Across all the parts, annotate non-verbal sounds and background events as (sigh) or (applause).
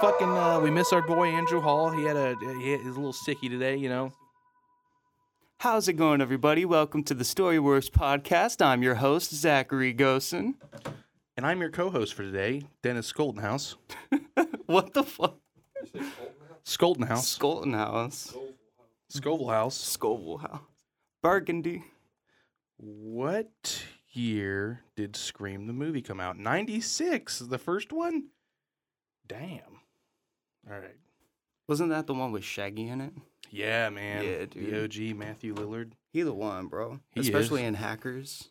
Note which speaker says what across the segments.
Speaker 1: fucking uh, we miss our boy Andrew Hall. He had a he had, he's a little sicky today, you know.
Speaker 2: How's it going, everybody? Welcome to the Storyworks podcast. I'm your host, Zachary Gosen. (laughs)
Speaker 1: And I'm your co-host for today, Dennis Skoltenhouse.
Speaker 2: What the fuck?
Speaker 1: Skoltenhouse,
Speaker 2: Skolton House.
Speaker 1: Scoville House.
Speaker 2: Scoville House. Burgundy.
Speaker 1: What year did Scream the movie come out? 96 is the first one. Damn. All right.
Speaker 2: Wasn't that the one with Shaggy in it?
Speaker 1: Yeah, man.
Speaker 2: Yeah,
Speaker 1: The
Speaker 2: dude.
Speaker 1: OG Matthew Lillard.
Speaker 2: He the one, bro.
Speaker 1: He is.
Speaker 2: Especially in Hackers.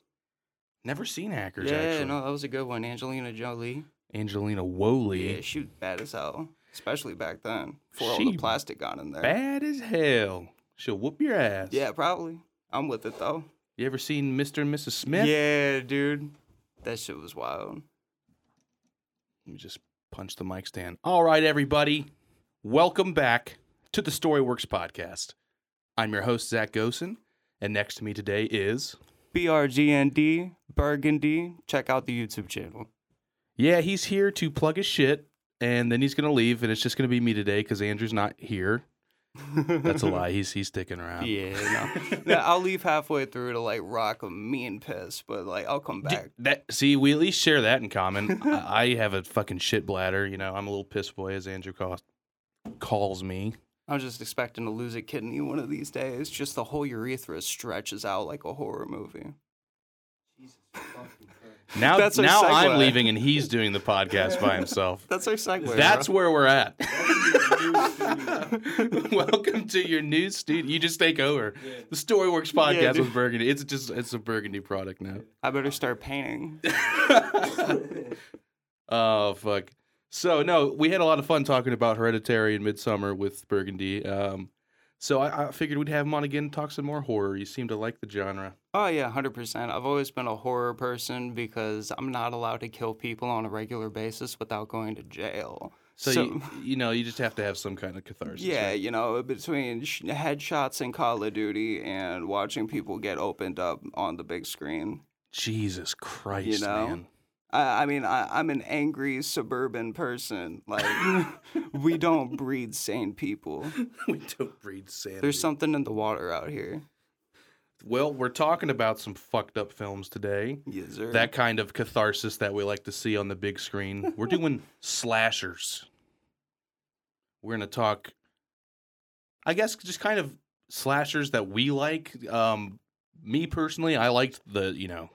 Speaker 1: Never seen Hackers
Speaker 2: yeah,
Speaker 1: actually.
Speaker 2: no, that was a good one. Angelina Jolie.
Speaker 1: Angelina Woley.
Speaker 2: Yeah, she was bad as hell. Especially back then. Before all
Speaker 1: She
Speaker 2: the plastic got in there.
Speaker 1: Bad as hell. She'll whoop your ass.
Speaker 2: Yeah, probably. I'm with it though.
Speaker 1: You ever seen Mr. and Mrs. Smith?
Speaker 2: Yeah, dude. That shit was wild.
Speaker 1: Let me just punch the mic stand. All right, everybody. Welcome back to the Storyworks podcast. I'm your host, Zach Gosen, and next to me today is.
Speaker 2: BRGND, Burgundy. Check out the YouTube channel.
Speaker 1: Yeah, he's here to plug his shit, and then he's going to leave, and it's just going to be me today because Andrew's not here. That's a lie. He's he's sticking around.
Speaker 2: Yeah, no. no. I'll leave halfway through to like rock a mean piss, but like I'll come
Speaker 1: D-
Speaker 2: back.
Speaker 1: That see, we at least share that in common. I, I have a fucking shit bladder. You know, I'm a little piss boy, as Andrew calls calls
Speaker 2: (laughs)
Speaker 1: me.
Speaker 2: I'm just expecting to lose a kidney one of these days. Just the whole urethra stretches out like a horror movie.
Speaker 1: Now,
Speaker 2: That's our
Speaker 1: now
Speaker 2: segue.
Speaker 1: I'm leaving, and he's doing the podcast by himself.
Speaker 2: That's our segue.
Speaker 1: That's
Speaker 2: bro.
Speaker 1: where we're at. (laughs) Welcome to your new studio. You just take over the StoryWorks podcast
Speaker 2: Yeah, dude.
Speaker 1: with Burgundy. It's just it's a Burgundy product
Speaker 2: (laughs)
Speaker 1: now.
Speaker 2: I better start painting.
Speaker 1: Oh fuck. So no, we had a lot of fun talking about Hereditary and Midsummer with Burgundy. Um, so I, I figured we'd have him on again, talk some more horror. You seem to like the genre.
Speaker 2: Oh yeah, hundred percent. I've always been a horror person because I'm not allowed to kill people on a regular basis without going to jail.
Speaker 1: So, you, you know, you just have to have some kind of catharsis.
Speaker 2: Yeah,
Speaker 1: right?
Speaker 2: you know, between sh- headshots in Call of Duty and watching people get opened up on the big screen.
Speaker 1: Jesus Christ,
Speaker 2: You know?
Speaker 1: man. (laughs)
Speaker 2: I, I mean, I, I'm an angry suburban person. (laughs) Like, we don't breed sane people.
Speaker 1: we don't breed sand.
Speaker 2: There's something in the water out here.
Speaker 1: Well, we're talking about some fucked up films today.
Speaker 2: Yes, sir.
Speaker 1: That kind of catharsis that we like to see on the big
Speaker 2: (laughs)
Speaker 1: screen. We're doing slashers. We're gonna talk, I guess, just kind of slashers that we like. Um, me personally, I liked the you know,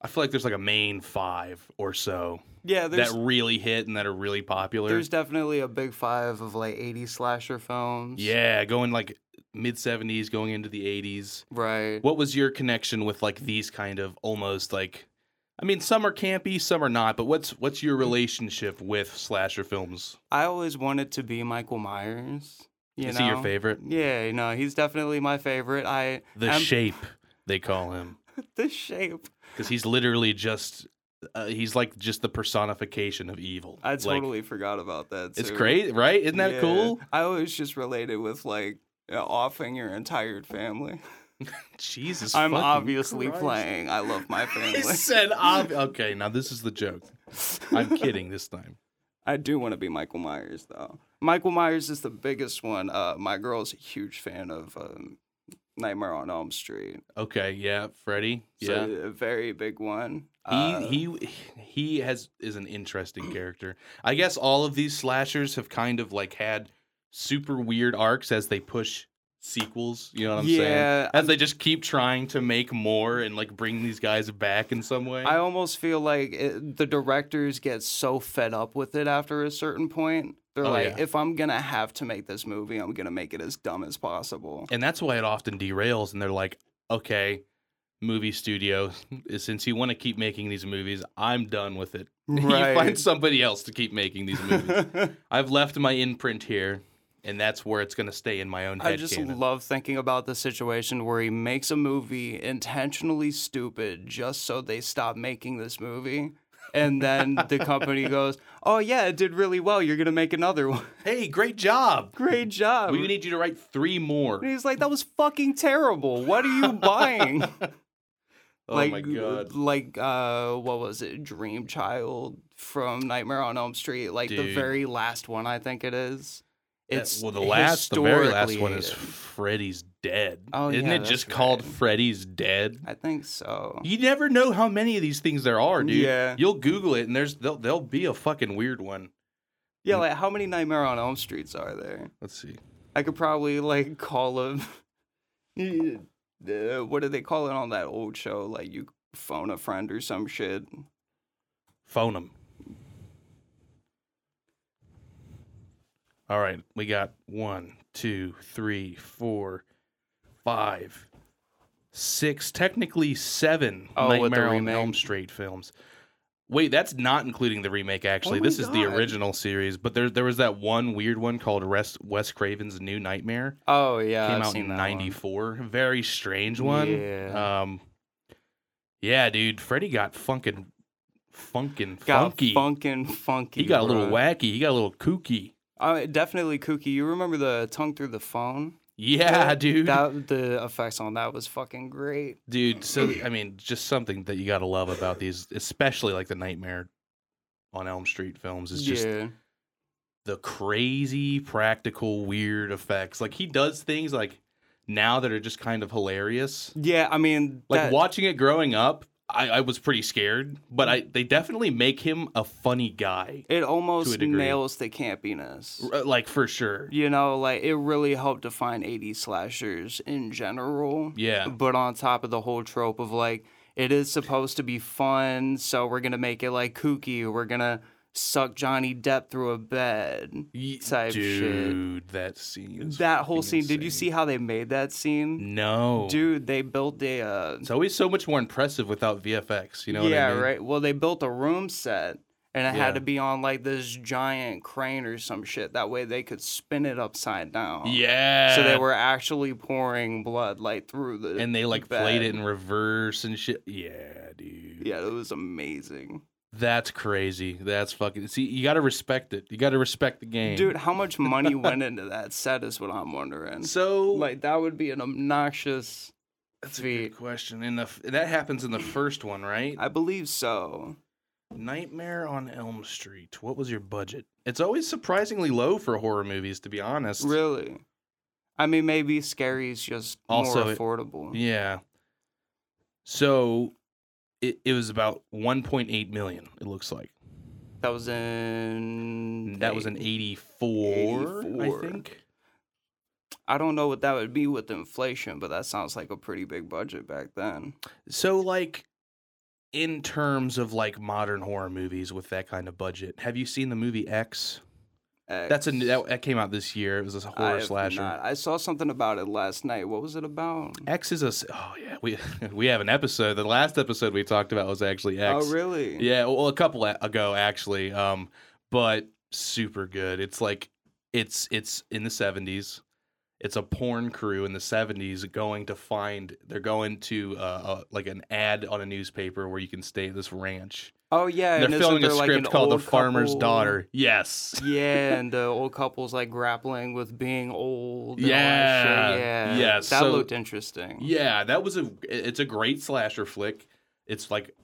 Speaker 1: I feel like there's like a main five or so
Speaker 2: yeah, there's,
Speaker 1: that really hit and that are really popular.
Speaker 2: there's definitely a big five of like 80 slasher films.
Speaker 1: yeah, going like mid '70s, going into the '80s.
Speaker 2: Right.
Speaker 1: What was your connection with like these kind of almost like I mean some are campy, some are not, but what's what's
Speaker 2: Mm.
Speaker 1: your relationship with slasher films?
Speaker 2: I always wanted to be Michael Myers. You
Speaker 1: Is
Speaker 2: know?
Speaker 1: he your favorite?
Speaker 2: Yeah, no, he's definitely my favorite. I
Speaker 1: The
Speaker 2: I'm-
Speaker 1: shape they call him
Speaker 2: the shape.
Speaker 1: cuz he's literally just uh, he's like just the personification of evil.
Speaker 2: I
Speaker 1: Like,
Speaker 2: totally forgot about that.
Speaker 1: It's
Speaker 2: too.
Speaker 1: great, right? Isn't that
Speaker 2: Yeah.
Speaker 1: cool?
Speaker 2: I always just related with like uh, offing your entire family.
Speaker 1: Jesus.
Speaker 2: I'm
Speaker 1: fucking
Speaker 2: obviously
Speaker 1: Christ.
Speaker 2: playing. I love
Speaker 1: (laughs) He
Speaker 2: my family. (laughs)
Speaker 1: said ob- okay, now this is the joke. I'm kidding this time.
Speaker 2: I do want to be Michael Myers though. Michael Myers is the biggest one. Uh, my girl's a huge fan of um, Nightmare on Elm Street.
Speaker 1: Okay, yeah, Freddy. Yeah.
Speaker 2: So a very big one. Uh,
Speaker 1: He he he has is an interesting character. I guess all of these slashers have kind of like had super weird arcs as they push sequels. You know what I'm saying?
Speaker 2: yeah.
Speaker 1: As they just keep trying to make more and like bring these guys back in some way.
Speaker 2: I almost feel like it, the directors get so fed up with it after a certain point. They're
Speaker 1: Oh,
Speaker 2: like,
Speaker 1: yeah.
Speaker 2: if I'm gonna have to make this movie, I'm gonna make it as dumb
Speaker 1: (laughs)
Speaker 2: as possible.
Speaker 1: and that's why it often derails. And they're like, okay, movie studio, (laughs) since you want to keep making these movies, I'm done with it. (laughs) you find somebody else to keep making these movies.
Speaker 2: (laughs)
Speaker 1: I've left my imprint here. And that's where it's going to stay in my own head.
Speaker 2: I just love thinking about the situation where he makes a movie intentionally stupid just so they stop making this movie. And then the
Speaker 1: (laughs)
Speaker 2: company goes, Oh, yeah, it did really well. You're going to make another one. (laughs)
Speaker 1: Hey, great job.
Speaker 2: Great job.
Speaker 1: We need you to write three more.
Speaker 2: and he's like, That was fucking terrible. What are you buying?
Speaker 1: (laughs) Oh
Speaker 2: like,
Speaker 1: my god.
Speaker 2: Like, uh, what was it? Dream Child from Nightmare on Elm Street. Like the
Speaker 1: Dude.
Speaker 2: very last one, I think it is.
Speaker 1: That-
Speaker 2: It's
Speaker 1: well, the last, the very last
Speaker 2: historically
Speaker 1: one is
Speaker 2: hated.
Speaker 1: Freddy's Dead.
Speaker 2: Oh,
Speaker 1: Isn't
Speaker 2: yeah,
Speaker 1: it just
Speaker 2: that's
Speaker 1: called
Speaker 2: right.
Speaker 1: Freddy's Dead?
Speaker 2: I think so.
Speaker 1: You never know how many of these things there are, dude.
Speaker 2: Yeah.
Speaker 1: You'll Google it, and there's there'll, there'll be a fucking weird one.
Speaker 2: Yeah, like how many Nightmare on Elm Streets are there?
Speaker 1: Let's see.
Speaker 2: I could probably like (laughs) call them. Uh, what do they call it on that old show? Like you phone a friend or some shit.
Speaker 1: Phone them. All right, we got one, two, three, four, five, six. Technically seven
Speaker 2: Oh, with the
Speaker 1: Nightmare on
Speaker 2: remake.
Speaker 1: Elm Street films. Wait, that's not including the remake. Actually,
Speaker 2: Oh my
Speaker 1: this is the
Speaker 2: God.
Speaker 1: original series. But there, there was that one weird one called Rest, Wes Craven's New Nightmare.
Speaker 2: Oh yeah,
Speaker 1: came
Speaker 2: I've
Speaker 1: out
Speaker 2: seen
Speaker 1: in
Speaker 2: that
Speaker 1: '94. Very strange one.
Speaker 2: Yeah.
Speaker 1: Um. Yeah, dude. Freddy got funkin', funkin',
Speaker 2: One. Got
Speaker 1: funky.
Speaker 2: funkin' funky.
Speaker 1: he got a little
Speaker 2: bruh.
Speaker 1: wacky. He got a little kooky.
Speaker 2: Uh, definitely kooky. You remember the tongue through the phone?
Speaker 1: Yeah, (laughs)
Speaker 2: Yeah,
Speaker 1: dude.
Speaker 2: That the effects on that was fucking great.
Speaker 1: dude. So
Speaker 2: (clears throat)
Speaker 1: I mean, just something that you got to love about these, especially like the Nightmare on Elm Street films, is just
Speaker 2: yeah.
Speaker 1: the crazy practical weird effects. Like he does things like now that are just kind of hilarious.
Speaker 2: Yeah, I mean
Speaker 1: like
Speaker 2: that-
Speaker 1: watching it growing up I, I was pretty scared but i they definitely make him a funny guy
Speaker 2: It almost
Speaker 1: degree.
Speaker 2: nails the campiness.
Speaker 1: R- uh, like for sure
Speaker 2: You know, like it really helped define 80s slashers in general.
Speaker 1: yeah
Speaker 2: But on top of the whole trope of like, it is supposed to be fun, so we're gonna make it like kooky. We're gonna suck Johnny Depp through a bed.
Speaker 1: Ye-
Speaker 2: type shit.
Speaker 1: dude that scene is
Speaker 2: that whole
Speaker 1: fucking
Speaker 2: scene. Did you see
Speaker 1: insane.
Speaker 2: how they made that scene?
Speaker 1: no
Speaker 2: Dude, they built a. Uh,
Speaker 1: it's always so much more impressive without vfx you know
Speaker 2: yeah,
Speaker 1: what I mean?
Speaker 2: right. Well, they built a room set, and it
Speaker 1: Yeah.
Speaker 2: had to be on like this giant crane or some shit. That way they could spin it upside down.
Speaker 1: yeah
Speaker 2: So they were actually pouring blood like through the
Speaker 1: Uh, and they like played it
Speaker 2: bed.
Speaker 1: in reverse and shit yeah dude
Speaker 2: Yeah, it was amazing.
Speaker 1: that's crazy that's fucking see you gotta respect it you gotta respect the game
Speaker 2: Dude, how
Speaker 1: (laughs)
Speaker 2: much money went into that set is what I'm wondering.
Speaker 1: so
Speaker 2: Like that would be an obnoxious
Speaker 1: that's a
Speaker 2: feat.
Speaker 1: good question in the f- that happens in the first one right
Speaker 2: I believe so.
Speaker 1: Nightmare on Elm Street. What was your budget? It's always surprisingly low for horror movies, to be honest.
Speaker 2: Really. I mean maybe scary's just
Speaker 1: Also,
Speaker 2: more
Speaker 1: it-
Speaker 2: affordable.
Speaker 1: Yeah. So it, it was about 1.8 million, it looks like.
Speaker 2: That was in
Speaker 1: That was an 84, I
Speaker 2: 84.
Speaker 1: think.
Speaker 2: I don't know what that would be with inflation, but that sounds like a pretty big budget back then.
Speaker 1: So like in terms of like modern horror movies with that kind of budget, have you seen the movie X? That's a
Speaker 2: X.
Speaker 1: new- that, that came out this year. It was a
Speaker 2: I
Speaker 1: horror
Speaker 2: have
Speaker 1: slasher.
Speaker 2: not- I saw something about it last night. What was it about?
Speaker 1: X is a s- oh yeah we (laughs) we have an episode. The last episode we talked about was actually X.
Speaker 2: Oh, really?
Speaker 1: Yeah, well, a couple a- ago actually, um, but super good. It's like it's it's in the seventies. It's a porn crew in the seventies going to find. They're going to uh, uh, like an ad on a newspaper where you can stay at this ranch.
Speaker 2: Oh, yeah.
Speaker 1: they're
Speaker 2: and isn't
Speaker 1: filming a
Speaker 2: there, like,
Speaker 1: script
Speaker 2: an
Speaker 1: called The
Speaker 2: old
Speaker 1: Farmer's
Speaker 2: couple-
Speaker 1: Daughter. Yes. (laughs)
Speaker 2: yeah, and the old couple's like grappling with being old. and all that
Speaker 1: Yeah,
Speaker 2: shit. yeah.
Speaker 1: yeah,
Speaker 2: That
Speaker 1: so-
Speaker 2: looked interesting.
Speaker 1: Yeah, that was a. It's a great slasher flick. It's like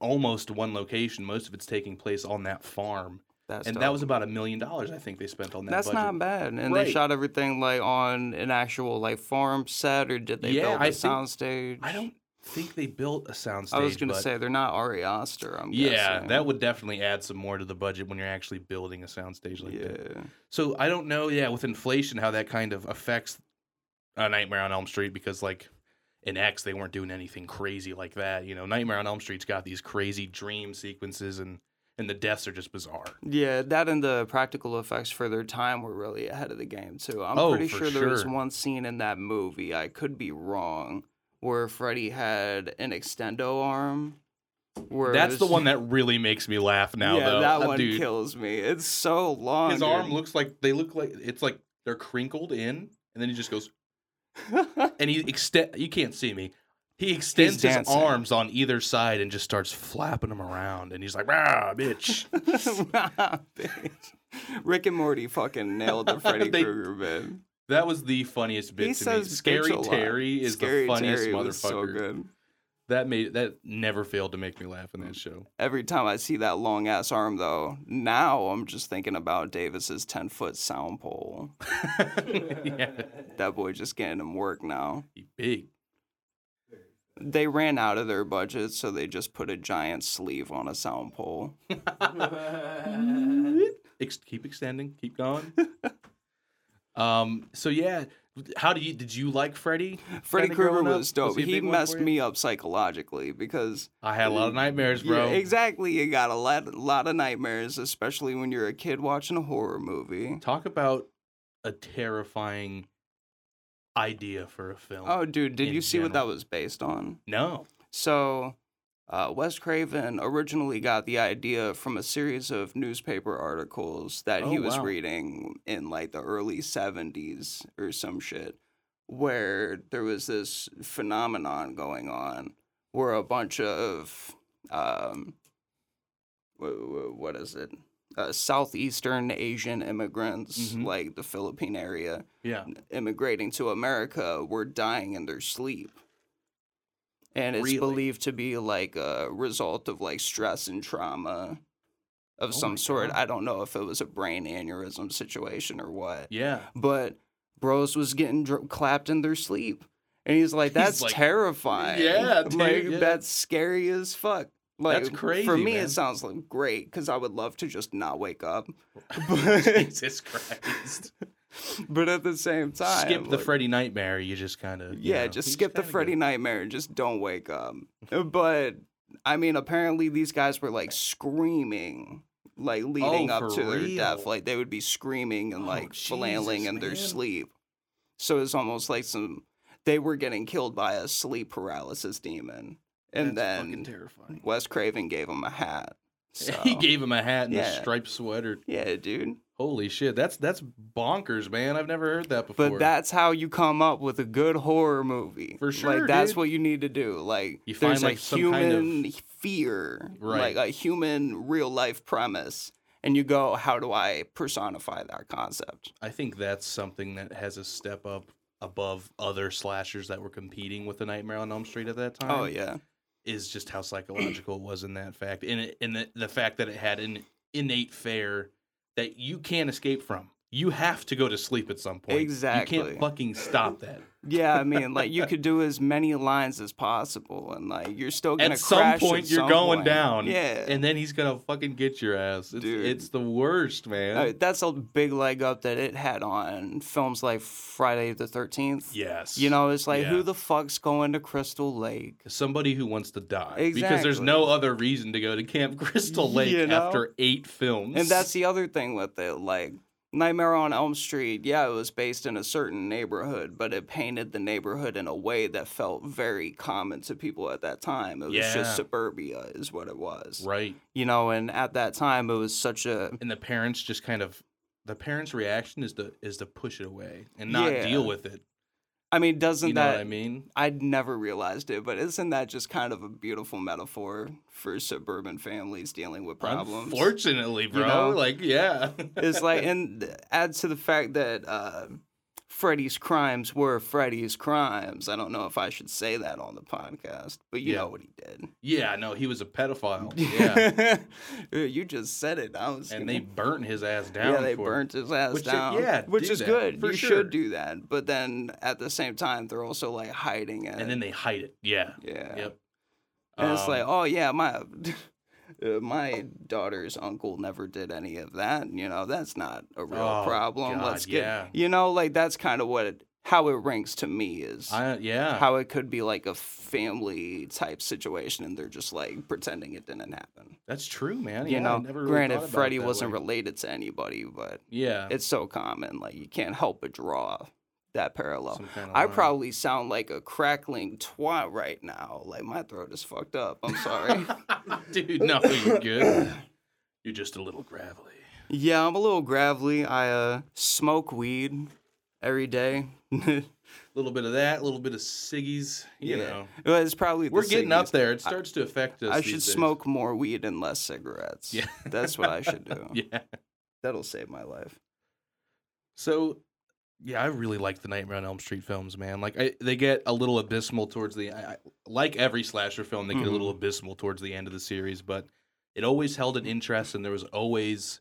Speaker 1: almost one location. Most of it's taking place on that farm,
Speaker 2: That's
Speaker 1: and that was about a million dollars. I think they spent on that.
Speaker 2: That's
Speaker 1: budget.
Speaker 2: not bad. And
Speaker 1: Right.
Speaker 2: they shot everything like on an actual like farm set, or did they
Speaker 1: Yeah,
Speaker 2: build a
Speaker 1: I think-
Speaker 2: soundstage?
Speaker 1: I don't think they built a soundstage.
Speaker 2: I was gonna
Speaker 1: but
Speaker 2: say they're not E Ari Aster. I'm
Speaker 1: yeah,
Speaker 2: guessing.
Speaker 1: that would definitely add some more to the budget when you're actually building a soundstage like that.
Speaker 2: yeah.
Speaker 1: So I don't know, yeah, with inflation, how that kind of affects a Nightmare on Elm Street because like in X they weren't doing anything crazy like that. You know, Nightmare on Elm Street's got these crazy dream sequences and and the deaths are just bizarre.
Speaker 2: Yeah, that and the practical effects for their time were really ahead of the game too. I'm
Speaker 1: Oh,
Speaker 2: pretty
Speaker 1: for
Speaker 2: sure there was
Speaker 1: sure.
Speaker 2: one scene in that movie. I could be wrong, where Freddy had an extendo arm. Where it
Speaker 1: That's the
Speaker 2: was-
Speaker 1: one that really makes me laugh now
Speaker 2: yeah,
Speaker 1: though.
Speaker 2: that
Speaker 1: Uh,
Speaker 2: one
Speaker 1: dude,
Speaker 2: kills me. It's so long.
Speaker 1: his arm
Speaker 2: (laughs)
Speaker 1: looks like they look like it's like they're crinkled in and then he just goes
Speaker 2: looks.
Speaker 1: and he extend you can't see me he extends his
Speaker 2: dancing.
Speaker 1: arms on either side and just starts flapping them around and he's like rah bitch
Speaker 2: Rick and Morty fucking nailed the Freddy
Speaker 1: (laughs) They-
Speaker 2: Krueger bit.
Speaker 1: that was the funniest bit
Speaker 2: He
Speaker 1: to
Speaker 2: says
Speaker 1: me
Speaker 2: bitch
Speaker 1: scary
Speaker 2: a lot.
Speaker 1: terry is
Speaker 2: Scary
Speaker 1: the funniest
Speaker 2: Terry
Speaker 1: motherfucker
Speaker 2: was so good.
Speaker 1: That made that never failed to make me laugh in that
Speaker 2: (laughs)
Speaker 1: show. (laughs)
Speaker 2: Every time I see that long ass arm, though, now I'm just thinking about Davis's 10 foot sound pole.
Speaker 1: yeah,
Speaker 2: That boy just getting him work now.
Speaker 1: he big.
Speaker 2: They ran out of their budget, so they just put a giant sleeve on a sound pole.
Speaker 1: Ex- keep extending. Keep going. (laughs) um. So yeah, how do you did you like Freddy?
Speaker 2: Freddy
Speaker 1: Kinda growing
Speaker 2: Krueger
Speaker 1: up?
Speaker 2: was dope.
Speaker 1: he a
Speaker 2: he
Speaker 1: big one
Speaker 2: messed
Speaker 1: for you?
Speaker 2: me up psychologically because
Speaker 1: I had a lot of nightmares,
Speaker 2: Yeah,
Speaker 1: bro.
Speaker 2: exactly. You got a lot, lot of nightmares, especially when you're a kid watching a horror movie.
Speaker 1: Talk about a terrifying idea for a film.
Speaker 2: Oh, dude, did
Speaker 1: In
Speaker 2: you see what that
Speaker 1: general.
Speaker 2: was based on?
Speaker 1: no.
Speaker 2: So, uh, Wes Craven originally got the idea from a series of newspaper articles that he
Speaker 1: Oh,
Speaker 2: was
Speaker 1: wow.
Speaker 2: reading in like the early 70s or some shit, where there was this phenomenon going on where a bunch of, um, wh- wh- what is it? Uh, Southeastern Asian immigrants,
Speaker 1: Mhm.
Speaker 2: like the Philippine area,
Speaker 1: Yeah.
Speaker 2: immigrating to America were dying in their sleep. And it's
Speaker 1: Really?
Speaker 2: believed to be like a result of like stress and trauma
Speaker 1: Oh
Speaker 2: of
Speaker 1: my
Speaker 2: some sort.
Speaker 1: God.
Speaker 2: I don't know if it was a brain aneurysm situation or what. (laughs)
Speaker 1: Yeah.
Speaker 2: But bros was getting dr- clapped in their sleep. And he's like,
Speaker 1: He's
Speaker 2: that's
Speaker 1: like,
Speaker 2: terrifying.
Speaker 1: "Yeah, dude,
Speaker 2: (laughs) like,
Speaker 1: yeah."
Speaker 2: that's scary as fuck. Like,
Speaker 1: That's crazy,
Speaker 2: For me,
Speaker 1: man.
Speaker 2: it sounds like great because I would love to just not wake up. (laughs)
Speaker 1: (laughs) Jesus Christ.
Speaker 2: But at the same time,
Speaker 1: Skip the
Speaker 2: like-
Speaker 1: Freddy nightmare. You just kind of
Speaker 2: Yeah, just skip the Freddy Nightmare and just don't wake up. But I mean, apparently these guys were like screaming, like leading
Speaker 1: Oh,
Speaker 2: up
Speaker 1: for
Speaker 2: to their death.
Speaker 1: real?
Speaker 2: Like they would be screaming and
Speaker 1: Oh,
Speaker 2: like flailing
Speaker 1: Jesus,
Speaker 2: in their
Speaker 1: man.
Speaker 2: sleep. So it's almost like some they were getting killed by a sleep paralysis demon, and then
Speaker 1: terrifying.
Speaker 2: Wes Craven gave him a hat. So
Speaker 1: (laughs) he gave him a hat and a
Speaker 2: Yeah.
Speaker 1: striped sweater.
Speaker 2: yeah, dude.
Speaker 1: Holy shit, that's that's bonkers, man. I've never heard that before.
Speaker 2: But that's how you come up with a good horror movie.
Speaker 1: For sure,
Speaker 2: Like that's
Speaker 1: dude.
Speaker 2: what you need to do. Like
Speaker 1: You
Speaker 2: there's
Speaker 1: find, like,
Speaker 2: a
Speaker 1: some kind of-
Speaker 2: human fear,
Speaker 1: Right.
Speaker 2: like a human real life premise, and you go, how do I personify that concept?
Speaker 1: I think that's something that has a step up above other slashers that were competing with the Nightmare on Elm Street at that time.
Speaker 2: Oh yeah,
Speaker 1: is just how psychological it was in that fact, and it, and the, the fact that it had an innate fear that you can't escape from. You have to go to sleep at some point. You
Speaker 2: Exactly.
Speaker 1: can't fucking stop that.
Speaker 2: yeah. I mean, like you could do as many lines as possible, and like you're still gonna
Speaker 1: at some
Speaker 2: crash
Speaker 1: point,
Speaker 2: at
Speaker 1: you're
Speaker 2: some
Speaker 1: going
Speaker 2: point.
Speaker 1: down.
Speaker 2: Yeah.
Speaker 1: And then he's gonna fucking get your ass. It's,
Speaker 2: Dude.
Speaker 1: it's the worst, man.
Speaker 2: Uh, that's a big leg up that it had on films like Friday the Thirteenth.
Speaker 1: yes.
Speaker 2: You know, it's like
Speaker 1: Yeah.
Speaker 2: who the fuck's going to Crystal Lake?
Speaker 1: somebody who wants to die because there's no other reason to go to Camp (laughs) Crystal Lake
Speaker 2: You know?
Speaker 1: after eight films.
Speaker 2: And that's the other thing with it, like Nightmare on Elm Street. Yeah, it was based in a certain neighborhood, but it painted the neighborhood in a way that felt very common to people at that time. It was
Speaker 1: Yeah.
Speaker 2: just suburbia, is what it was.
Speaker 1: right.
Speaker 2: You know, and at that time, it was such a
Speaker 1: and the parents just kind of the parents' reaction is to is to push it away and not
Speaker 2: Yeah.
Speaker 1: deal with it.
Speaker 2: I mean, doesn't
Speaker 1: you know
Speaker 2: that?
Speaker 1: what I mean?
Speaker 2: I'd never realized it, but isn't that just kind of a beautiful metaphor for suburban families dealing with problems?
Speaker 1: Unfortunately, bro.
Speaker 2: know?
Speaker 1: Like, yeah. (laughs)
Speaker 2: It's like, and th- add to the fact that uh, Freddy's crimes were Freddy's crimes. I don't know if I should say that on the podcast, but you
Speaker 1: Yeah.
Speaker 2: know what he did.
Speaker 1: yeah, no, he was a
Speaker 2: (laughs)
Speaker 1: pedophile. Yeah.
Speaker 2: you just said it. I was
Speaker 1: and
Speaker 2: gonna-
Speaker 1: they burnt his ass down.
Speaker 2: (laughs) yeah, they
Speaker 1: for it.
Speaker 2: burnt his ass
Speaker 1: Which is-
Speaker 2: down.
Speaker 1: yeah,
Speaker 2: which
Speaker 1: do
Speaker 2: is
Speaker 1: that,
Speaker 2: good.
Speaker 1: for
Speaker 2: you
Speaker 1: sure.
Speaker 2: should do that. But then at the same time, they're also like hiding it.
Speaker 1: And then they hide it. Yeah.
Speaker 2: yeah,
Speaker 1: Yep.
Speaker 2: and it's
Speaker 1: Um,
Speaker 2: like, oh yeah, my. (laughs) uh, My daughter's uncle never did any of that. You know, that's not a real
Speaker 1: Oh,
Speaker 2: problem.
Speaker 1: God,
Speaker 2: Let's get,
Speaker 1: yeah.
Speaker 2: you know, like that's kind of what it, how it rings to me is
Speaker 1: I, yeah.
Speaker 2: how it could be like a family type situation, and they're just like pretending it didn't happen.
Speaker 1: that's true, man.
Speaker 2: you
Speaker 1: yeah, I
Speaker 2: know,
Speaker 1: never really
Speaker 2: granted,
Speaker 1: thought about it
Speaker 2: Freddie
Speaker 1: that
Speaker 2: wasn't
Speaker 1: way.
Speaker 2: related to anybody, but
Speaker 1: Yeah.
Speaker 2: it's so common. Like you can't help but draw that parallel.
Speaker 1: some uh, kind of
Speaker 2: I
Speaker 1: line.
Speaker 2: probably sound like a crackling twat right now. Like my throat is fucked up. I'm sorry.
Speaker 1: (laughs) Dude, no, you're good. You're just a little gravelly.
Speaker 2: Yeah, I'm a little gravelly. I uh, smoke weed every day. (laughs) you
Speaker 1: A little bit of that, a little bit of ciggies, you know.
Speaker 2: it's probably the
Speaker 1: We're getting up
Speaker 2: ciggies.
Speaker 1: there. It starts to affect us.
Speaker 2: I
Speaker 1: these
Speaker 2: should
Speaker 1: days.
Speaker 2: smoke more weed and less cigarettes.
Speaker 1: Yeah. (laughs)
Speaker 2: that's what I should do.
Speaker 1: Yeah.
Speaker 2: That'll save my life.
Speaker 1: So Yeah, I really like the Nightmare on Elm Street films, man. Like I, they get a little abysmal towards the I, I- like every slasher film, they get a little
Speaker 2: Mm-hmm.
Speaker 1: abysmal towards the end of the series, but it always held an interest, and there was always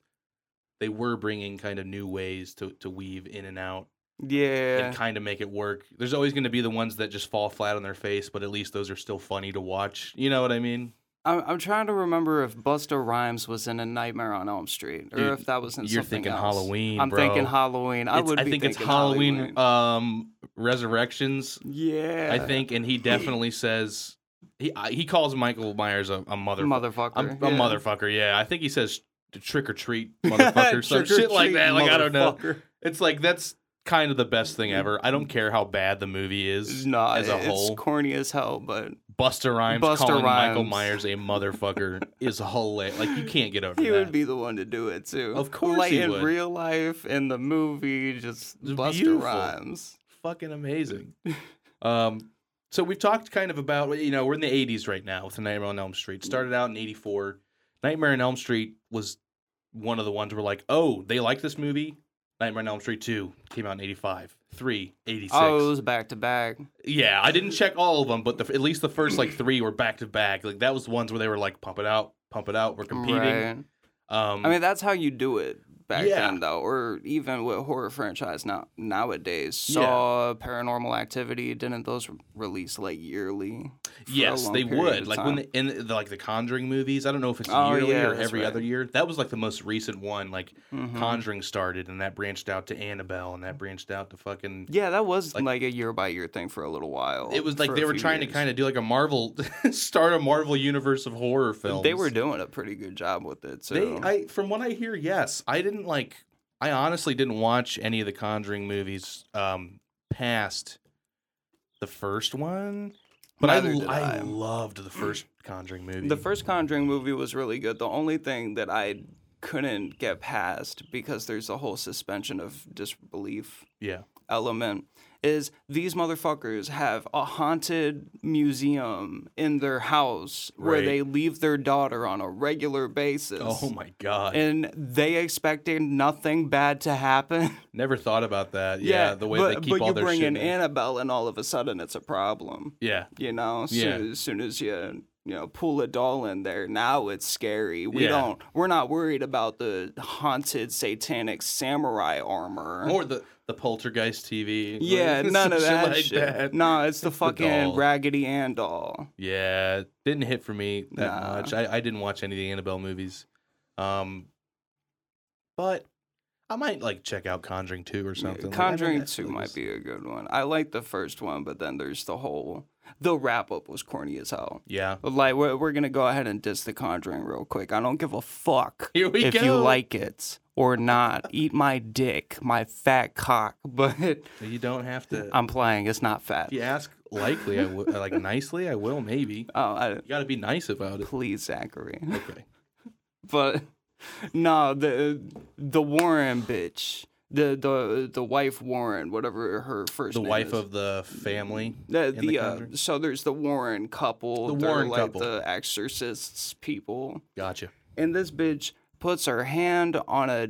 Speaker 1: they were bringing kind of new ways to to weave in and out
Speaker 2: Yeah.
Speaker 1: and kind of make it work. There's always going to be the ones that just fall flat on their face, but at least those are still funny to watch. You know what I mean?
Speaker 2: I'm, I'm trying to remember if Busta Rhymes was in A Nightmare on Elm Street or
Speaker 1: Dude,
Speaker 2: if that was in
Speaker 1: You're
Speaker 2: something
Speaker 1: thinking
Speaker 2: else.
Speaker 1: Halloween.
Speaker 2: I'm
Speaker 1: bro.
Speaker 2: thinking Halloween. I
Speaker 1: It's-
Speaker 2: would
Speaker 1: I
Speaker 2: be
Speaker 1: think it's
Speaker 2: thinking
Speaker 1: Halloween, Um, Resurrections.
Speaker 2: Yeah.
Speaker 1: I think, and he definitely says he I- he calls Michael Myers a, a motherfucker.
Speaker 2: Motherfucker.
Speaker 1: I'm, A
Speaker 2: yeah.
Speaker 1: motherfucker. Yeah, I think he says t- trick or treat, motherfucker, some
Speaker 2: (laughs) Trick or
Speaker 1: shit like
Speaker 2: treat,
Speaker 1: that. Like I don't know.
Speaker 2: motherfucker.
Speaker 1: It's like that's kind of the best thing ever. I don't care how bad the movie is.
Speaker 2: Nah,
Speaker 1: as a
Speaker 2: it's
Speaker 1: whole.
Speaker 2: corny as hell, but
Speaker 1: Buster Rhymes
Speaker 2: Busta
Speaker 1: calling Michael
Speaker 2: Rhymes.
Speaker 1: Myers a
Speaker 2: (laughs)
Speaker 1: motherfucker is hilarious. Like you can't get over
Speaker 2: he
Speaker 1: that.
Speaker 2: would be the one to do it too.
Speaker 1: Of course
Speaker 2: like
Speaker 1: he
Speaker 2: in
Speaker 1: would.
Speaker 2: real life, in the movie, just
Speaker 1: It's
Speaker 2: Busta
Speaker 1: beautiful.
Speaker 2: Rhymes.
Speaker 1: fucking amazing. um, so we've talked kind of about you know we're in the '80s right now with the Nightmare on Elm Street. Started out in '84. Nightmare on Elm Street was one of the ones where like, oh, they like this movie. Nightmare on Elm Street two came out in '85, three, '86.
Speaker 2: Oh, it was back to back.
Speaker 1: yeah, I didn't check all of them, but the, at least the first like three were back to back. Like that was ones where they were like, pump it out, pump it out. We're competing.
Speaker 2: Right.
Speaker 1: Um,
Speaker 2: I mean, that's how you do it back
Speaker 1: Yeah.
Speaker 2: then, though, or even with horror franchise now nowadays.
Speaker 1: Yeah.
Speaker 2: Saw Paranormal Activity. Didn't those re- release like yearly? for a
Speaker 1: Yes,
Speaker 2: long
Speaker 1: they
Speaker 2: period
Speaker 1: would.
Speaker 2: of
Speaker 1: Like when
Speaker 2: time?
Speaker 1: the, in the, like the Conjuring movies. I don't know if it's
Speaker 2: Oh,
Speaker 1: yearly
Speaker 2: yeah,
Speaker 1: or
Speaker 2: that's
Speaker 1: every
Speaker 2: right.
Speaker 1: other year. That was like the most recent one. Like
Speaker 2: Mhm.
Speaker 1: Conjuring started, and that branched out to Annabelle, and that branched out to fucking.
Speaker 2: yeah, that was
Speaker 1: like-
Speaker 2: like, a year by year thing for a little while.
Speaker 1: It was like
Speaker 2: for
Speaker 1: they
Speaker 2: a
Speaker 1: were
Speaker 2: few
Speaker 1: trying to
Speaker 2: years.
Speaker 1: kind of do like a Marvel, (laughs) start a Marvel universe of horror films.
Speaker 2: They were doing a pretty good job with it. So
Speaker 1: They, I from what I hear, yes. I didn't like. I honestly didn't watch any of the Conjuring movies um, past the first one, but I,
Speaker 2: Neither did
Speaker 1: I
Speaker 2: I.
Speaker 1: loved the (clears throat) first Conjuring movie.
Speaker 2: The first Conjuring movie was really good. The only thing that I couldn't get past because there's a whole suspension of disbelief
Speaker 1: yeah.
Speaker 2: element is these motherfuckers have a haunted museum in their house where
Speaker 1: Right.
Speaker 2: they leave their daughter on a regular basis.
Speaker 1: Oh my god!
Speaker 2: and they expected nothing bad to happen. (laughs)
Speaker 1: Never thought about that. Yeah, the way
Speaker 2: but,
Speaker 1: they keep
Speaker 2: but
Speaker 1: all
Speaker 2: you
Speaker 1: their
Speaker 2: bring
Speaker 1: shit.
Speaker 2: in
Speaker 1: in-
Speaker 2: Annabelle, and all of a sudden it's a problem.
Speaker 1: yeah,
Speaker 2: You know, so,
Speaker 1: Yeah.
Speaker 2: as soon as you you know pull a doll in there, now it's scary. We
Speaker 1: Yeah.
Speaker 2: don't. We're not worried about the haunted satanic samurai armor.
Speaker 1: (laughs) or the the Poltergeist TV. like,
Speaker 2: (laughs)
Speaker 1: (laughs)
Speaker 2: Yeah,
Speaker 1: some
Speaker 2: none of that
Speaker 1: like
Speaker 2: shit.
Speaker 1: that.
Speaker 2: Nah, it's the
Speaker 1: It's the
Speaker 2: fucking
Speaker 1: doll.
Speaker 2: Raggedy Ann doll.
Speaker 1: Yeah, it didn't hit for me that
Speaker 2: Nah.
Speaker 1: much. I, I didn't watch any of the Annabelle movies, um, but I might like check out Conjuring Two or something. Like, I mean,
Speaker 2: Conjuring
Speaker 1: that-
Speaker 2: 2
Speaker 1: that
Speaker 2: might
Speaker 1: was-
Speaker 2: be a good one. I like the first one, but then there's the whole the wrap up was corny as hell.
Speaker 1: Yeah, (laughs)
Speaker 2: But like we're, we're gonna go ahead and diss the Conjuring real quick. I don't give a fuck
Speaker 1: here we
Speaker 2: if
Speaker 1: go.
Speaker 2: you like it or not. Eat my dick, my fat cock. (laughs) But
Speaker 1: you don't have
Speaker 2: (laughs)
Speaker 1: to.
Speaker 2: I'm playing. It's not fat.
Speaker 1: if you ask likely, I w- like nicely. I will maybe.
Speaker 2: Oh, I,
Speaker 1: You got to be nice about it.
Speaker 2: please, Zachary.
Speaker 1: Okay.
Speaker 2: but no, the the Warren bitch, the the the wife Warren, whatever her first
Speaker 1: The
Speaker 2: name
Speaker 1: wife
Speaker 2: is.
Speaker 1: of the family.
Speaker 2: the,
Speaker 1: in
Speaker 2: the,
Speaker 1: The
Speaker 2: uh,
Speaker 1: Conjuring?
Speaker 2: so there's the Warren couple,
Speaker 1: The
Speaker 2: they're
Speaker 1: Warren
Speaker 2: like
Speaker 1: couple.
Speaker 2: the Exorcists people,
Speaker 1: Gotcha.
Speaker 2: and this bitch puts her hand on a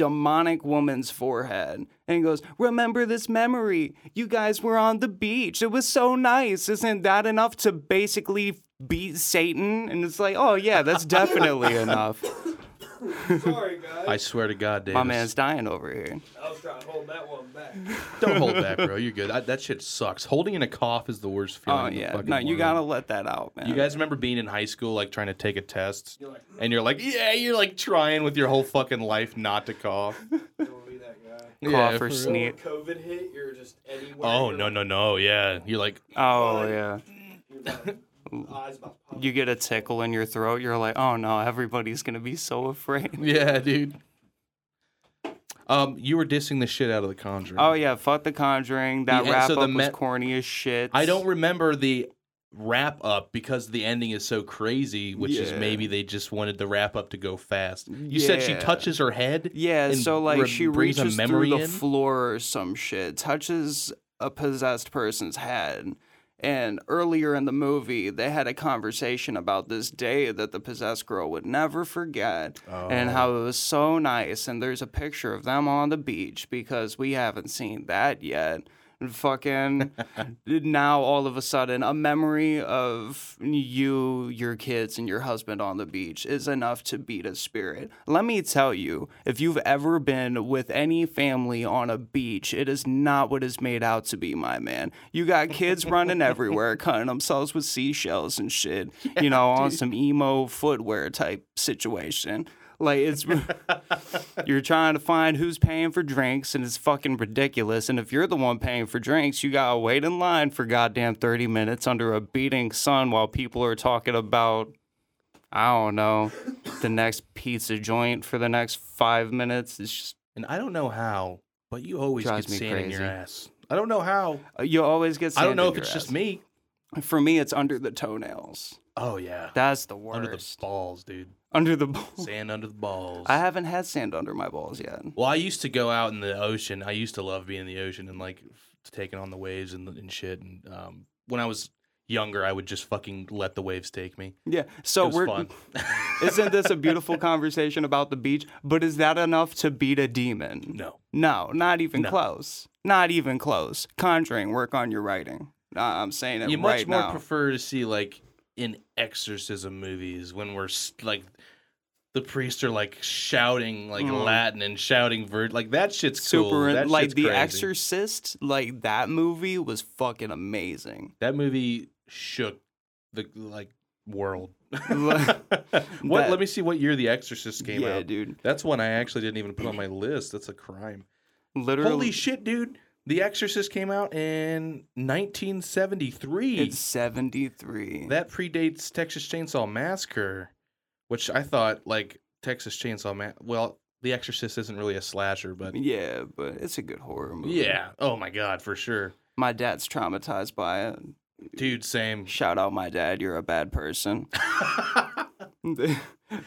Speaker 2: demonic woman's forehead and goes, "Remember this memory? You guys were on the beach. It was so nice. Isn't that enough to basically?" Beat Satan, and it's like, oh yeah,
Speaker 1: (laughs)
Speaker 2: that's definitely enough.
Speaker 3: Sorry, guys.
Speaker 1: I swear to God, Davis.
Speaker 2: My man's dying over here.
Speaker 3: I was trying to hold that one back.
Speaker 1: Don't hold back, bro. You're good. I, that shit sucks. Holding in a cough is the worst feeling.
Speaker 2: Oh
Speaker 1: in the
Speaker 2: yeah,
Speaker 1: fucking
Speaker 2: no, you
Speaker 1: world.
Speaker 2: gotta let that out, man.
Speaker 1: You guys remember being in high school, like trying to take a test,
Speaker 3: You're like, "Mm."
Speaker 1: and you're like, yeah, you're like trying with your whole fucking life not to
Speaker 3: (laughs)
Speaker 1: cough.
Speaker 3: don't be that guy.
Speaker 1: Yeah,
Speaker 2: cough
Speaker 1: for
Speaker 2: or
Speaker 1: real.
Speaker 3: When
Speaker 2: sneeze.
Speaker 3: COVID hit, you're just anywhere.
Speaker 1: Oh
Speaker 3: you're
Speaker 1: no,
Speaker 3: like-
Speaker 1: no, no. Yeah, you're like,
Speaker 2: Oh yeah,
Speaker 3: You're like, eyes about to pop.
Speaker 2: you get a tickle in your throat. You're like, oh no, everybody's gonna be so afraid.
Speaker 1: yeah, dude. Um, you were dissing the shit out of The Conjuring.
Speaker 2: Oh yeah, fuck the Conjuring. That
Speaker 1: The-
Speaker 2: wrap
Speaker 1: so the
Speaker 2: up was
Speaker 1: Met-
Speaker 2: corny as shit.
Speaker 1: I don't remember the wrap up because the ending is so crazy, which is
Speaker 2: Yeah.
Speaker 1: maybe they just wanted the wrap up to go fast. You said she
Speaker 2: Yeah.
Speaker 1: touches her head.
Speaker 2: Yeah,
Speaker 1: and
Speaker 2: so like
Speaker 1: re-
Speaker 2: she
Speaker 1: brings
Speaker 2: reaches
Speaker 1: a memory
Speaker 2: through the
Speaker 1: in?
Speaker 2: floor or some shit, touches a possessed person's head, And earlier in the movie, they had a conversation about this day that the possessed girl would never forget
Speaker 1: Oh.
Speaker 2: and how it was so nice. And there's a picture of them on the beach because we haven't seen that yet. And fucking now, all of a sudden, a memory of you, your kids, and your husband on the beach is enough to beat a spirit. Let me tell you, if you've ever been with any family on a beach, it is not what it's made out to be, my man. You got kids running everywhere, cutting themselves with seashells and shit, you know, on some emo footwear type situation. Like
Speaker 1: (laughs)
Speaker 2: it's you're trying to find who's paying for drinks and it's fucking ridiculous. And if you're the one paying for drinks, you gotta wait in line for goddamn thirty minutes under a beating sun while people are talking about I don't know, the next pizza joint for the next five minutes. It's just
Speaker 1: And I don't know how, but you always
Speaker 2: Drives
Speaker 1: get
Speaker 2: me
Speaker 1: sand in your
Speaker 2: crazy.
Speaker 1: ass. I don't know how.
Speaker 2: you always get.
Speaker 1: I don't
Speaker 2: sand
Speaker 1: know
Speaker 2: in
Speaker 1: if
Speaker 2: your
Speaker 1: it's just
Speaker 2: ass.
Speaker 1: me.
Speaker 2: For me, it's under the toenails.
Speaker 1: Oh yeah,
Speaker 2: That's the
Speaker 1: under the
Speaker 2: worst.
Speaker 1: balls, dude.
Speaker 2: Under the, balls.
Speaker 1: Sand under the balls.
Speaker 2: I haven't had sand under my balls yet.
Speaker 1: well, I used to go out in the ocean. I used to love being in the ocean and like f- taking on the waves and, and shit. And um, when I was younger, I would just fucking let the waves take me.
Speaker 2: Yeah.
Speaker 1: It
Speaker 2: So
Speaker 1: was
Speaker 2: we're.
Speaker 1: fun. (laughs)
Speaker 2: Isn't this a beautiful conversation about the beach? But is that enough to beat a demon?
Speaker 1: no,
Speaker 2: No, not even
Speaker 1: No.
Speaker 2: close. Not even close. Conjuring, work on your writing. Uh, I'm saying it
Speaker 1: you much
Speaker 2: right
Speaker 1: more
Speaker 2: now.
Speaker 1: prefer to see like in exorcism movies when we're s- like the priests are like shouting like
Speaker 2: Mm.
Speaker 1: Latin and shouting ver- like that shit's
Speaker 2: Super,
Speaker 1: cool. That
Speaker 2: like
Speaker 1: shit's
Speaker 2: The
Speaker 1: crazy.
Speaker 2: Exorcist, like that movie was fucking amazing.
Speaker 1: (laughs)
Speaker 2: (laughs)
Speaker 1: That movie shook the like
Speaker 2: (laughs)
Speaker 1: world. (laughs)
Speaker 2: Like,
Speaker 1: what? Let
Speaker 2: that-
Speaker 1: me see what year The Exorcist came
Speaker 2: yeah,
Speaker 1: out.
Speaker 2: dude.
Speaker 1: That's one I actually didn't even put on my list. That's a crime.
Speaker 2: Literally,
Speaker 1: Holy shit, dude! The Exorcist came out in 1973.
Speaker 2: it's 73.
Speaker 1: That predates Texas Chainsaw Massacre, which I thought like Texas Chainsaw Ma- well, The Exorcist isn't really a slasher, but
Speaker 2: yeah, but it's a good horror movie.
Speaker 1: yeah. Oh my god, for sure.
Speaker 2: My dad's traumatized by it.
Speaker 1: Dude,
Speaker 2: (laughs)
Speaker 1: same. (laughs)
Speaker 2: Shout out my dad, you're a bad person. (laughs)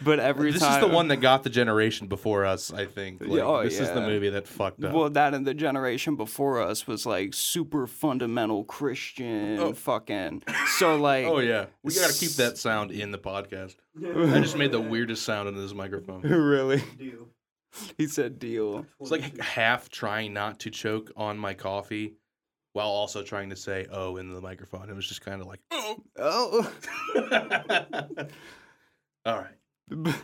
Speaker 2: but every
Speaker 1: this
Speaker 2: time
Speaker 1: is the one that got the generation before us, I think. Like,
Speaker 2: Yeah, oh,
Speaker 1: this is the
Speaker 2: yeah.
Speaker 1: movie that fucked up.
Speaker 2: Well, that and the generation before us was like super fundamental Christian
Speaker 1: Oh.
Speaker 2: fucking. So like,
Speaker 1: oh yeah. We got to keep that sound in the
Speaker 2: (laughs)
Speaker 1: podcast. I just (laughs) made the weirdest sound into this microphone.
Speaker 2: really?
Speaker 3: Deal.
Speaker 2: He said deal.
Speaker 1: It's like half trying not to choke on my coffee while also trying to say oh into the microphone. It was just kind of like oh
Speaker 2: Oh,
Speaker 1: All right.
Speaker 2: (laughs)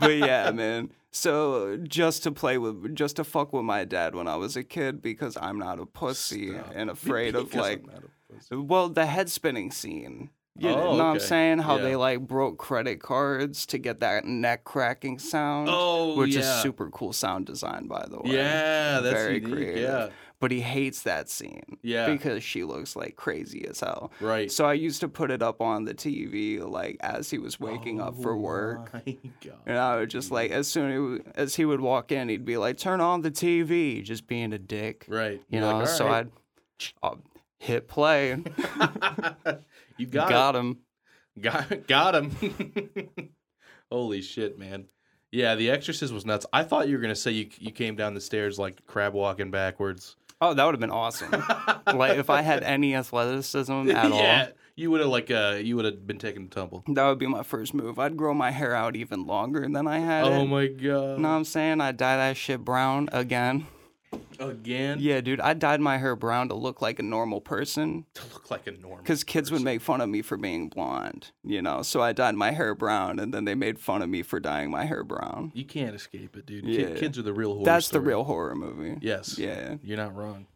Speaker 2: but yeah, man. So just to play with, just to fuck with my dad when I was a kid because I'm not a pussy
Speaker 1: Stop.
Speaker 2: and afraid of
Speaker 1: Because
Speaker 2: like,
Speaker 1: I'm out of pussy.
Speaker 2: well, the head spinning scene. You know,
Speaker 1: Oh,
Speaker 2: what I'm
Speaker 1: okay.
Speaker 2: saying? How
Speaker 1: Yeah.
Speaker 2: they like broke credit cards to get that neck cracking sound,
Speaker 1: Oh,
Speaker 2: which
Speaker 1: yeah.
Speaker 2: is super cool sound design, by the way.
Speaker 1: Yeah, that's
Speaker 2: Very
Speaker 1: unique,
Speaker 2: creative.
Speaker 1: Yeah,
Speaker 2: but he hates that scene
Speaker 1: yeah,
Speaker 2: because she looks like crazy as hell.
Speaker 1: right.
Speaker 2: So I used to put it up on the TV like as he was waking up for
Speaker 1: Oh
Speaker 2: work.
Speaker 1: (laughs) My God.
Speaker 2: And I would just like as soon as he w- as he would walk in, he'd be like, "Turn on the TV," just being a dick,
Speaker 1: Right.
Speaker 2: you
Speaker 1: You're
Speaker 2: know.
Speaker 1: like, "All
Speaker 2: so
Speaker 1: right."
Speaker 2: I'd uh, hit play,
Speaker 1: (laughs) you (laughs) got,
Speaker 2: got, him.
Speaker 1: it. Got, got him. (laughs) Holy shit, man. Yeah, The Exorcist was nuts. I thought you were gonna say you you came down the stairs like crab walking
Speaker 2: (laughs)
Speaker 1: backwards.
Speaker 2: Oh, that would have been awesome. like if I had any
Speaker 1: (laughs)
Speaker 2: athleticism at
Speaker 1: yeah,
Speaker 2: all.
Speaker 1: you would have like uh you would have been taking a tumble.
Speaker 2: That would be my first move. I'd grow my hair out even longer than I had
Speaker 1: Oh
Speaker 2: it.
Speaker 1: my god.
Speaker 2: You know what I'm saying? I'd dye that shit brown again.
Speaker 1: Again.
Speaker 2: Yeah, dude, I dyed my hair brown to look like a normal person
Speaker 1: To look like a normal.
Speaker 2: because kids would make fun of me for being blonde, you know? So I dyed my hair brown and then they made fun of me for dyeing my hair brown.
Speaker 1: You can't escape it, dude.
Speaker 2: Yeah.
Speaker 1: Kid, kids are the real horror.
Speaker 2: That's the
Speaker 1: story.
Speaker 2: real horror movie.
Speaker 1: Yes.
Speaker 2: Yeah.
Speaker 1: You're not wrong.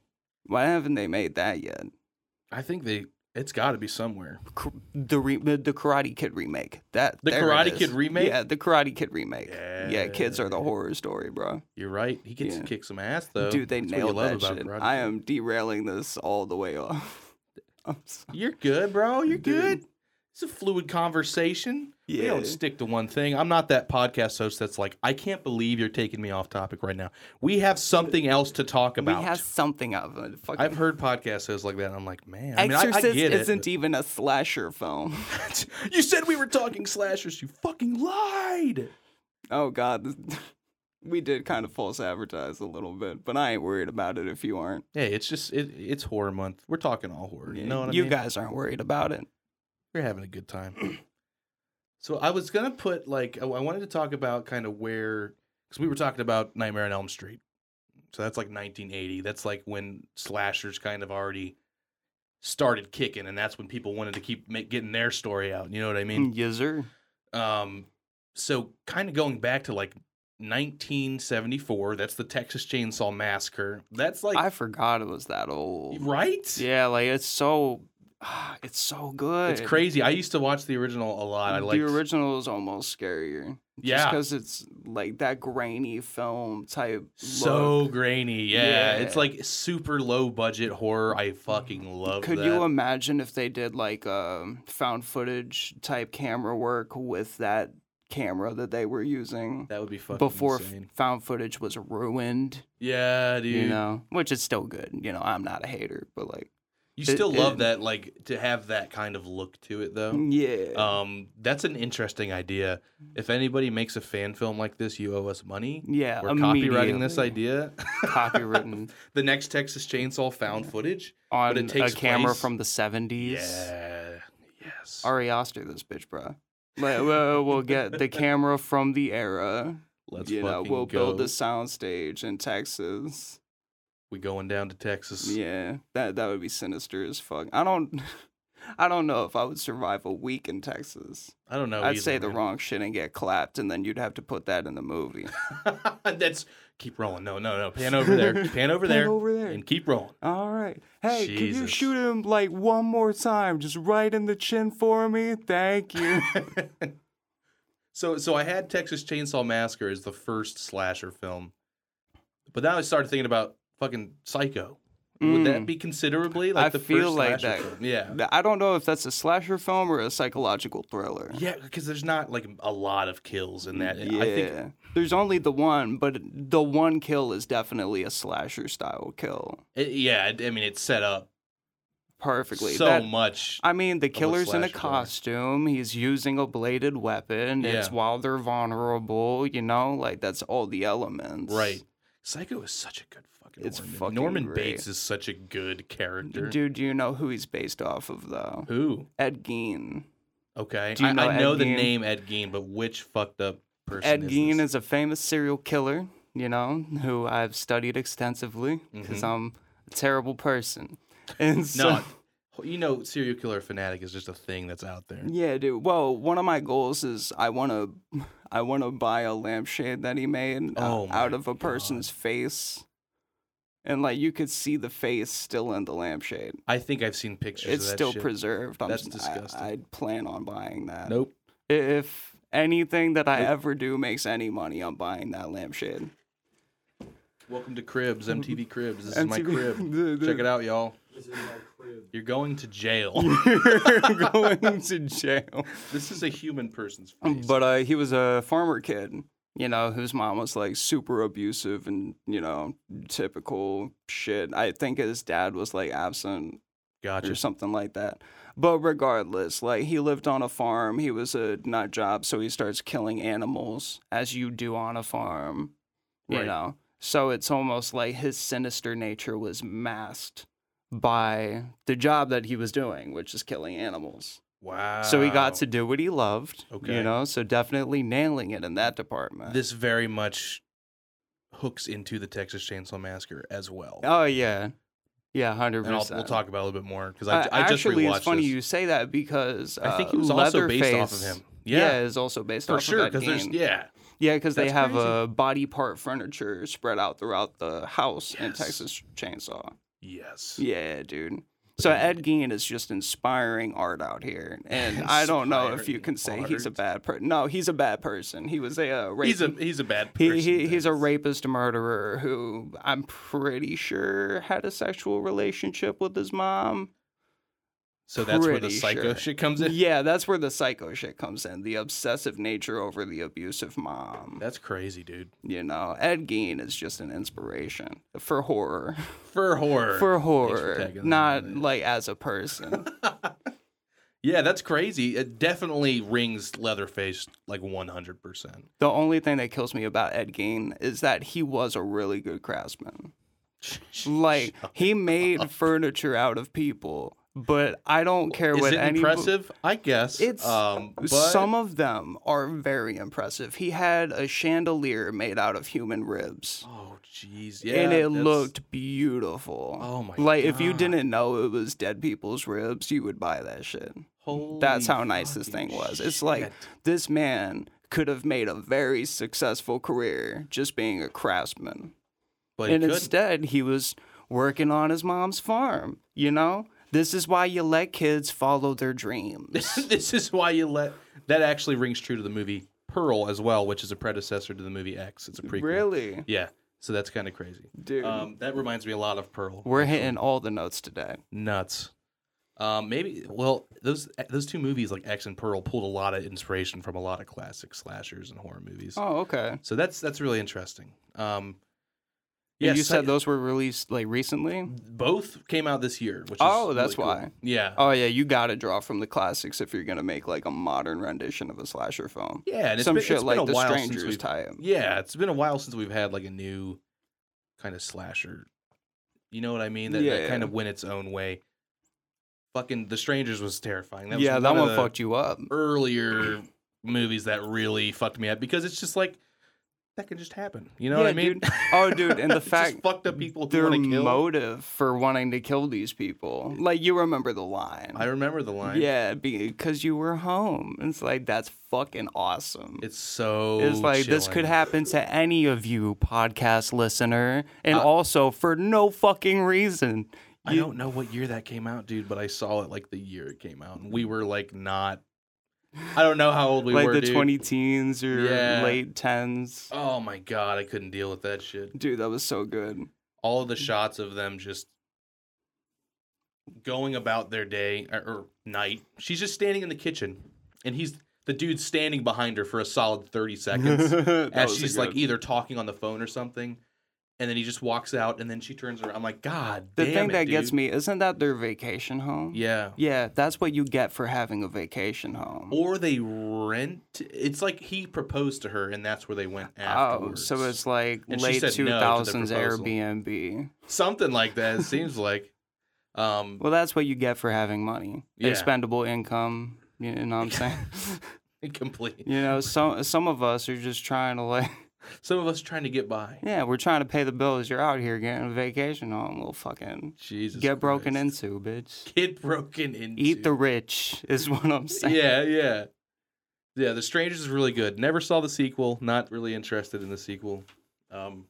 Speaker 2: Why haven't they made that yet?
Speaker 1: I think they. It's got to be somewhere.
Speaker 2: Cr- The re- the Karate Kid remake. That
Speaker 1: The
Speaker 2: there it
Speaker 1: Karate
Speaker 2: is.
Speaker 1: Kid remake?
Speaker 2: Yeah, the Karate Kid remake. yeah, kids are the
Speaker 1: Yeah.
Speaker 2: horror story, bro.
Speaker 1: You're right. He gets
Speaker 2: Yeah.
Speaker 1: to kick some ass though.
Speaker 2: Dude, they
Speaker 1: That's what you
Speaker 2: nailed
Speaker 1: love
Speaker 2: that
Speaker 1: about
Speaker 2: shit.
Speaker 1: Karate
Speaker 2: I
Speaker 1: Kid.
Speaker 2: am derailing this all the way off. (laughs) I'm sorry.
Speaker 1: You're good, bro. You're
Speaker 2: Dude.
Speaker 1: good. It's a fluid conversation. We
Speaker 2: Yeah.
Speaker 1: don't stick to one thing. I'm not that podcast host that's like, I can't believe you're taking me off topic right now. We have something else to talk about.
Speaker 2: We have something of a fucking
Speaker 1: I've heard podcast hosts like that. And I'm like, man, I mean, I, I
Speaker 2: Exorcist
Speaker 1: get it, (laughs)
Speaker 2: isn't e even a slasher film. (laughs)
Speaker 1: but- you said we were talking slashers. You fucking lied.
Speaker 2: Oh God, (laughs) we did kind of false advertise a little bit, but I ain't worried about it if you aren't.
Speaker 1: Hey, it's just it, it's horror month. We're talking all horror. You know what I mean?
Speaker 2: guys aren't worried about it.
Speaker 1: We're having a good time. so I was gonna put like I I wanted to talk about kind of where because we were talking about Nightmare on Elm Street. So that's like 1980. That's like when slashers kind of already started kicking, and that's when people wanted to keep make, getting their story out. You know what I
Speaker 2: Mm,
Speaker 1: mean?
Speaker 2: Yizzer.
Speaker 1: Um, so kind of going back to like 1974. That's the Texas Chainsaw Massacre. That's like
Speaker 2: I forgot it was that old.
Speaker 1: right.
Speaker 2: Yeah, like it's so, (sighs) it's so good.
Speaker 1: It's crazy. I used to watch the original a lot. I like
Speaker 2: the original is almost scarier.
Speaker 1: Yeah.
Speaker 2: because it's like that grainy film type.
Speaker 1: so
Speaker 2: look.
Speaker 1: grainy. Yeah. it's
Speaker 2: Yeah.
Speaker 1: like super low budget horror. I fucking love.
Speaker 2: Could
Speaker 1: that.
Speaker 2: you um, imagine if they did like um, found footage type camera work with that camera that they were using
Speaker 1: That would be fucking
Speaker 2: before f-
Speaker 1: insane.
Speaker 2: found footage was ruined?
Speaker 1: yeah, dude.
Speaker 2: You know, which is still good. You know, I'm not a hater, but like,
Speaker 1: You
Speaker 2: It-
Speaker 1: still love
Speaker 2: it-
Speaker 1: that, like to have that kind of look to it,
Speaker 2: Mm.
Speaker 1: though.
Speaker 2: yeah,
Speaker 1: Oh. Um, that's an interesting idea. If anybody makes a fan film like this, you owe us money.
Speaker 2: yeah.
Speaker 1: We're copywriting this
Speaker 2: immediately.
Speaker 1: idea. (laughs)
Speaker 2: copywritten
Speaker 1: the next Texas Chainsaw found footage.
Speaker 2: on
Speaker 1: it takes
Speaker 2: a camera
Speaker 1: place-
Speaker 2: from the 70s.
Speaker 1: Yeah. Yes.
Speaker 2: Ari Aster, this bitch, bruh. Like, we'll, we'll get the camera from the era.
Speaker 1: Let's
Speaker 2: you know,
Speaker 1: fucking
Speaker 2: we'll
Speaker 1: go.
Speaker 2: build a soundstage in Texas.
Speaker 1: We going down to Texas.
Speaker 2: Yeah, that that would be sinister as fuck. I don't, (laughs) I don't know if I would survive a week in Texas.
Speaker 1: I don't know.
Speaker 2: I'd
Speaker 1: either,
Speaker 2: say the
Speaker 1: man.
Speaker 2: wrong shit and get clapped, and then you'd have to put that in the
Speaker 1: (laughs)
Speaker 2: movie.
Speaker 1: That's keep rolling. No, no, no. Pan over
Speaker 2: (laughs)
Speaker 1: there. Pan over
Speaker 2: Pan
Speaker 1: there.
Speaker 2: over there.
Speaker 1: And keep rolling. (laughs)
Speaker 2: All right. Hey, can you
Speaker 1: Jesus.
Speaker 2: shoot him like one more time, just right in the chin for me? Thank you.
Speaker 1: so so I had Texas Chainsaw Massacre as the first slasher film. But now I started thinking about fucking Psycho. (laughs) Would that
Speaker 2: Mm.
Speaker 1: be considerably like
Speaker 2: I
Speaker 1: the
Speaker 2: feel
Speaker 1: first
Speaker 2: like
Speaker 1: slasher
Speaker 2: that-
Speaker 1: film? Yeah.
Speaker 2: Mm. I don't know if that's a slasher film or a psychological thriller.
Speaker 1: Yeah, because there's not like a lot of kills in that. I think
Speaker 2: Yeah. there's only the one, but the one kill is definitely a slasher style kill.
Speaker 1: it, yeah, I mean it's set up
Speaker 2: Perfectly.
Speaker 1: so
Speaker 2: That-
Speaker 1: much.
Speaker 2: I mean, the killer's in
Speaker 1: slasher
Speaker 2: a
Speaker 1: killer.
Speaker 2: costume. He's using a bladed weapon. It's
Speaker 1: Yeah.
Speaker 2: while they're vulnerable, you know? Like, that's all the elements.
Speaker 1: Right. Psycho is such a good fucking
Speaker 2: It's
Speaker 1: horror movie.
Speaker 2: fucking
Speaker 1: Norman
Speaker 2: great.
Speaker 1: Bates is such a good character.
Speaker 2: Dude, do you know who he's based off of, though?
Speaker 1: Who?
Speaker 2: Ed Gein.
Speaker 1: Okay.
Speaker 2: Do you
Speaker 1: I
Speaker 2: know
Speaker 1: I
Speaker 2: Ed
Speaker 1: know the
Speaker 2: Gein?
Speaker 1: name Ed Gein, but which fucked up person
Speaker 2: Ed
Speaker 1: is
Speaker 2: Gein
Speaker 1: this?
Speaker 2: is a famous serial killer, you know, who I've studied extensively because
Speaker 1: Mhm.
Speaker 2: I'm a terrible person. (laughs) And so,
Speaker 1: No, you know, serial killer fanatic is just a thing that's out there.
Speaker 2: Yeah, dude. Well, one of my goals is I want to, (laughs) I want to buy a lampshade that he made uh,
Speaker 1: Oh my
Speaker 2: out of a person's face, and like you could see the face still in the lampshade.
Speaker 1: I think I've seen pictures.
Speaker 2: it's
Speaker 1: of that
Speaker 2: still
Speaker 1: shit.
Speaker 2: preserved. I'm,
Speaker 1: That's
Speaker 2: s- I-
Speaker 1: disgusting.
Speaker 2: I'd plan on buying that.
Speaker 1: Nope.
Speaker 2: I- If anything that I
Speaker 1: Nope.
Speaker 2: ever do makes any money, I'm buying that lampshade.
Speaker 1: Welcome to Cribs,
Speaker 2: Mm-hmm.
Speaker 1: MTV Cribs. This is my
Speaker 2: MTV (laughs)
Speaker 1: crib.
Speaker 2: the- the-
Speaker 1: Check it out, y'all.
Speaker 3: This is my crib.
Speaker 1: You're going to jail.
Speaker 2: (laughs) You're going to jail.
Speaker 1: this is a human person's face.
Speaker 2: (laughs) But uh, he was a farmer kid, you know, whose mom was like super abusive and, you know, typical shit. I think his dad was like absent or
Speaker 1: gotcha.
Speaker 2: something like that. But regardless, like he lived on a farm. He was a nut job. So he starts killing animals as you do on a farm, you
Speaker 1: Right.
Speaker 2: know. So it's almost like his sinister nature was masked by the job that he was doing, which is killing animals.
Speaker 1: Wow.
Speaker 2: So he got to do what he loved.
Speaker 1: Um, Okay.
Speaker 2: You know, so definitely nailing it in that department.
Speaker 1: This very much hooks into the Texas Chainsaw Massacre as well.
Speaker 2: oh yeah. Yeah, hundred
Speaker 1: and I'll,
Speaker 2: percent.
Speaker 1: we'll talk about it a little bit more because I, I just
Speaker 2: actually,
Speaker 1: rewatched
Speaker 2: it's funny
Speaker 1: this.
Speaker 2: you say that because uh,
Speaker 1: I think he was also based off of
Speaker 2: Leatherface,
Speaker 1: him.
Speaker 2: Yeah,
Speaker 1: Yeah,
Speaker 2: is also based
Speaker 1: for
Speaker 2: off
Speaker 1: sure.
Speaker 2: of that
Speaker 1: Because there's
Speaker 2: game.
Speaker 1: yeah,
Speaker 2: yeah, because they
Speaker 1: That's
Speaker 2: have
Speaker 1: crazy.
Speaker 2: uh, body part furniture spread out throughout the house in
Speaker 1: Yes.
Speaker 2: Texas Chainsaw.
Speaker 1: yes.
Speaker 2: Yeah, dude. So Ed Gein is just inspiring art
Speaker 1: (laughs)
Speaker 2: out here, and I don't know if you
Speaker 1: Inspiring
Speaker 2: can say he's a
Speaker 1: art.
Speaker 2: bad person. No, he's a bad person. He was a uh, rapist.
Speaker 1: He's a he's a bad person.
Speaker 2: He, he he's a
Speaker 1: Dennis.
Speaker 2: rapist murderer who I'm pretty sure had a sexual relationship with his mom.
Speaker 1: So that's where the
Speaker 2: pretty
Speaker 1: psycho
Speaker 2: sure.
Speaker 1: shit comes in.
Speaker 2: yeah, that's where the psycho shit comes in. The obsessive nature over the abusive mom.
Speaker 1: That's crazy, dude.
Speaker 2: You know, Ed Gein is just an inspiration for horror.
Speaker 1: For horror.
Speaker 2: For
Speaker 1: Thanks for
Speaker 2: horror,
Speaker 1: tagging
Speaker 2: not
Speaker 1: along with (laughs)
Speaker 2: like as a person.
Speaker 1: that. Yeah, that's crazy. It definitely rings Leatherface like 100%.
Speaker 2: The only thing that kills me about Ed Gein is that he was a really good craftsman. Like he made furniture out of people, but I don't care
Speaker 1: Is
Speaker 2: what
Speaker 1: it
Speaker 2: any
Speaker 1: impressive? I guess.
Speaker 2: It's
Speaker 1: um, but
Speaker 2: some of them are very impressive. He had a chandelier made out of human ribs.
Speaker 1: Oh jeez. Yeah.
Speaker 2: and it
Speaker 1: that's-
Speaker 2: looked beautiful.
Speaker 1: Oh my
Speaker 2: Like if you
Speaker 1: God.
Speaker 2: didn't know it was dead people's ribs, you would buy that shit.
Speaker 1: Holy
Speaker 2: That's how nice this thing
Speaker 1: fucking
Speaker 2: was. It's like
Speaker 1: shit.
Speaker 2: this man could have made a very successful career just being a craftsman.
Speaker 1: But
Speaker 2: And
Speaker 1: it could. (laughs)
Speaker 2: instead, he was working on his mom's farm, you know? This is why you let kids follow their dreams.
Speaker 1: this is why you let that actually rings true to the movie Pearl as well, which is a predecessor to the movie X. It's a prequel.
Speaker 2: really?
Speaker 1: Yeah. So that's kind of crazy.
Speaker 2: Dude.
Speaker 1: Um, that reminds me a lot of Pearl.
Speaker 2: We're hitting all the notes today.
Speaker 1: nuts. Um, maybe well those those two movies like X and Pearl pulled a lot of inspiration from a lot of classic slashers and horror movies.
Speaker 2: Oh, okay.
Speaker 1: So that's that's really interesting. Um,
Speaker 2: Yeah, you
Speaker 1: so-
Speaker 2: said those were released like recently?
Speaker 1: both came out this year, which is
Speaker 2: Oh, that's
Speaker 1: really cool.
Speaker 2: why.
Speaker 1: Yeah.
Speaker 2: Oh yeah, you gotta draw from the classics if you're gonna make like a modern rendition of a slasher film.
Speaker 1: Yeah, and it's
Speaker 2: Some
Speaker 1: been,
Speaker 2: shit
Speaker 1: it's been
Speaker 2: like
Speaker 1: a
Speaker 2: The
Speaker 1: while since
Speaker 2: Strangers
Speaker 1: we've-
Speaker 2: type.
Speaker 1: Yeah, it's been a while since we've had like a new kind of slasher. You know what I mean? That, that
Speaker 2: Yeah.
Speaker 1: kind of went its own way. Fucking The Strangers was terrifying. That was
Speaker 2: yeah, that
Speaker 1: one,
Speaker 2: one
Speaker 1: of the
Speaker 2: fucked you up.
Speaker 1: earlier movies that really fucked me up because it's just like that can just happen. You know what
Speaker 2: Yeah,
Speaker 1: I mean?
Speaker 2: dude. Oh, dude, and
Speaker 1: (laughs)
Speaker 2: the
Speaker 1: Just
Speaker 2: fact
Speaker 1: fucked up people who
Speaker 2: Their
Speaker 1: want to kill.
Speaker 2: motive for wanting to kill these people, like you remember the line.
Speaker 1: I remember the line.
Speaker 2: Yeah, because you were home. It's like that's fucking awesome.
Speaker 1: It's so
Speaker 2: It's like this could
Speaker 1: Oh, chilling.
Speaker 2: happen to any of you podcast listener, and
Speaker 1: Uh,
Speaker 2: also for no fucking reason.
Speaker 1: I don't know what year that came out, dude, but I saw it like the year it came out, and we were like not. I don't know how old we
Speaker 2: like
Speaker 1: were.
Speaker 2: the
Speaker 1: dude.
Speaker 2: twenty teens or
Speaker 1: Yeah.
Speaker 2: late tens.
Speaker 1: Oh my god, I couldn't deal with that shit.
Speaker 2: Dude, that was so good.
Speaker 1: All
Speaker 2: Mm.
Speaker 1: of the shots of them just going about their day or, or night. She's just standing in the kitchen, and he's the dude standing behind her for a solid thirty (laughs)
Speaker 2: (laughs)
Speaker 1: seconds as she's like either talking on the phone or something, and then he just walks out, and then she turns around. I'm like, God,
Speaker 2: the
Speaker 1: damn
Speaker 2: thing
Speaker 1: it,
Speaker 2: that gets
Speaker 1: dude."
Speaker 2: me isn't that their vacation home.
Speaker 1: Yeah,
Speaker 2: Yeah, that's what you get for having a vacation home.
Speaker 1: or they rent. It's like he proposed to her, and that's where they went
Speaker 2: Oh,
Speaker 1: afterwards.
Speaker 2: so it's like
Speaker 1: And she
Speaker 2: late
Speaker 1: said no to
Speaker 2: two
Speaker 1: the
Speaker 2: thousands
Speaker 1: proposal.
Speaker 2: Airbnb.
Speaker 1: something like that. It seems
Speaker 2: (laughs)
Speaker 1: like. Um, (laughs)
Speaker 2: Well, that's what you get for having money,
Speaker 1: Yeah.
Speaker 2: expendable income. You
Speaker 1: (laughs)
Speaker 2: know what I'm saying? (laughs)
Speaker 1: complete.
Speaker 2: you know, some some of us are just trying to like,
Speaker 1: Some of us trying to get by.
Speaker 2: (laughs) yeah, we're trying to pay the bills. You're out here getting a vacation home. We'll fucking
Speaker 1: Jesus.
Speaker 2: get broken
Speaker 1: Christ.
Speaker 2: into, bitch.
Speaker 1: Get broken into. (laughs)
Speaker 2: Eat the rich is (laughs) what I'm saying.
Speaker 1: Yeah, yeah, yeah. The Strangers is really good. Never saw the sequel. Not really interested in the sequel. Um,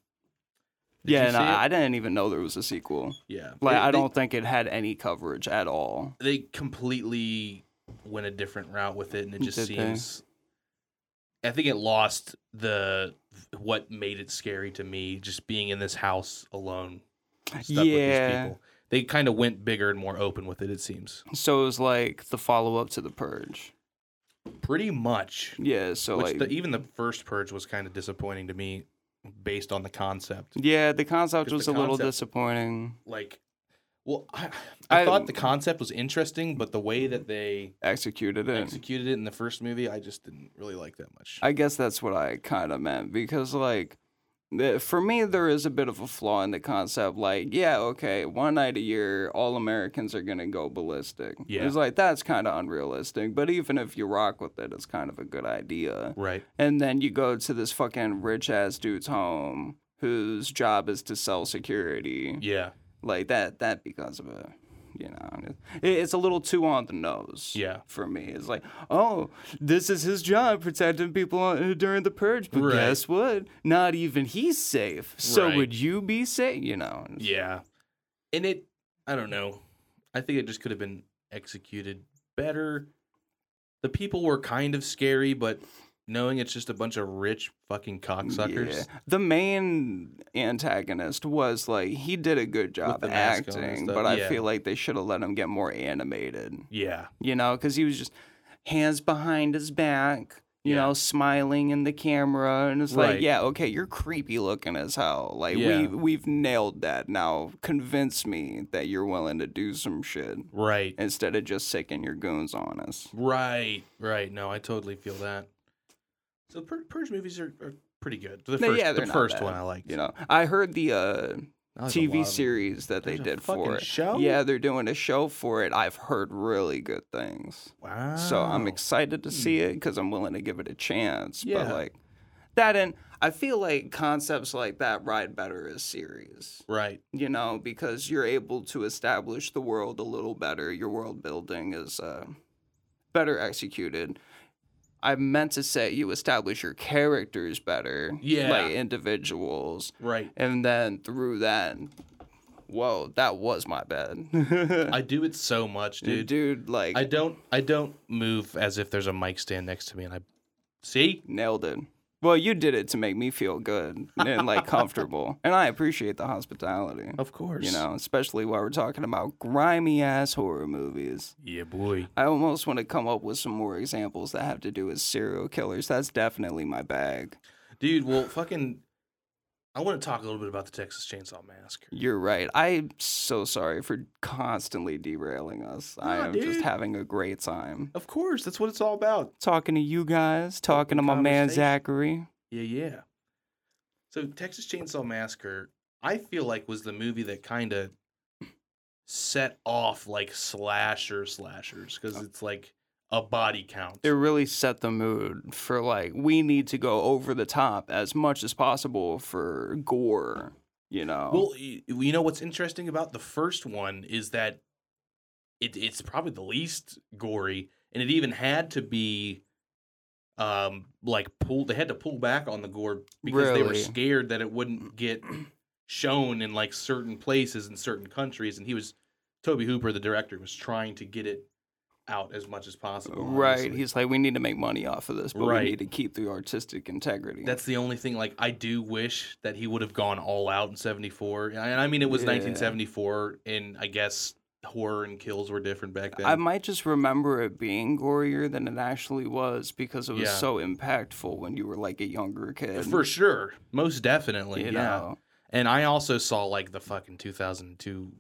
Speaker 1: did
Speaker 2: yeah,
Speaker 1: you
Speaker 2: and
Speaker 1: see
Speaker 2: I,
Speaker 1: it?
Speaker 2: I didn't even know there was a sequel.
Speaker 1: yeah.
Speaker 2: Like,
Speaker 1: They-
Speaker 2: I
Speaker 1: they-
Speaker 2: don't think it had any coverage at all.
Speaker 1: they completely went a different route with it and it just
Speaker 2: Did they?
Speaker 1: seems I think it lost the what made it scary to me just being in this house alone stuck with these
Speaker 2: Yeah.
Speaker 1: people. They kind of went bigger and more open with it it seems.
Speaker 2: So it was like the follow up to The Purge.
Speaker 1: Pretty much.
Speaker 2: Yeah, so
Speaker 1: Which
Speaker 2: like.
Speaker 1: the, even the first purge was kind of disappointing to me based on the concept.
Speaker 2: yeah, the concept
Speaker 1: 'Cause
Speaker 2: was
Speaker 1: the
Speaker 2: a little
Speaker 1: concept-
Speaker 2: disappointing.
Speaker 1: Like well I, I,
Speaker 2: I-
Speaker 1: thought the concept was interesting but the way that they
Speaker 2: Executed it.
Speaker 1: executed it in the first movie I just didn't really like that much.
Speaker 2: I guess that's what I kind of meant because, like, the- for me, there is a bit of a flaw in the concept. Like, yeah, okay, one night a year, all Americans are going to go ballistic.
Speaker 1: Yeah.
Speaker 2: It's like, that's kind of unrealistic. But even if you rock with it, it's kind of a good idea.
Speaker 1: right.
Speaker 2: And then you go to this fucking rich ass dude's home whose job is to sell security.
Speaker 1: Yeah.
Speaker 2: Like, that, that becomes of a. You know, it, it's a little too on the nose
Speaker 1: Yeah.
Speaker 2: for me. It's like, oh, this is his job protecting people on- during the purge. But
Speaker 1: Right.
Speaker 2: guess what? Not even he's safe. So
Speaker 1: Right.
Speaker 2: would you be safe? You know. and it's-
Speaker 1: Yeah. And it, I don't know. I think it just could have been executed better. The people were kind of scary, but knowing it's just a bunch of rich fucking cocksuckers.
Speaker 2: Yeah. The main antagonist was like he did a good job
Speaker 1: the mask on and
Speaker 2: acting,
Speaker 1: stuff,
Speaker 2: but I
Speaker 1: yeah.
Speaker 2: feel like they should have let him get more animated.
Speaker 1: Yeah.
Speaker 2: You know, because he was just hands behind his back. you
Speaker 1: Yeah.
Speaker 2: know, smiling in the camera, and it's
Speaker 1: Right.
Speaker 2: like, yeah, okay, you're creepy looking as hell. Like
Speaker 1: Yeah.
Speaker 2: we we've nailed that now. Convince me that you're willing to do some shit
Speaker 1: Right.
Speaker 2: instead of just sicking your goons on us.
Speaker 1: Right. Right. No, I totally feel that. So Pur- Purge movies are, are pretty good. The first,
Speaker 2: No, yeah,
Speaker 1: the
Speaker 2: they're not
Speaker 1: first
Speaker 2: bad,
Speaker 1: one I liked.
Speaker 2: You know, I heard the uh,
Speaker 1: That was a lot
Speaker 2: TV
Speaker 1: of-
Speaker 2: series that they
Speaker 1: There's a
Speaker 2: did
Speaker 1: fucking
Speaker 2: for it.
Speaker 1: show?
Speaker 2: Yeah, they're doing a show for it. I've heard really good things.
Speaker 1: Wow.
Speaker 2: So I'm excited to see it because I'm willing to give it a chance.
Speaker 1: Hmm. Yeah.
Speaker 2: But like that, and I feel like concepts like that ride better as series,
Speaker 1: Right.
Speaker 2: you know, because you're able to establish the world a little better. Your world building is uh, better executed. I meant to say you establish your characters better,
Speaker 1: Yeah.
Speaker 2: like individuals,
Speaker 1: Right.
Speaker 2: and then through that, whoa, that was my bad,
Speaker 1: (laughs)
Speaker 2: (laughs)
Speaker 1: I do it so much, dude.
Speaker 2: dude. Like
Speaker 1: I don't I don't move as if there's a mic stand next to me and I see?
Speaker 2: Nailed it. Well, you did it to make me feel good and
Speaker 1: (laughs)
Speaker 2: like comfortable. And I appreciate the hospitality.
Speaker 1: Of course.
Speaker 2: You know, especially while we're talking about grimy ass horror movies.
Speaker 1: Yeah, boy.
Speaker 2: I almost want to come up with some more examples that have to do with serial killers. That's definitely my bag.
Speaker 1: Dude, well fucking I want to talk a little bit about the Texas Chainsaw Massacre.
Speaker 2: You're right. I'm so sorry for constantly derailing us. I
Speaker 1: Nah,
Speaker 2: am
Speaker 1: dude.
Speaker 2: just having a great time.
Speaker 1: Of course, that's what it's all about.
Speaker 2: Talking to you guys, talking to my man
Speaker 1: conversation.
Speaker 2: Zachary.
Speaker 1: Yeah, yeah. So Texas Chainsaw Massacre, I feel like was the movie that kind of set off like slasher slashers because it's like a body count.
Speaker 2: it really set the mood for like we need to go over the top as much as possible for gore you know
Speaker 1: Well, y- you know what's interesting about the first one is that it, it's probably the least gory, and it even had to be, um, like pull. They had to pull back on the gore because they were
Speaker 2: Really?
Speaker 1: scared that it wouldn't
Speaker 2: (clears throat)
Speaker 1: get shown in like certain places in certain countries. And he was Toby Hooper, the director, was trying to get it out as much as possible.
Speaker 2: right
Speaker 1: obviously.
Speaker 2: he's like we need to make money off of this but
Speaker 1: Right.
Speaker 2: we need to keep the artistic integrity
Speaker 1: That's the only thing. Like, I do wish that he would have gone all out in '74. And I, and I mean, it was
Speaker 2: Yeah.
Speaker 1: 1974, and I guess horror and kills were different back then.
Speaker 2: I might just remember it being gorier than it actually was because it was
Speaker 1: Yeah.
Speaker 2: so impactful when you were like a younger kid.
Speaker 1: For sure, most definitely, yeah.
Speaker 2: you know?
Speaker 1: And I also saw like the fucking 2002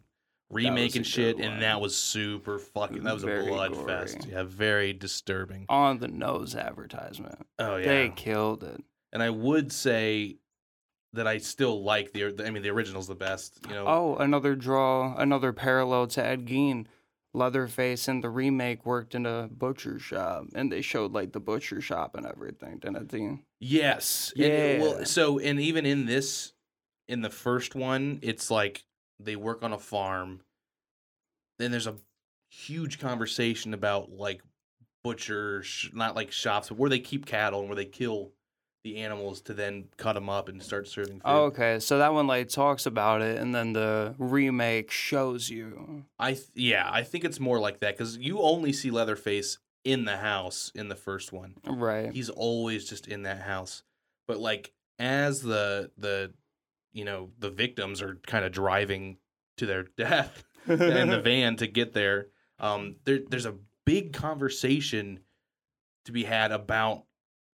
Speaker 1: remake
Speaker 2: was a
Speaker 1: and shit,
Speaker 2: good one.
Speaker 1: and that was super fucking. That was
Speaker 2: Very
Speaker 1: a blood fest.
Speaker 2: gory. Oh,
Speaker 1: Yeah, very disturbing.
Speaker 2: On the nose advertisement.
Speaker 1: Oh yeah.
Speaker 2: They killed it.
Speaker 1: And I would say that I still like the. I mean, the original's the best. You know.
Speaker 2: Oh, another draw, another parallel to Ed Gein. Leatherface in the remake worked in a butcher shop, and they showed like the butcher shop and everything. Didn't they?
Speaker 1: Yes. and it- well,
Speaker 2: Yeah.
Speaker 1: so and even in this, in the first one, it's like they work on a farm. Then there's a huge conversation about like butcher, sh- not like shops, but where they keep cattle and where they kill the animals to then cut them up and start serving food.
Speaker 2: Oh, Okay, so that one like talks about it, and then the remake shows you.
Speaker 1: I th- yeah, I think it's more like that because you only see Leatherface in the house in the first one. (laughs)
Speaker 2: Right.
Speaker 1: he's always just in that house but like as the the you know the victims are kind of driving to their (laughs) death in
Speaker 2: (laughs)
Speaker 1: the van to get there um there there's a big conversation to be had about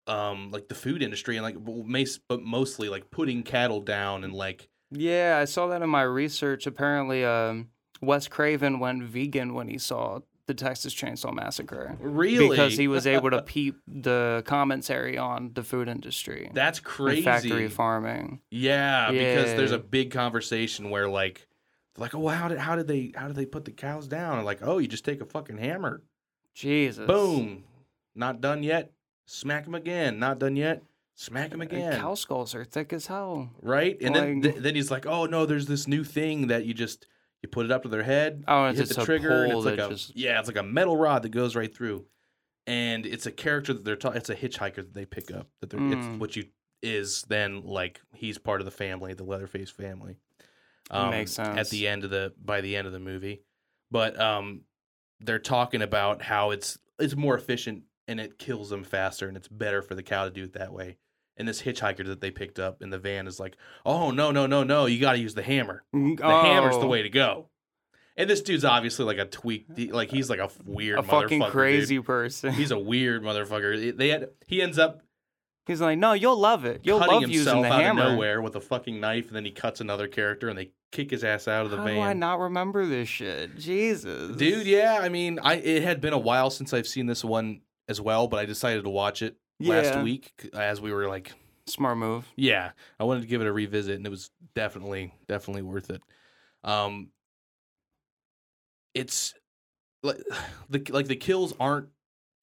Speaker 1: um like the food industry and like well, mas- but mostly like putting cattle down and like
Speaker 2: yeah, I saw that in my research. Apparently, um, Wes Craven went vegan when he saw the Texas Chainsaw Massacre.
Speaker 1: really
Speaker 2: Because he was
Speaker 1: (laughs)
Speaker 2: able to peep the commentary on the food industry.
Speaker 1: that's
Speaker 2: and
Speaker 1: crazy
Speaker 2: factory farming.
Speaker 1: Yeah, because there's
Speaker 2: Yeah.
Speaker 1: a big conversation where like, they're like, oh, how did how did they how did they put the cows down? And like, oh, you just take a fucking hammer,
Speaker 2: Jesus.
Speaker 1: boom, not done yet, smack him again, not done yet, smack him
Speaker 2: And
Speaker 1: again,
Speaker 2: Cow skulls are thick as hell.
Speaker 1: right? And then
Speaker 2: like-
Speaker 1: th- then he's like, oh no, there's this new thing that you just you put it up to their head,
Speaker 2: Oh,
Speaker 1: you
Speaker 2: and
Speaker 1: hit
Speaker 2: it's
Speaker 1: the
Speaker 2: just a
Speaker 1: trigger, and
Speaker 2: pole
Speaker 1: it's like
Speaker 2: that
Speaker 1: a
Speaker 2: just-
Speaker 1: yeah, it's like a metal rod that goes right through, and it's a character that they're ta- it's a hitchhiker that they pick up that they're
Speaker 2: Mm.
Speaker 1: it's what you is then like he's part of the family, the Leatherface family. Um,
Speaker 2: Makes
Speaker 1: At
Speaker 2: sense.
Speaker 1: the end of the by the end of the movie, but um, they're talking about how it's it's more efficient and it kills them faster and it's better for the cow to do it that way. And this hitchhiker that they picked up in the "Oh,
Speaker 2: Mm, Oh.
Speaker 1: van is like, oh no no no no, you got to use the hammer. The hammer's the way to go. And this dude's obviously like a tweak. Like he's like a weird,
Speaker 2: a fucking
Speaker 1: motherfucker, dude. (laughs)
Speaker 2: crazy person.
Speaker 1: He's a weird motherfucker. They had, he ends up
Speaker 2: He's like, no, you'll love it. You'll
Speaker 1: cutting
Speaker 2: love using
Speaker 1: himself
Speaker 2: the
Speaker 1: out
Speaker 2: hammer.
Speaker 1: of nowhere with a fucking knife, and then he cuts another character, and they kick his ass out of the
Speaker 2: How do I
Speaker 1: van.
Speaker 2: not remember this shit? Jesus,
Speaker 1: Dude, yeah, I mean, I it had been a while since I've seen this one as well, but I decided to watch it
Speaker 2: Yeah.
Speaker 1: last week c- as we were like,
Speaker 2: smart move.
Speaker 1: yeah, I wanted to give it a revisit, and it was definitely, definitely worth it. Um, it's like (sighs) the like the kills aren't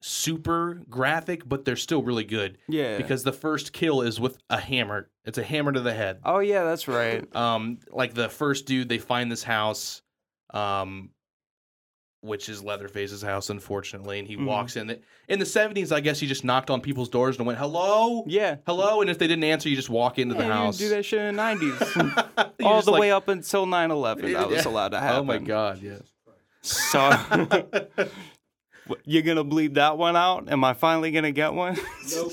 Speaker 1: super graphic, but they're still really good
Speaker 2: Yeah.
Speaker 1: because the first kill is with a hammer. It's a hammer to the head.
Speaker 2: oh
Speaker 1: (laughs)
Speaker 2: yeah, that's right.
Speaker 1: um like the first dude they find this house um which is leatherface's house unfortunately and he
Speaker 2: Mhm.
Speaker 1: walks in in the 70s i guess he just knocked on people's doors and went hello
Speaker 2: Yeah.
Speaker 1: hello and if they didn't answer you just walk into the
Speaker 2: Yeah, you
Speaker 1: house
Speaker 2: do that shit in
Speaker 1: (laughs)
Speaker 2: the 90s.
Speaker 1: You're
Speaker 2: (laughs) All
Speaker 1: just
Speaker 2: the
Speaker 1: like,
Speaker 2: way up until 9/11, that
Speaker 1: (laughs)
Speaker 2: was
Speaker 1: Yeah.
Speaker 2: allowed to happen.
Speaker 1: oh my god yeah (laughs)
Speaker 2: So (laughs) you're gonna bleed that one out? Am I finally gonna get one?
Speaker 3: (laughs) Nope.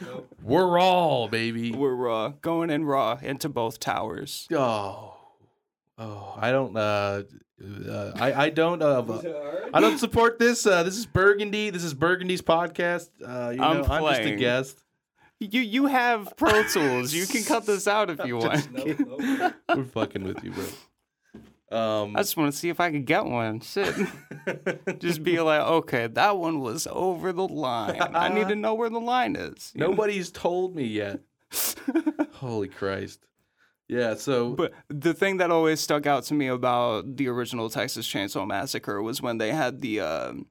Speaker 3: nope.
Speaker 1: we're raw baby
Speaker 2: (laughs) We're raw, going in raw into both towers.
Speaker 1: oh oh i don't uh, uh i i don't uh,
Speaker 3: Alright.
Speaker 1: I don't support this. Uh, this is Burgundy. This is Burgundy's podcast. Uh, you know,
Speaker 2: I'm
Speaker 1: I'm, just a
Speaker 2: playing.
Speaker 1: guest.
Speaker 2: You you have Pro Tools. You can cut this out (laughs) if you want.
Speaker 3: (laughs) Nope, nope.
Speaker 1: We're fucking with you, bro. Um,
Speaker 2: I just want to see if I could get one. Shit. (laughs)
Speaker 3: (laughs)
Speaker 2: just be like, okay, that one was over the line. I need (laughs) to know where the line is. you know?
Speaker 1: nobody's told me
Speaker 2: (laughs)
Speaker 1: yet. Holy Christ! Yeah. So
Speaker 2: But the thing that always stuck out to me about the original Texas Chainsaw Massacre was when they had the um,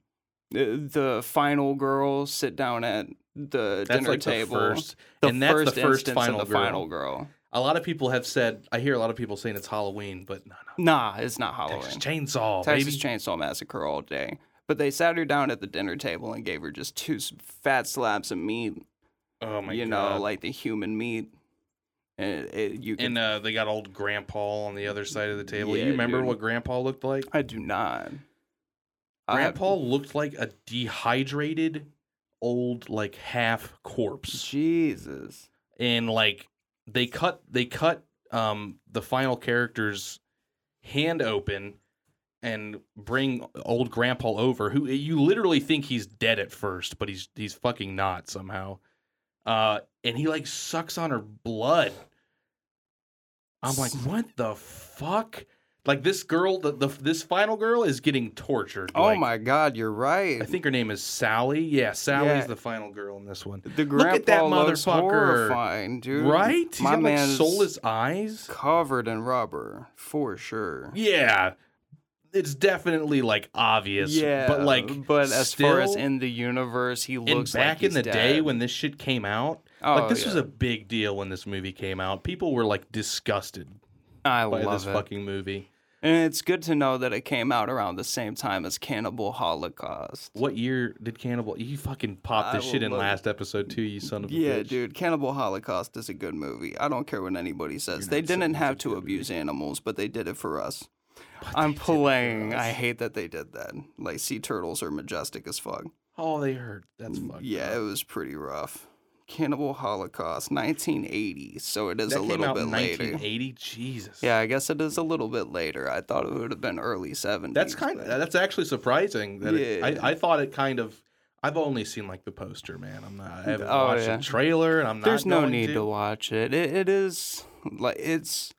Speaker 2: the the final girl sit down at the
Speaker 1: that's
Speaker 2: dinner
Speaker 1: like
Speaker 2: table.
Speaker 1: the first,
Speaker 2: The
Speaker 1: and that's
Speaker 2: first
Speaker 1: the first
Speaker 2: instance of
Speaker 1: final,
Speaker 2: the
Speaker 1: girl.
Speaker 2: final girl.
Speaker 1: A lot of people have said. I hear a lot of people saying it's Halloween, but no, no.
Speaker 2: Nah, it's not Halloween.
Speaker 1: Texas Chainsaw,
Speaker 2: Texas
Speaker 1: Oh, baby.
Speaker 2: Chainsaw Massacre all day. But they sat her down at the dinner table and gave her just two s- fat slaps of meat.
Speaker 1: oh my
Speaker 2: you
Speaker 1: god!
Speaker 2: know, like the human meat. And it, you can.
Speaker 1: and uh, they got old Grandpa on the other side of the table.
Speaker 2: Yeah,
Speaker 1: you remember
Speaker 2: dude.
Speaker 1: what Grandpa looked like?
Speaker 2: I do not. I-
Speaker 1: Grandpa looked like a dehydrated, old, like half corpse.
Speaker 2: Jesus.
Speaker 1: and like they cut they cut um the final character's hand open and bring old grandpa over who you literally think he's dead at first but he's he's fucking not somehow uh and he like sucks on her blood i'm like what the fuck like this girl the, the this final girl is getting tortured
Speaker 2: Oh
Speaker 1: like,
Speaker 2: my God, you're right.
Speaker 1: i think her name is sally yeah sally's
Speaker 2: Yeah.
Speaker 1: the final girl in this one
Speaker 2: the
Speaker 1: Look
Speaker 2: grandpa
Speaker 1: at that
Speaker 2: looks
Speaker 1: motherfucker.
Speaker 2: horrifying, dude.
Speaker 1: Right? He's
Speaker 2: My
Speaker 1: got like
Speaker 2: man's
Speaker 1: soulless eyes.
Speaker 2: covered in rubber for sure.
Speaker 1: Yeah. It's definitely like obvious.
Speaker 2: yeah,
Speaker 1: But like
Speaker 2: but as far as
Speaker 1: still-
Speaker 2: in the universe, he
Speaker 1: and
Speaker 2: looks
Speaker 1: back
Speaker 2: like
Speaker 1: in
Speaker 2: he's
Speaker 1: the day
Speaker 2: dead.
Speaker 1: when this shit came out,
Speaker 2: oh,
Speaker 1: like this was
Speaker 2: yeah.
Speaker 1: a big deal when this movie came out. People were like disgusted
Speaker 2: I
Speaker 1: by
Speaker 2: love
Speaker 1: this
Speaker 2: it.
Speaker 1: fucking movie.
Speaker 2: and it's good to know that it came out around the same time as Cannibal Holocaust.
Speaker 1: What year did Cannibal? You fucking popped this
Speaker 2: I
Speaker 1: shit in
Speaker 2: love it.
Speaker 1: last episode too, you son of a
Speaker 2: Yeah,
Speaker 1: bitch.
Speaker 2: dude, Cannibal Holocaust is a good movie. I don't care what anybody says.
Speaker 1: You're
Speaker 2: They
Speaker 1: not saying
Speaker 2: didn't
Speaker 1: it's a
Speaker 2: have to
Speaker 1: good
Speaker 2: abuse animals, but they did it for us.
Speaker 1: But
Speaker 2: I'm
Speaker 1: they did it for
Speaker 2: playing. I
Speaker 1: us.
Speaker 2: hate that they did that. Like sea turtles are majestic as fuck.
Speaker 1: Oh, they hurt. That's fucked.
Speaker 2: Yeah, it
Speaker 1: up.
Speaker 2: was pretty rough. Cannibal Holocaust, 1980. So it is
Speaker 1: that
Speaker 2: a
Speaker 1: came
Speaker 2: little
Speaker 1: out
Speaker 2: bit
Speaker 1: in
Speaker 2: later.
Speaker 1: 1980. Jesus.
Speaker 2: Yeah, I guess it is a little bit later. I thought it would have been early 70s.
Speaker 1: That's kind of
Speaker 2: but-
Speaker 1: that's actually surprising. That it,
Speaker 2: Yeah.
Speaker 1: I, I thought it kind of. I've only seen like the poster, man. I'm not. I haven't
Speaker 2: Oh,
Speaker 1: watched
Speaker 2: yeah.
Speaker 1: the trailer, and I'm not.
Speaker 2: There's no
Speaker 1: going
Speaker 2: need to. watch it. It it is like it's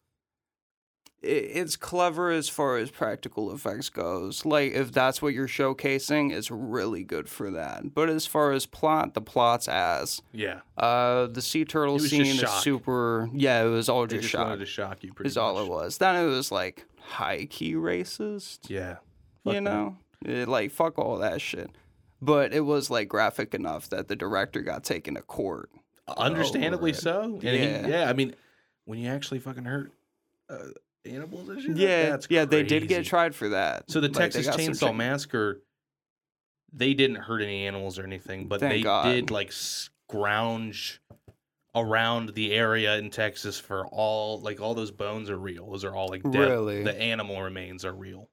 Speaker 2: it, it's clever as far as practical effects goes. Like if that's what you're showcasing, it's really good for that. But as far as plot, the plot's ass.
Speaker 1: Yeah,
Speaker 2: Uh, the sea turtle
Speaker 1: It was
Speaker 2: scene
Speaker 1: just
Speaker 2: is
Speaker 1: shock.
Speaker 2: super. Yeah, it was all
Speaker 1: they
Speaker 2: just,
Speaker 1: just
Speaker 2: shock.
Speaker 1: wanted to shock you. Pretty
Speaker 2: Is all
Speaker 1: much.
Speaker 2: it was. Then it was like high key racist
Speaker 1: Yeah, Fuck
Speaker 2: you
Speaker 1: that.
Speaker 2: know Eh, like fuck all that shit but it was like graphic enough that the director got taken to court
Speaker 1: understandably
Speaker 2: Lord.
Speaker 1: so. And
Speaker 2: Yeah.
Speaker 1: yeah, yeah. I mean, when you actually fucking hurt uh, animals and shit, like
Speaker 2: yeah
Speaker 1: that's
Speaker 2: yeah they did get
Speaker 1: crazy.
Speaker 2: tried for that
Speaker 1: So the
Speaker 2: Like, they
Speaker 1: Texas
Speaker 2: got some
Speaker 1: Chainsaw
Speaker 2: tra-
Speaker 1: Massacre, they didn't hurt any animals or anything, but
Speaker 2: Thank
Speaker 1: they
Speaker 2: God.
Speaker 1: did like scrounge around the area in Texas for all like all those bones are real. Those are all like dead.
Speaker 2: Really?
Speaker 1: The animal remains are real.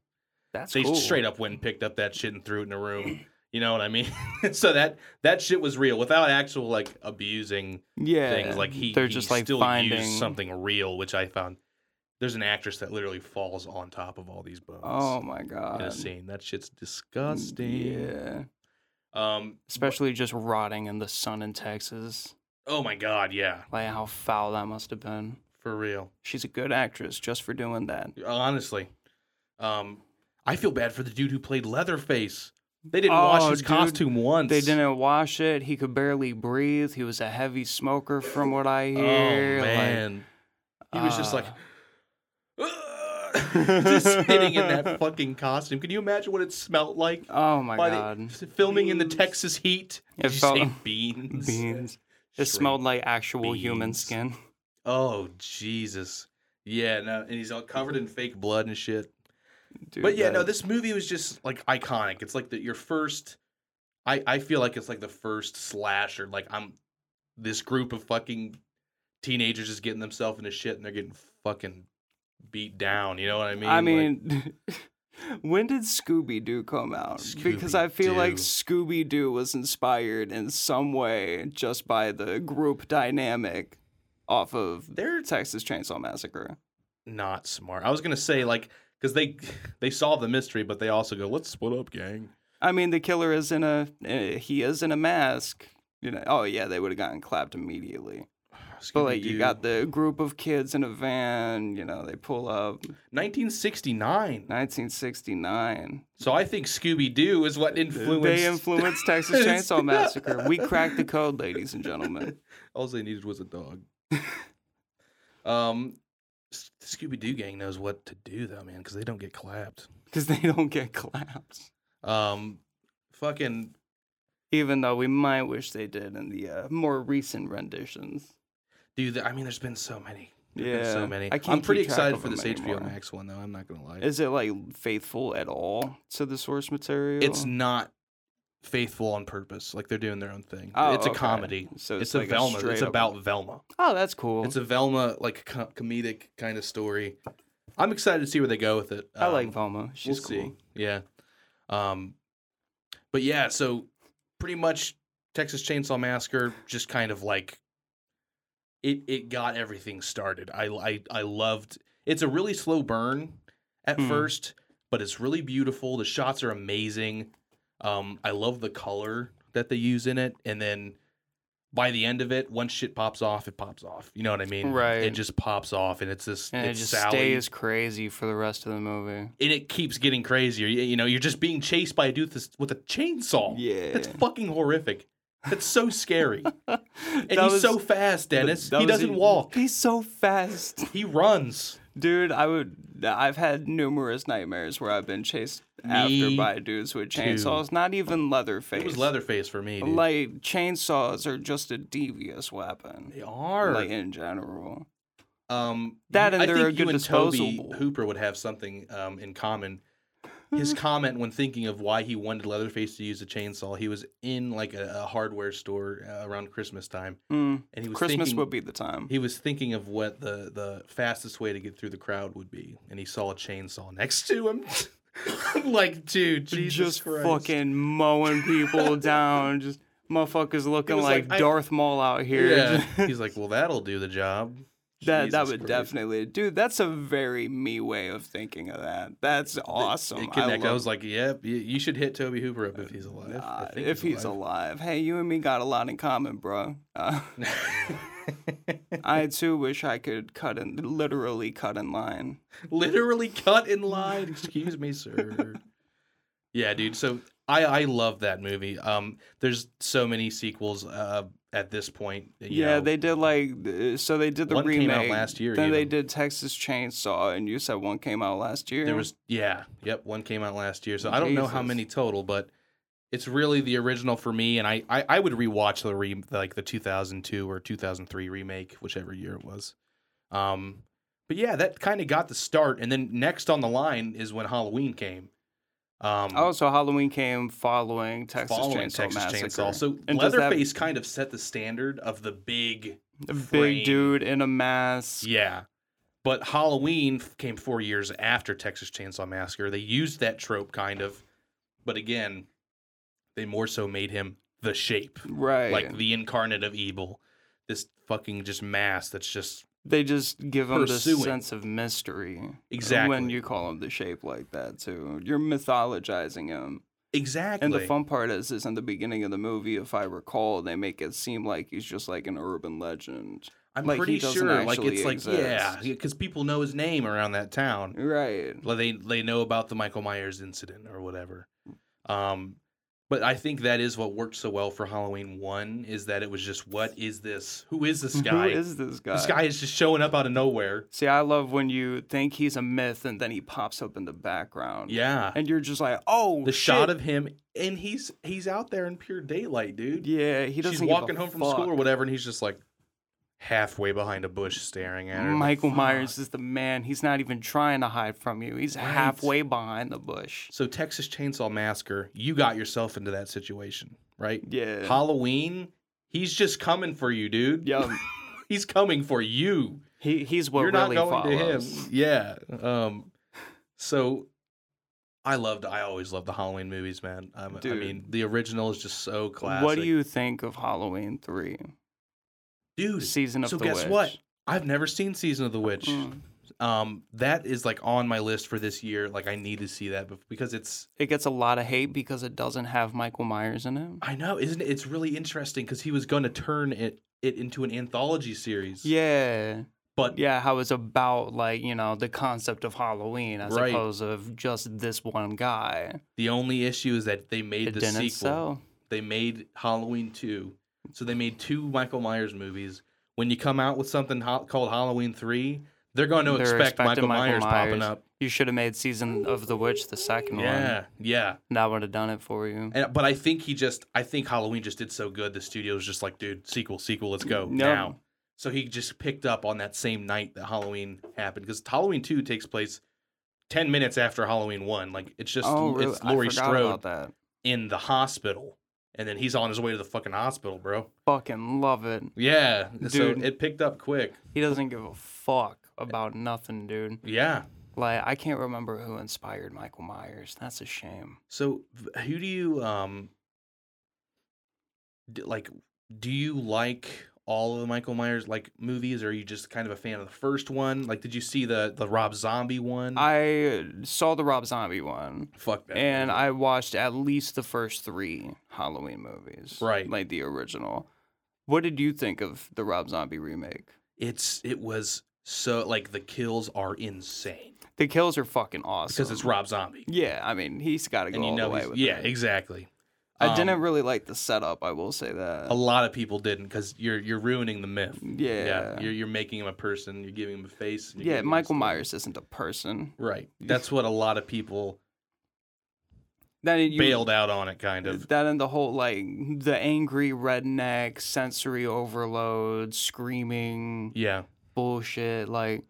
Speaker 2: that's
Speaker 1: they
Speaker 2: cool.
Speaker 1: straight up went and picked up that shit and threw it in a
Speaker 2: (clears throat)
Speaker 1: room. You know what I mean? (laughs) so that that shit was real without actual like abusing
Speaker 2: yeah
Speaker 1: things. Like he,
Speaker 2: they're
Speaker 1: he
Speaker 2: just like
Speaker 1: still
Speaker 2: finding
Speaker 1: used something real, which I found There's an actress that literally falls on top of all these bones
Speaker 2: Oh my
Speaker 1: in a
Speaker 2: god.
Speaker 1: scene. That shit's disgusting.
Speaker 2: Yeah.
Speaker 1: Um.
Speaker 2: Especially just rotting in the sun in Texas.
Speaker 1: Oh my god. Yeah.
Speaker 2: Like how foul that must have been.
Speaker 1: For real.
Speaker 2: She's a good actress just for doing that.
Speaker 1: Honestly. Um. I feel bad for the dude who played Leatherface. They didn't
Speaker 2: Oh,
Speaker 1: wash his
Speaker 2: dude.
Speaker 1: costume once.
Speaker 2: They didn't wash it. He could barely breathe. He was a heavy smoker, from what
Speaker 1: Oh
Speaker 2: I hear. Like,
Speaker 1: man. he was
Speaker 2: (laughs)
Speaker 1: just like. (laughs)
Speaker 2: uh,
Speaker 1: just sitting in that fucking costume. Can you imagine what it smelled like?
Speaker 2: oh my
Speaker 1: By the-
Speaker 2: god,
Speaker 1: filming in the
Speaker 3: Beans.
Speaker 1: Texas heat.
Speaker 2: It
Speaker 1: Did you
Speaker 2: felt-
Speaker 1: say beans? (laughs)
Speaker 2: (laughs) beans. It
Speaker 1: Shrimp.
Speaker 2: smelled like actual human
Speaker 1: beans.
Speaker 2: skin. (laughs)
Speaker 1: Oh Jesus. Yeah, no, and he's all covered
Speaker 2: Mm-hmm.
Speaker 1: in fake blood and shit.
Speaker 2: Dude,
Speaker 1: but yeah, no,
Speaker 2: that-
Speaker 1: this movie was just like iconic. It's like the, your first. I I feel like it's like the first slasher. Like I'm, this group of fucking teenagers is getting themselves into shit and they're getting fucking beat down. You know what I mean?
Speaker 2: I
Speaker 1: Like,
Speaker 2: mean, (laughs) when did Scooby Doo come out? because I feel like Scooby Doo was inspired in some way just by the group dynamic off of
Speaker 1: they're
Speaker 2: Texas Chainsaw Massacre.
Speaker 1: not smart. I was gonna say like because they (sighs) they solve the mystery, but they also go, let's split up, gang.
Speaker 2: I mean, the killer is in a uh, he is in a mask. You know, oh yeah, they would have gotten clapped immediately. But like, you
Speaker 1: Scooby-Doo.
Speaker 2: got the group of kids in a van. You know, they pull up.
Speaker 1: 1969.
Speaker 2: 1969.
Speaker 1: So I think Scooby Doo is what influenced.
Speaker 2: They
Speaker 1: (laughs)
Speaker 2: influenced Texas Chainsaw
Speaker 1: It's-
Speaker 2: Massacre. We cracked the code, ladies and gentlemen.
Speaker 1: (laughs) All they needed was a dog. um, S- the Scooby Doo gang knows what to do though, man, because they don't get clapped.
Speaker 2: because they don't get (laughs) claps.
Speaker 1: Um, fucking
Speaker 2: Even though we might wish they did in the uh, more recent renditions.
Speaker 1: dude. I mean, there's been so many. There's
Speaker 2: Yeah,
Speaker 1: been so many.
Speaker 2: I can't
Speaker 1: I'm pretty
Speaker 2: keep track
Speaker 1: excited
Speaker 2: of
Speaker 1: for
Speaker 2: them
Speaker 1: this HBO
Speaker 2: anymore.
Speaker 1: Max one though. I'm not gonna lie.
Speaker 2: Is it like faithful at all to the source material?
Speaker 1: it's not faithful on purpose. Like they're doing their own thing.
Speaker 2: Oh,
Speaker 1: it's a
Speaker 2: okay.
Speaker 1: comedy.
Speaker 2: So
Speaker 1: It's,
Speaker 2: it's,
Speaker 1: a
Speaker 2: like
Speaker 1: Velma. it's
Speaker 2: straight up-
Speaker 1: about Velma.
Speaker 2: Oh, that's cool.
Speaker 1: It's a Velma like co- comedic kind of story. I'm excited to see where they go with it.
Speaker 2: I like
Speaker 1: Um,
Speaker 2: Velma. She's
Speaker 1: we'll
Speaker 2: cool.
Speaker 1: see. Yeah. Um, but yeah, so pretty much Texas Chainsaw Massacre just kind of like it it got everything started. I I I loved. It's a really slow burn at
Speaker 2: Hmm.
Speaker 1: first, but it's really beautiful. The shots are amazing. Um, I love the color that they use in it, and then by the end of it, once shit pops off, it pops off. You know what I mean?
Speaker 2: Right.
Speaker 1: It just pops off, and it's this.
Speaker 2: And it
Speaker 1: it's
Speaker 2: just
Speaker 1: Sally
Speaker 2: stays crazy for the rest of the movie.
Speaker 1: and it keeps getting crazier. You, you know, you're just being chased by a dude this- with a chainsaw.
Speaker 2: (laughs) Yeah.
Speaker 1: That's fucking horrific. That's so
Speaker 2: (laughs)
Speaker 1: scary. And
Speaker 2: and
Speaker 1: he's so fast, Dennis. He doesn't
Speaker 2: (laughs)
Speaker 1: walk.
Speaker 2: e, He's so fast. (laughs)
Speaker 1: He runs.
Speaker 2: Dude, I would. I've had numerous nightmares where I've been chased after
Speaker 1: Me
Speaker 2: by dudes with chainsaws. Not even Leatherface.
Speaker 1: It was Leatherface for me. Dude.
Speaker 2: Like chainsaws are just a devious weapon.
Speaker 1: they are.
Speaker 2: Like in general.
Speaker 1: um,
Speaker 2: That and
Speaker 1: I
Speaker 2: they're
Speaker 1: think
Speaker 2: a good
Speaker 1: you and Toby
Speaker 2: disposable.
Speaker 1: Hooper would have something um, in common.
Speaker 2: (laughs)
Speaker 1: His comment when thinking of why he wanted Leatherface to use a chainsaw, he was in like a, a hardware store uh, around Christmas time,
Speaker 2: Mm,
Speaker 1: and he was
Speaker 2: Christmas
Speaker 1: thinking,
Speaker 2: would be the time.
Speaker 1: He was thinking of what the, the fastest way to get through the crowd would be, and he saw a chainsaw next to him. (laughs) I'm like, dude, Jesus
Speaker 2: just
Speaker 1: Christ.
Speaker 2: fucking
Speaker 1: (laughs)
Speaker 2: mowing people down. Just motherfuckers looking
Speaker 1: was
Speaker 2: like,
Speaker 1: like, I-
Speaker 2: Darth Maul out here.
Speaker 1: Yeah. He's like, well, that'll do the job.
Speaker 2: that that
Speaker 1: Jesus
Speaker 2: would
Speaker 1: Christ.
Speaker 2: definitely, dude. That's a very me way of thinking of that. That's awesome.
Speaker 1: It connected. I,
Speaker 2: love
Speaker 1: was like, yep, you, you should hit Toby Hooper up if he's alive. I
Speaker 2: Uh,
Speaker 1: think
Speaker 2: if he's alive. hey, you and me got a lot in common, bro.
Speaker 1: (laughs)
Speaker 2: Uh, (laughs) I too wish I could cut in, literally cut in line.
Speaker 1: (laughs) literally cut in line. Excuse me,
Speaker 2: (laughs)
Speaker 1: sir. yeah, dude. So I I love that movie. Um, there's so many sequels uh at this point. you
Speaker 2: yeah,
Speaker 1: know.
Speaker 2: they did like th- uh, so they did the
Speaker 1: One
Speaker 2: remake
Speaker 1: came out last year,
Speaker 2: Then they
Speaker 1: even.
Speaker 2: did Texas Chainsaw, and you said one came out last year.
Speaker 1: There was yeah, yep, one came out last year. So I don't know how
Speaker 2: Jesus.
Speaker 1: many total, but it's really the original for me and I I, I would rewatch the re, like the 2002 or 2003 remake, whichever year it was. Um but yeah, that kind of got the start and then next on the line is when Halloween came. Um
Speaker 2: oh, so Halloween came following Texas
Speaker 1: following
Speaker 2: Chainsaw
Speaker 1: Texas
Speaker 2: Massacre.
Speaker 1: Chainsaw. So
Speaker 2: And does that-
Speaker 1: Leatherface kind of set the standard of the big
Speaker 2: a
Speaker 1: frame.
Speaker 2: big dude in a mask.
Speaker 1: Yeah. But Halloween f- came four years after Texas Chainsaw Massacre. They used that trope kind of, but again, they more so made him the shape,
Speaker 2: Right.
Speaker 1: like the incarnate of evil. This fucking just mass that's just
Speaker 2: They just give them this
Speaker 1: Pursuing.
Speaker 2: sense of mystery.
Speaker 1: Exactly.
Speaker 2: When you call him the shape like that, too, you're mythologizing him.
Speaker 1: Exactly.
Speaker 2: And the fun part is, is in the beginning of the movie, if I recall, they make it seem like he's just like an urban legend.
Speaker 1: I'm
Speaker 2: like, he
Speaker 1: pretty
Speaker 2: doesn't
Speaker 1: sure, like
Speaker 2: actually
Speaker 1: it's like yeah,
Speaker 2: exist.
Speaker 1: because people know his name around that town.
Speaker 2: Right.
Speaker 1: Like they they know about the Michael Myers incident or whatever. Um, but I think that is what worked so well for Halloween One is that it was just what is this? Who is this guy?
Speaker 2: (laughs) Who is this guy?
Speaker 1: this guy is just showing up out of nowhere.
Speaker 2: See, I love when you think he's a myth and then he pops up in the background.
Speaker 1: Yeah,
Speaker 2: And you're just like, oh,
Speaker 1: the shot
Speaker 2: shit.
Speaker 1: of him, and he's he's out there in pure daylight, dude.
Speaker 2: Yeah, he doesn't.
Speaker 1: She's
Speaker 2: give a
Speaker 1: walking home from school or
Speaker 2: fuck.
Speaker 1: whatever, and he's just like halfway behind a bush, staring at her. like,
Speaker 2: Michael
Speaker 1: "Fuck."
Speaker 2: Myers is the man. He's not even trying to hide from you. He's
Speaker 1: Right.
Speaker 2: halfway behind the bush.
Speaker 1: So Texas Chainsaw Massacre, you got yourself into that situation, right?
Speaker 2: Yeah.
Speaker 1: Halloween, he's just coming for you, dude. (laughs)
Speaker 2: yeah.
Speaker 1: He's coming for you.
Speaker 2: He he's what
Speaker 1: You're
Speaker 2: really
Speaker 1: not going
Speaker 2: follows.
Speaker 1: to him. Yeah. Um so I loved I always loved the Halloween movies, man. I'm, I
Speaker 2: Dude.
Speaker 1: mean, the original is just so classic.
Speaker 2: What do you think of Halloween three?
Speaker 1: Dude,
Speaker 2: Season of
Speaker 1: so
Speaker 2: the
Speaker 1: guess
Speaker 2: Witch.
Speaker 1: what? I've never seen Season of the Witch.
Speaker 2: Mm.
Speaker 1: Um that is like on my list for this year. Like I need to see that bef- because it's
Speaker 2: It gets a lot of hate because it doesn't have Michael Myers in it.
Speaker 1: I know, isn't it? It's really interesting because he was going to turn it it into an anthology series.
Speaker 2: Yeah.
Speaker 1: but
Speaker 2: Yeah, how it's about like, you know, the concept of Halloween as
Speaker 1: Right.
Speaker 2: opposed of just this one guy.
Speaker 1: the only issue is that they made
Speaker 2: It
Speaker 1: the
Speaker 2: didn't
Speaker 1: sequel.
Speaker 2: sell.
Speaker 1: They made Halloween two, so they made two Michael Myers movies. When you come out with something ho- called Halloween three, they're going to
Speaker 2: They're
Speaker 1: expect
Speaker 2: expecting
Speaker 1: Michael,
Speaker 2: Michael
Speaker 1: Myers, popping
Speaker 2: Myers.
Speaker 1: up.
Speaker 2: You should have made Season of the Witch the second one.
Speaker 1: Yeah, yeah.
Speaker 2: That would have done it for you.
Speaker 1: And, but I think he just, I think Halloween just did so good. The studio was just like, dude, sequel, sequel, let's go
Speaker 2: No.
Speaker 1: now. So he just picked up on that same night that Halloween happened because Halloween two takes place ten minutes after Halloween one. Like it's just
Speaker 2: oh, really?
Speaker 1: it's Laurie
Speaker 2: I forgot
Speaker 1: Strode
Speaker 2: about that.
Speaker 1: in the hospital, and then he's on his way to the fucking hospital, bro.
Speaker 2: Fucking love it.
Speaker 1: Yeah, so
Speaker 2: Dude.
Speaker 1: it picked up quick.
Speaker 2: He doesn't give a fuck about nothing, dude.
Speaker 1: Yeah.
Speaker 2: Like I can't remember who inspired Michael Myers. That's a shame.
Speaker 1: So v- who do you um d- like? Do you like all of the Michael Myers like movies, or are you just kind of a fan of the first one? Like, did you see the the Rob Zombie one?
Speaker 2: I
Speaker 1: Mm.
Speaker 2: saw the Rob Zombie one,
Speaker 1: Fuck that.
Speaker 2: and
Speaker 1: movie.
Speaker 2: I watched at least the first three Halloween movies,
Speaker 1: Right.
Speaker 2: Like the original. What did you think of the Rob Zombie remake?
Speaker 1: it's it was so like the kills are insane
Speaker 2: The kills are fucking awesome
Speaker 1: because it's Rob Zombie,
Speaker 2: Yeah, I mean he's got to go
Speaker 1: and you
Speaker 2: all
Speaker 1: know,
Speaker 2: the way
Speaker 1: he's-
Speaker 2: with
Speaker 1: yeah,
Speaker 2: it.
Speaker 1: exactly.
Speaker 2: I
Speaker 1: Um,
Speaker 2: didn't really like the setup. I will say that.
Speaker 1: A lot of people didn't because you're you're ruining the myth.
Speaker 2: yeah, yeah.
Speaker 1: you're you're making him a person. You're giving him a face. and you're giving him a
Speaker 2: Michael
Speaker 1: story.
Speaker 2: Myers isn't a person.
Speaker 1: Right. That's what a lot of people
Speaker 2: That you,
Speaker 1: bailed out on it, kind of.
Speaker 2: That and the whole like the angry redneck sensory overload screaming
Speaker 1: Yeah.
Speaker 2: bullshit like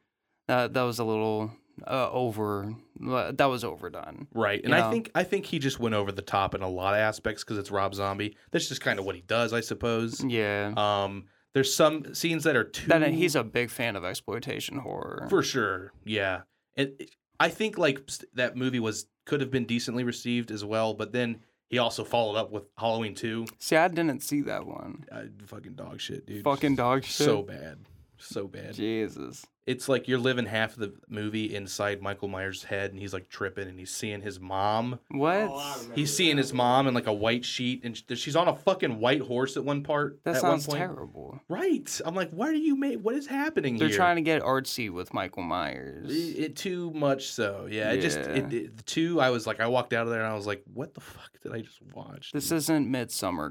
Speaker 2: that that was a little uh, over uh, that was overdone.
Speaker 1: Right. And
Speaker 2: You
Speaker 1: I
Speaker 2: know?
Speaker 1: think I think he just went over the top in a lot of aspects because it's Rob Zombie. That's just kind of what he does, I suppose.
Speaker 2: Yeah.
Speaker 1: Um, there's some scenes that are too.
Speaker 2: Mm. That and he's a big fan of exploitation horror.
Speaker 1: for sure. Yeah. And it- I think like s- that movie was could have been decently received as well, but then he also followed up with Halloween Two.
Speaker 2: See, I didn't see that one.
Speaker 1: Uh, fucking dog shit, dude.
Speaker 2: Fucking dog shit.
Speaker 1: so bad, so bad.
Speaker 2: Jesus.
Speaker 1: it's like you're living half of the movie inside Michael Myers' head, and he's like tripping, and he's seeing his mom.
Speaker 2: What?
Speaker 3: Oh, I remember
Speaker 1: He's seeing
Speaker 3: that.
Speaker 1: his mom in like a white sheet, and sh- she's on a fucking white horse at one part.
Speaker 2: that
Speaker 1: at
Speaker 2: sounds
Speaker 1: one point.
Speaker 2: terrible.
Speaker 1: Right. I'm like, what are you made? What is happening
Speaker 2: They're
Speaker 1: here?
Speaker 2: trying to get artsy with Michael Myers.
Speaker 1: It, it too much so. Yeah. It just it,
Speaker 2: Yeah.
Speaker 1: it, the two. I was like, I walked out of there, and I was like, what the fuck did I just watch?
Speaker 2: This isn't Midsummer,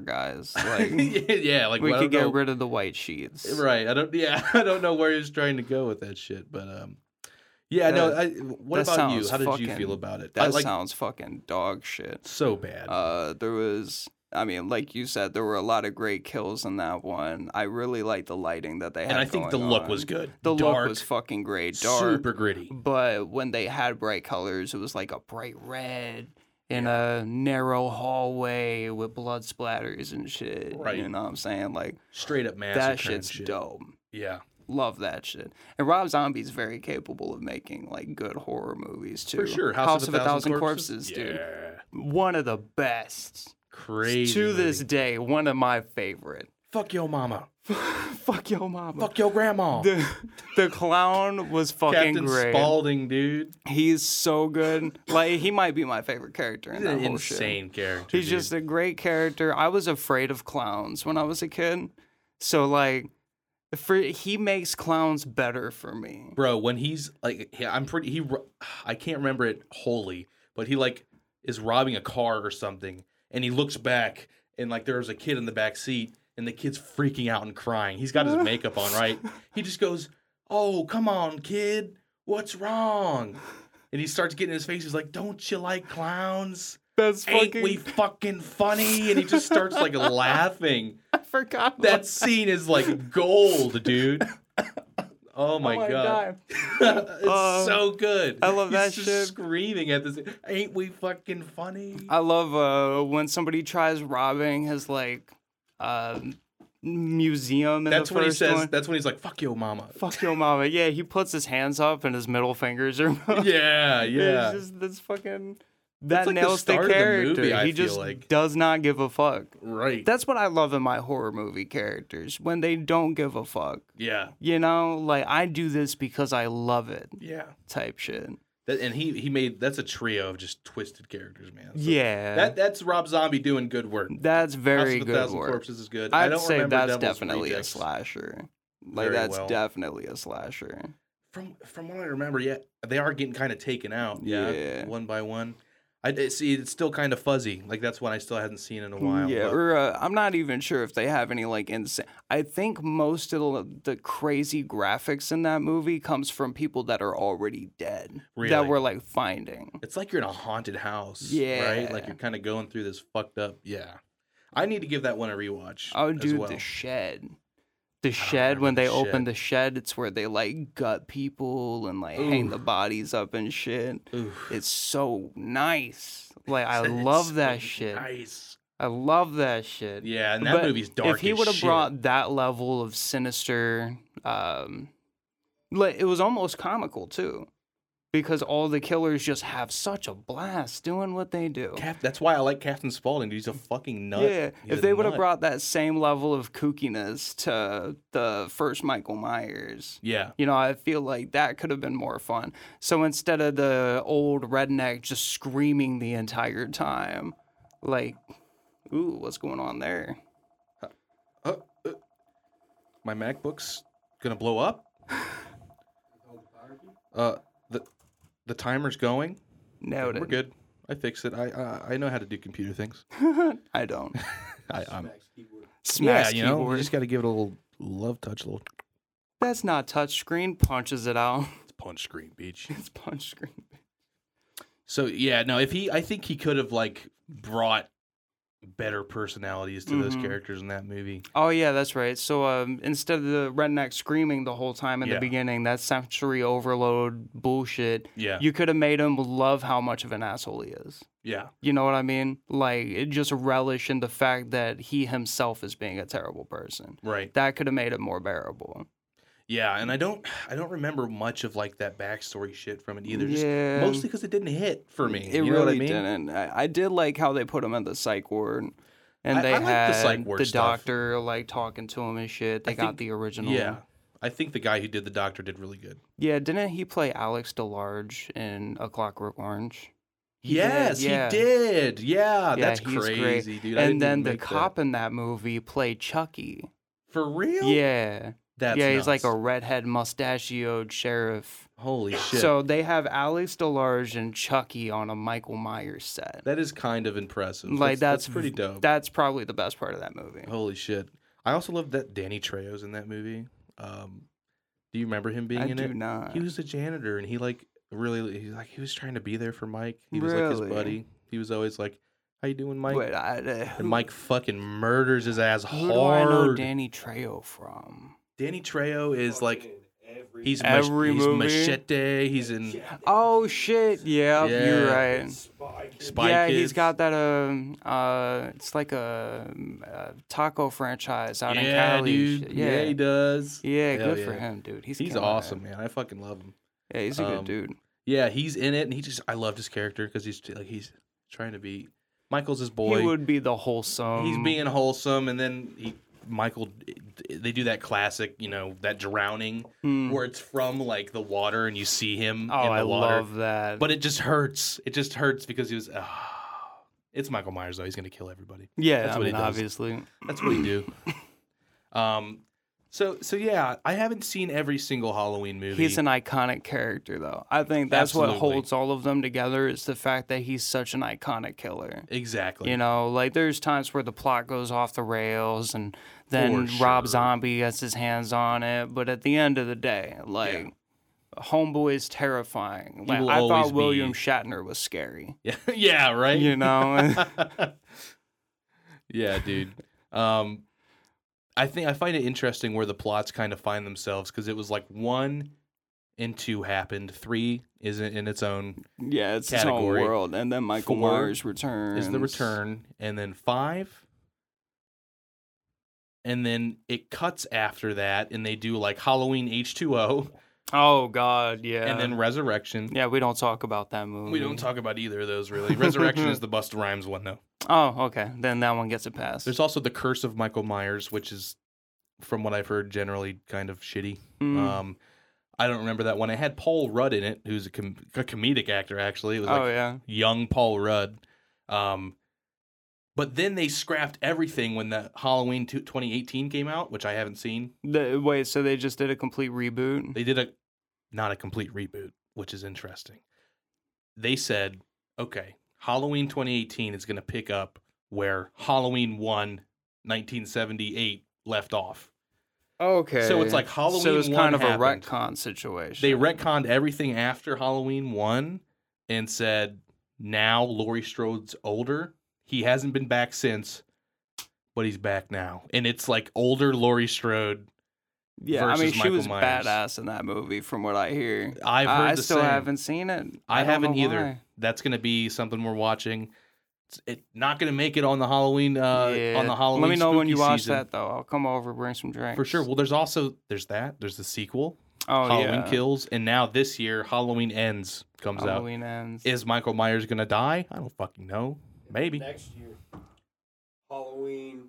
Speaker 1: (laughs)
Speaker 2: guys. Like
Speaker 1: yeah, (laughs) like
Speaker 2: we
Speaker 1: well, I don't
Speaker 2: could get
Speaker 1: know-
Speaker 2: rid of the white sheets.
Speaker 1: Right. I don't. (laughs) Yeah. I don't know where he's trying to go with that shit, but um. Yeah, no.
Speaker 2: That-
Speaker 1: I, what
Speaker 2: that
Speaker 1: about you?
Speaker 2: sounds
Speaker 1: How did you
Speaker 2: fucking-
Speaker 1: feel about it? I,
Speaker 2: That
Speaker 1: like,
Speaker 2: sounds fucking dog shit.
Speaker 1: so bad.
Speaker 2: Uh, there was, I mean, like you said, there were a lot of great kills in that one. I really liked the lighting that they had.
Speaker 1: and I think the
Speaker 2: going
Speaker 1: look
Speaker 2: on.
Speaker 1: was good.
Speaker 2: The
Speaker 1: dark,
Speaker 2: look was fucking great. Dark,
Speaker 1: super gritty.
Speaker 2: but when they had bright colors, it was like a bright red in a narrow hallway with blood splatters and shit.
Speaker 1: Right.
Speaker 2: You know what I'm saying? Like
Speaker 1: Straight up massacre.
Speaker 2: that
Speaker 1: and
Speaker 2: shit's
Speaker 1: shit.
Speaker 2: dope.
Speaker 1: Yeah.
Speaker 2: Love that shit. And Rob Zombie's very capable of making like good horror movies too.
Speaker 1: For sure. House, of, a Thousand, Corpses,
Speaker 2: dude.
Speaker 1: Yeah.
Speaker 2: One of the best.
Speaker 1: Crazy.
Speaker 2: to this
Speaker 1: movie.
Speaker 2: day, one of my favorite. (laughs)
Speaker 1: Fuck yo mama.
Speaker 2: Fuck yo mama.
Speaker 1: Fuck yo grandma.
Speaker 2: The, (laughs) the clown was fucking
Speaker 1: Captain
Speaker 2: great.
Speaker 1: Spaulding, dude.
Speaker 2: He's so good. Like he might be my favorite character in
Speaker 1: He's
Speaker 2: that
Speaker 1: an
Speaker 2: whole shit.
Speaker 1: insane character.
Speaker 2: He's just a great character. I was afraid of clowns when I was a kid. So like for he makes clowns better for me.
Speaker 1: bro when he's like he- i'm pretty he ro- (sighs) i can't remember it wholly but he like is robbing a car or something and he looks back and like there was a kid in the back seat and the kid's freaking out and crying he's (laughs) got his makeup on right he just goes oh come on kid what's wrong and he starts getting in his face he's like don't you like clowns
Speaker 2: That's
Speaker 1: ain't
Speaker 2: fucking (laughs)
Speaker 1: we fucking funny and he just starts (laughs) like laughing
Speaker 2: I forgot about
Speaker 1: that scene is like gold dude (laughs) oh my,
Speaker 2: my
Speaker 1: god
Speaker 2: God.
Speaker 1: it's
Speaker 2: Um,
Speaker 1: so good.
Speaker 2: I love
Speaker 1: He's
Speaker 2: that
Speaker 1: just
Speaker 2: shit.
Speaker 1: Screaming at this, ain't we fucking funny?
Speaker 2: I love uh, when somebody tries robbing his like um museum. In
Speaker 1: that's
Speaker 2: the
Speaker 1: when he
Speaker 2: first
Speaker 1: says.
Speaker 2: one.
Speaker 1: That's when he's like, "Fuck yo, mama."
Speaker 2: "Fuck your mama." Yeah, he puts his hands up and his middle fingers are.
Speaker 1: (laughs)
Speaker 2: (laughs)
Speaker 1: Yeah, yeah.
Speaker 2: It's just this fucking. That
Speaker 1: like the
Speaker 2: nails the,
Speaker 1: start of the
Speaker 2: character.
Speaker 1: movie, I
Speaker 2: he
Speaker 1: feel
Speaker 2: just
Speaker 1: like.
Speaker 2: does not give a fuck.
Speaker 1: right.
Speaker 2: That's what I love in my horror movie characters when they don't give a fuck.
Speaker 1: yeah,
Speaker 2: You know, like I do this because I love it
Speaker 1: yeah.
Speaker 2: type shit.
Speaker 1: That, and he he made that's a trio of just twisted characters, man. So
Speaker 2: yeah,
Speaker 1: That that's Rob Zombie doing good work.
Speaker 2: that's
Speaker 1: House
Speaker 2: very
Speaker 1: of a
Speaker 2: good
Speaker 1: Thousand
Speaker 2: work.
Speaker 1: Corpses is good. I
Speaker 2: I'd
Speaker 1: don't
Speaker 2: say
Speaker 1: remember
Speaker 2: that's
Speaker 1: Devil's
Speaker 2: definitely
Speaker 1: Rejects.
Speaker 2: a slasher. Like
Speaker 1: very
Speaker 2: that's
Speaker 1: well.
Speaker 2: definitely a slasher.
Speaker 1: From from what I remember, yeah, they are getting kind of taken out. Yeah,
Speaker 2: Yeah.
Speaker 1: one by one. I it- see. It's still kind of fuzzy. Like that's one I still hadn't seen in a while.
Speaker 2: yeah,
Speaker 1: but-
Speaker 2: or uh, I'm not even sure if they have any like insane. I think most of the, the crazy graphics in that movie comes from people that are already dead
Speaker 1: Really?
Speaker 2: that we're like finding.
Speaker 1: It's like you're in a haunted house. Right? Like
Speaker 2: Yeah.
Speaker 1: you're kind of going through this fucked up. Yeah. I need to give that one a rewatch.
Speaker 2: Oh,
Speaker 1: as
Speaker 2: dude,
Speaker 1: well.
Speaker 2: the shed. The shed when
Speaker 1: remember
Speaker 2: they
Speaker 1: the
Speaker 2: open
Speaker 1: shed.
Speaker 2: the shed, it's where they like gut people and like hang
Speaker 1: Ooh.
Speaker 2: the bodies up and shit.
Speaker 1: Oof.
Speaker 2: It's so nice. Like
Speaker 1: (laughs)
Speaker 2: I
Speaker 1: It's
Speaker 2: love
Speaker 1: so
Speaker 2: that shit.
Speaker 1: Nice.
Speaker 2: I love that shit.
Speaker 1: Yeah, and that
Speaker 2: But
Speaker 1: movie's dark.
Speaker 2: If he
Speaker 1: as
Speaker 2: would have
Speaker 1: shit.
Speaker 2: brought that level of sinister, um, like it was almost comical too, because all the killers just have such a blast doing what they do.
Speaker 1: Cap- that's why I like Captain Spaulding. dude. He's a fucking nut.
Speaker 2: Yeah,
Speaker 1: He's
Speaker 2: if
Speaker 1: a
Speaker 2: they would have
Speaker 1: nut.
Speaker 2: brought that same level of kookiness to the first Michael Myers,
Speaker 1: Yeah.
Speaker 2: you know, I feel like that could have been more fun. So instead of the old redneck just screaming the entire time, like, ooh, what's going on there?
Speaker 1: Uh, uh, my MacBook's gonna blow
Speaker 2: (sighs)
Speaker 1: up. Uh, the the timer's going.
Speaker 2: Noted.
Speaker 1: We're good. I fixed it. I uh, I know how to do computer
Speaker 2: (laughs)
Speaker 1: things.
Speaker 2: I don't.
Speaker 1: I, I'm
Speaker 2: Smash
Speaker 1: yeah, you know,
Speaker 2: keyboard.
Speaker 1: you just got to give it a little love touch, a little
Speaker 2: That's not touchscreen. Punches it out. (laughs)
Speaker 1: punch screen, beach.
Speaker 2: It's punchscreen.
Speaker 1: So yeah, no, if he I think he could have like brought better personalities to those
Speaker 2: Mhm.
Speaker 1: characters in that movie.
Speaker 2: Oh yeah, that's right. So um, instead of the redneck screaming the whole time in
Speaker 1: Yeah.
Speaker 2: the beginning, that sensory overload bullshit,
Speaker 1: Yeah.
Speaker 2: you could have made him love how much of an asshole he is.
Speaker 1: yeah.
Speaker 2: You know what I mean? Like it just relish in the fact that he himself is being a terrible person.
Speaker 1: Right.
Speaker 2: That could have made it more bearable.
Speaker 1: Yeah, and I don't I don't remember much of like that backstory shit from it either. Just
Speaker 2: Yeah.
Speaker 1: mostly cuz it didn't hit for me.
Speaker 2: It
Speaker 1: you
Speaker 2: really
Speaker 1: know what I mean?
Speaker 2: didn't. I, I did like how they put him in the psych ward, and
Speaker 1: I-
Speaker 2: they
Speaker 1: I like the
Speaker 2: had the,
Speaker 1: psych ward stuff.
Speaker 2: doctor like talking to him and shit. They
Speaker 1: I
Speaker 2: got
Speaker 1: think-
Speaker 2: the original.
Speaker 1: Yeah. I think the guy who did the doctor did really good.
Speaker 2: yeah. Didn't he play Alex DeLarge in A Clockwork Orange? He did,
Speaker 1: yes,
Speaker 2: yeah.
Speaker 1: he did. Yeah,
Speaker 2: Yeah,
Speaker 1: that's
Speaker 2: he's great.
Speaker 1: crazy, dude. I didn't even
Speaker 2: and then the
Speaker 1: make that.
Speaker 2: cop in that movie played Chucky.
Speaker 1: for real?
Speaker 2: Yeah,
Speaker 1: That's
Speaker 2: yeah. He's like a
Speaker 1: nuts.
Speaker 2: redhead mustachioed sheriff. (laughs)
Speaker 1: Holy shit.
Speaker 2: So they have Alex DeLarge and Chucky on a Michael Myers set.
Speaker 1: that is kind of impressive.
Speaker 2: like
Speaker 1: that's,
Speaker 2: that's,
Speaker 1: pretty dope.
Speaker 2: That's probably the best part of that movie.
Speaker 1: Holy shit! I also love that Danny Trejo's in that movie. Um, do you remember him being
Speaker 2: I
Speaker 1: in
Speaker 2: do
Speaker 1: it?
Speaker 2: not.
Speaker 1: He was a janitor, and he like really, he like he was trying to be there for Mike. He was like his
Speaker 2: Really?
Speaker 1: buddy. He was always like, "How you doing, Mike?"
Speaker 2: Wait, I, uh, who,
Speaker 1: and Mike fucking murders his ass hard.
Speaker 2: who do I know Danny Trejo from?
Speaker 1: Danny Trejo is like he's
Speaker 2: Every
Speaker 1: mach-
Speaker 2: movie?
Speaker 1: he's machete. He's in
Speaker 2: Oh shit! Yeah, you're
Speaker 1: Yeah.
Speaker 2: right.
Speaker 1: Spy
Speaker 2: yeah,
Speaker 1: Kids.
Speaker 2: he's got that. Um, uh, it's like a, um, uh taco franchise out in
Speaker 1: yeah,
Speaker 2: Cali.
Speaker 1: dude.
Speaker 2: Shit.
Speaker 1: Yeah.
Speaker 2: Yeah,
Speaker 1: he
Speaker 2: yeah,
Speaker 1: does. Hell
Speaker 2: good for
Speaker 1: yeah.
Speaker 2: him, dude. He's
Speaker 1: He's
Speaker 2: killing it.
Speaker 1: awesome, man. I fucking love him.
Speaker 2: Yeah, he's a good
Speaker 1: Um,
Speaker 2: dude.
Speaker 1: Yeah, he's in it, and he just I loved his character because he's like he's trying to be Michael's his boy.
Speaker 2: he would be the wholesome.
Speaker 1: he's being wholesome, and then he Michael, they do that classic, you know, that drowning
Speaker 2: Hmm.
Speaker 1: where it's from like the water and you see him.
Speaker 2: Oh,
Speaker 1: in the
Speaker 2: I
Speaker 1: water.
Speaker 2: love that.
Speaker 1: But it just hurts. It just hurts because he was. Oh, it's Michael Myers though. He's gonna kill everybody.
Speaker 2: yeah,
Speaker 1: that's
Speaker 2: I
Speaker 1: what he
Speaker 2: mean,
Speaker 1: does.
Speaker 2: obviously.
Speaker 1: That's what you
Speaker 2: (coughs)
Speaker 1: do. um, so so yeah, I haven't seen every single Halloween movie.
Speaker 2: He's an iconic character, though. I think that's
Speaker 1: Absolutely.
Speaker 2: what holds all of them together is the fact that he's such an iconic killer.
Speaker 1: exactly.
Speaker 2: You know, like there's times where the plot goes off the rails and then
Speaker 1: For
Speaker 2: Rob
Speaker 1: sure.
Speaker 2: Zombie gets his hands on it. But at the end of the day, like, Homeboy is terrifying. Like,
Speaker 1: will
Speaker 2: I
Speaker 1: always
Speaker 2: thought William
Speaker 1: be-
Speaker 2: Shatner was scary.
Speaker 1: yeah, (laughs) yeah, right. (laughs)
Speaker 2: You know? (laughs)
Speaker 1: yeah, dude. Um, I think I find it interesting where the plots kind of find themselves because it was like one and two happened, three is in in its own
Speaker 2: yeah, it's
Speaker 1: Category.
Speaker 2: his own world. And then Michael
Speaker 1: Four
Speaker 2: Myers returns.
Speaker 1: is the return, and then five, and then it cuts after that, and they do like Halloween H two O,
Speaker 2: Oh, God. Yeah. Mm-hmm.
Speaker 1: and then Resurrection.
Speaker 2: Yeah, we don't talk about that movie.
Speaker 1: We don't talk about either of those really. Resurrection is the Busta Rhymes one though.
Speaker 2: Oh, okay. Then that one gets a pass.
Speaker 1: There's also the Curse of Michael Myers, which is, from what I've heard, generally kind of shitty.
Speaker 2: Mm.
Speaker 1: Um, I don't remember that one. It had Paul Rudd in it, who's a, com- a comedic actor. Actually, it was like
Speaker 2: oh yeah.
Speaker 1: young Paul Rudd. Um, but then they scrapped everything when the Halloween two- 2018 came out, which I haven't seen.
Speaker 2: The, wait, so they just did a complete reboot?
Speaker 1: They did a not a complete reboot, which is interesting. They said, okay, Halloween 2018 is going to pick up where Halloween 1 1978 left off.
Speaker 2: okay.
Speaker 1: So it's like Halloween
Speaker 2: So it's
Speaker 1: 1
Speaker 2: kind of
Speaker 1: happened.
Speaker 2: a retcon situation.
Speaker 1: They retconned everything after Halloween 1 and said, now Laurie Strode's older. He hasn't been back since, but he's back now. And it's like older Laurie Strode.
Speaker 2: yeah, I
Speaker 1: versus
Speaker 2: mean she
Speaker 1: Michael
Speaker 2: was
Speaker 1: Myers.
Speaker 2: badass in that movie, from what I hear.
Speaker 1: I've heard
Speaker 2: I, I
Speaker 1: the
Speaker 2: still
Speaker 1: same.
Speaker 2: haven't seen it.
Speaker 1: I,
Speaker 2: don't know
Speaker 1: haven't either.
Speaker 2: why.
Speaker 1: That's going to be something we're watching. It's it, not going to make it on the Halloween uh on the Halloween
Speaker 2: Let me know when
Speaker 1: spooky
Speaker 2: you watch
Speaker 1: season.
Speaker 2: that though. I'll come over, bring some drinks
Speaker 1: For sure. Well, there's also there's that. There's the sequel,
Speaker 2: Oh
Speaker 1: Halloween
Speaker 2: yeah.
Speaker 1: Kills, and now this year Halloween Ends comes out.
Speaker 2: Halloween ends.
Speaker 1: Is Michael Myers gonna die? I don't fucking know. Maybe
Speaker 3: Next year. Halloween.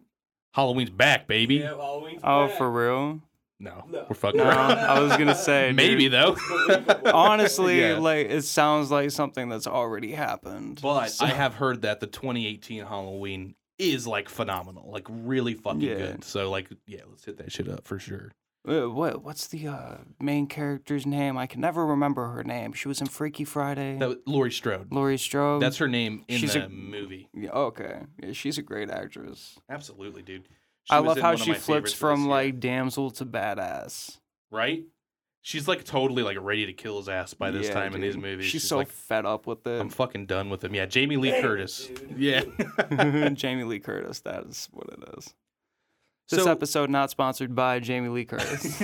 Speaker 1: Halloween's back, baby.
Speaker 3: Yeah, Halloween's
Speaker 2: oh,
Speaker 3: back.
Speaker 2: for real?
Speaker 1: No,
Speaker 3: No.
Speaker 1: we're (laughs) fucking.
Speaker 2: No,
Speaker 1: around.
Speaker 2: I was gonna say dude,
Speaker 1: Maybe (laughs) though.
Speaker 3: Unbelievable.
Speaker 2: Oh. Honestly,
Speaker 1: Yeah.
Speaker 2: like it sounds like something that's already happened.
Speaker 1: but
Speaker 2: So-
Speaker 1: I have heard that the 2018 Halloween is like phenomenal, like really fucking
Speaker 2: Yeah.
Speaker 1: good. So like, yeah, let's hit that shit up for sure.
Speaker 2: Uh, what what's the uh, main character's name? I can never remember her name. She was in Freaky Friday.
Speaker 1: That was Laurie Strode.
Speaker 2: Laurie Strode.
Speaker 1: That's her name in
Speaker 2: She's
Speaker 1: the
Speaker 2: a-
Speaker 1: movie.
Speaker 2: Yeah, okay. Yeah, she's a great actress.
Speaker 1: Absolutely, dude. She
Speaker 2: I
Speaker 1: was
Speaker 2: love
Speaker 1: in
Speaker 2: how
Speaker 1: one of
Speaker 2: she
Speaker 1: my
Speaker 2: flips
Speaker 1: favorites for this
Speaker 2: from
Speaker 1: year,
Speaker 2: like damsel to badass.
Speaker 1: right. She's like totally like ready to kill his ass by this
Speaker 2: Yeah,
Speaker 1: time in these
Speaker 2: dude.
Speaker 1: movies.
Speaker 2: she's, so
Speaker 1: like,
Speaker 2: fed up with
Speaker 1: I'm
Speaker 2: it.
Speaker 1: fucking done with him. Yeah, Jamie Lee
Speaker 3: Damn,
Speaker 1: Curtis.
Speaker 3: dude.
Speaker 1: Yeah.
Speaker 2: (laughs) Jamie Lee Curtis. That is what it is.
Speaker 1: (laughs)
Speaker 2: This
Speaker 1: So-
Speaker 2: episode not sponsored by Jamie
Speaker 1: (laughs)
Speaker 2: Lee Curtis.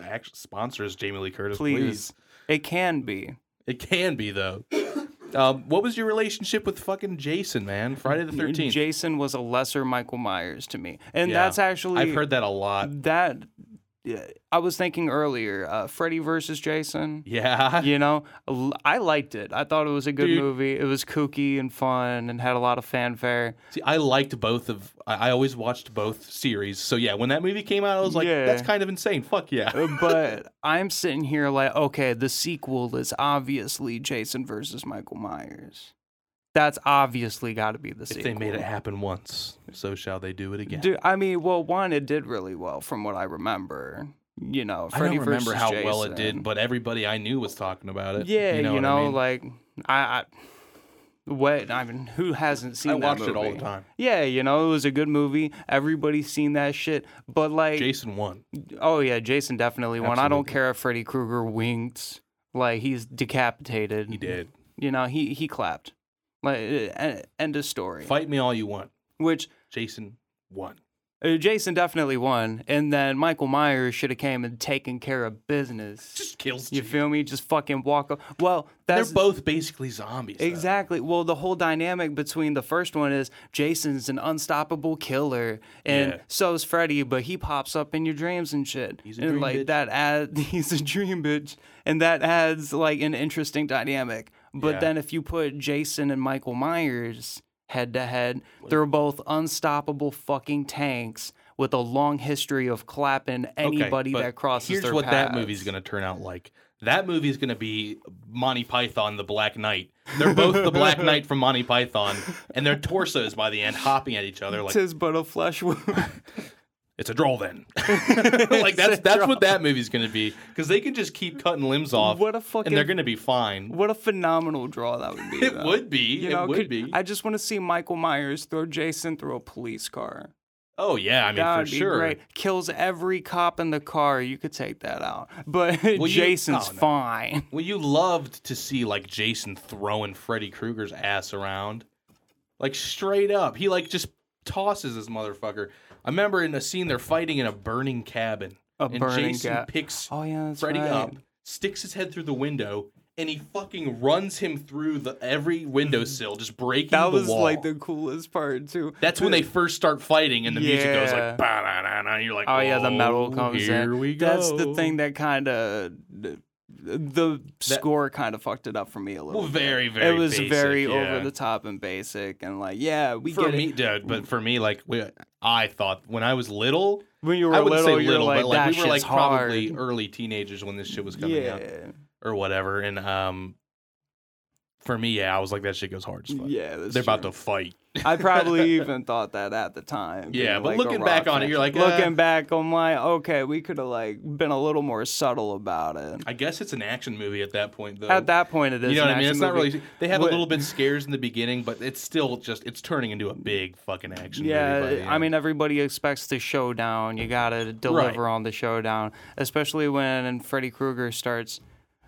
Speaker 1: Actually, sponsors Jamie Lee Curtis, please.
Speaker 2: Please. it can be.
Speaker 1: It can be though. Um, what was your relationship with fucking Jason, man? Friday the Thirteenth.
Speaker 2: Jason was a lesser Michael Myers to me, and
Speaker 1: Yeah.
Speaker 2: that's actually
Speaker 1: I've heard that a lot.
Speaker 2: that. yeah, I was thinking earlier, uh, Freddy versus Jason.
Speaker 1: Yeah.
Speaker 2: you know L- i liked it i thought it was a good
Speaker 1: Dude.
Speaker 2: movie it was kooky and fun and had a lot of fanfare
Speaker 1: See, I liked both of. I, I always watched both series. So yeah, when that movie came out, I was like,
Speaker 2: Yeah.
Speaker 1: that's kind of insane. Fuck yeah.
Speaker 2: Uh, but i'm sitting here like okay the sequel is obviously jason versus michael myers that's obviously got to be the
Speaker 1: If
Speaker 2: sequel
Speaker 1: they made it happen once, so shall they do it again.
Speaker 2: Dude, i mean well one it did really well from what i remember you know
Speaker 1: I
Speaker 2: Freddy
Speaker 1: don't remember
Speaker 2: versus
Speaker 1: how well it did,
Speaker 2: Jason.
Speaker 1: but everybody I knew was talking about it.
Speaker 2: yeah you know,
Speaker 1: what I mean?
Speaker 2: like i, I what I mean, who hasn't seen
Speaker 1: I
Speaker 2: that
Speaker 1: watched it all the
Speaker 2: movie?
Speaker 1: time.
Speaker 2: Yeah, you know, it was a good movie. Everybody's seen that shit. But like
Speaker 1: Jason won.
Speaker 2: oh yeah, Jason definitely won. I don't
Speaker 1: Absolutely.
Speaker 2: care if Freddy Krueger winked. Like he's decapitated.
Speaker 1: He did.
Speaker 2: You know, he he clapped. Like eh, end of story.
Speaker 1: Fight me all you want.
Speaker 2: Which
Speaker 1: Jason won.
Speaker 2: uh, Jason definitely won, and then Michael Myers should have came and taken care of business.
Speaker 1: Just kills.
Speaker 2: You
Speaker 1: Jason.
Speaker 2: feel me? Just fucking walk up. Well,
Speaker 1: They're
Speaker 2: that's
Speaker 1: both basically zombies. though.
Speaker 2: Exactly. Well, the whole dynamic between the first one is Jason's an unstoppable killer, and
Speaker 1: Yeah.
Speaker 2: so's Freddy, but he pops up in your dreams and shit.
Speaker 1: He's a
Speaker 2: and
Speaker 1: dream
Speaker 2: like
Speaker 1: bitch.
Speaker 2: that add (laughs) he's a dream bitch, and that adds like an interesting dynamic. But
Speaker 1: Yeah.
Speaker 2: then if you put Jason and Michael Myers head to head, they're both unstoppable fucking tanks with a long history of clapping anybody
Speaker 1: but
Speaker 2: that crosses
Speaker 1: Here's
Speaker 2: their
Speaker 1: what that
Speaker 2: paths.
Speaker 1: movie's going to turn out like. That movie's going to be Monty Python, the Black Knight. They're both the Black
Speaker 2: (laughs)
Speaker 1: Knight from Monty Python, and their torsos by the end hopping at each other like
Speaker 2: Tis but a flesh wound. (laughs)
Speaker 1: it's a draw then. (laughs) like that's
Speaker 2: a
Speaker 1: that's
Speaker 2: draw.
Speaker 1: what that movie's going to be because they can just keep cutting limbs off,
Speaker 2: What a
Speaker 1: and they're
Speaker 2: fucking
Speaker 1: going to be fine.
Speaker 2: what a phenomenal draw that would be.
Speaker 1: It
Speaker 2: though.
Speaker 1: would be.
Speaker 2: You
Speaker 1: it
Speaker 2: know,
Speaker 1: would
Speaker 2: could-
Speaker 1: be.
Speaker 2: I just want to see Michael Myers throw Jason through a police car.
Speaker 1: oh yeah, I mean
Speaker 2: that
Speaker 1: for
Speaker 2: would be
Speaker 1: sure.
Speaker 2: great. Kills every cop in the car. You could take that out, but
Speaker 1: you-
Speaker 2: (laughs) Jason's
Speaker 1: oh, no.
Speaker 2: fine.
Speaker 1: Well, you loved to see like Jason throwing Freddy Krueger's ass around, like straight up. He like just tosses this motherfucker. I remember in a scene they're fighting in a burning cabin,
Speaker 2: A
Speaker 1: and
Speaker 2: burning
Speaker 1: Jason
Speaker 2: guy.
Speaker 1: picks
Speaker 2: Oh yeah, that's
Speaker 1: Freddy
Speaker 2: right.
Speaker 1: up, sticks his head through the window, and he fucking runs him through the every windowsill, just breaking
Speaker 2: That
Speaker 1: the
Speaker 2: was
Speaker 1: wall.
Speaker 2: like the coolest part too.
Speaker 1: That's
Speaker 2: (laughs)
Speaker 1: when they first start fighting, and the music goes
Speaker 2: Yeah.
Speaker 1: like, bah, nah, nah, nah. you're like,
Speaker 2: Oh yeah, the metal
Speaker 1: "Oh,
Speaker 2: comes
Speaker 1: here
Speaker 2: in.
Speaker 1: We go.
Speaker 2: That's the thing that kind of the the score kind of fucked it up for me a little.
Speaker 1: Well,
Speaker 2: bit.
Speaker 1: very, very.
Speaker 2: it was
Speaker 1: basic,
Speaker 2: very
Speaker 1: yeah.
Speaker 2: over the top and basic and like yeah we
Speaker 1: for
Speaker 2: get
Speaker 1: me,
Speaker 2: it.
Speaker 1: dude. But for me, like we, I thought when I was little,
Speaker 2: when you were
Speaker 1: I wouldn't
Speaker 2: little
Speaker 1: say
Speaker 2: you're
Speaker 1: little,
Speaker 2: like
Speaker 1: but like
Speaker 2: that
Speaker 1: we were like
Speaker 2: shit's hard.
Speaker 1: probably early teenagers when this shit was coming
Speaker 2: yeah
Speaker 1: out or whatever. And um, for me, yeah, I was like that shit goes hard as fuck.
Speaker 2: yeah that's
Speaker 1: They're about
Speaker 2: true.
Speaker 1: to fight. (laughs)
Speaker 2: I probably even thought that at the time
Speaker 1: Yeah, but
Speaker 2: being, like, a
Speaker 1: looking
Speaker 2: rock
Speaker 1: back on it,
Speaker 2: fan.
Speaker 1: you're like,
Speaker 2: looking
Speaker 1: uh,
Speaker 2: back I'm like okay we could have like been a little more subtle about it
Speaker 1: I guess it's an action movie at that point, though.
Speaker 2: at that point it is
Speaker 1: you know
Speaker 2: an
Speaker 1: what I mean?
Speaker 2: action
Speaker 1: It's not
Speaker 2: movie.
Speaker 1: really. They have
Speaker 2: What-
Speaker 1: a little bit scares in the beginning, but it's still just it's turning into a big fucking action. movie by the
Speaker 2: Yeah, I
Speaker 1: end.
Speaker 2: mean everybody expects the showdown. You gotta deliver on the showdown, especially when Freddy Krueger starts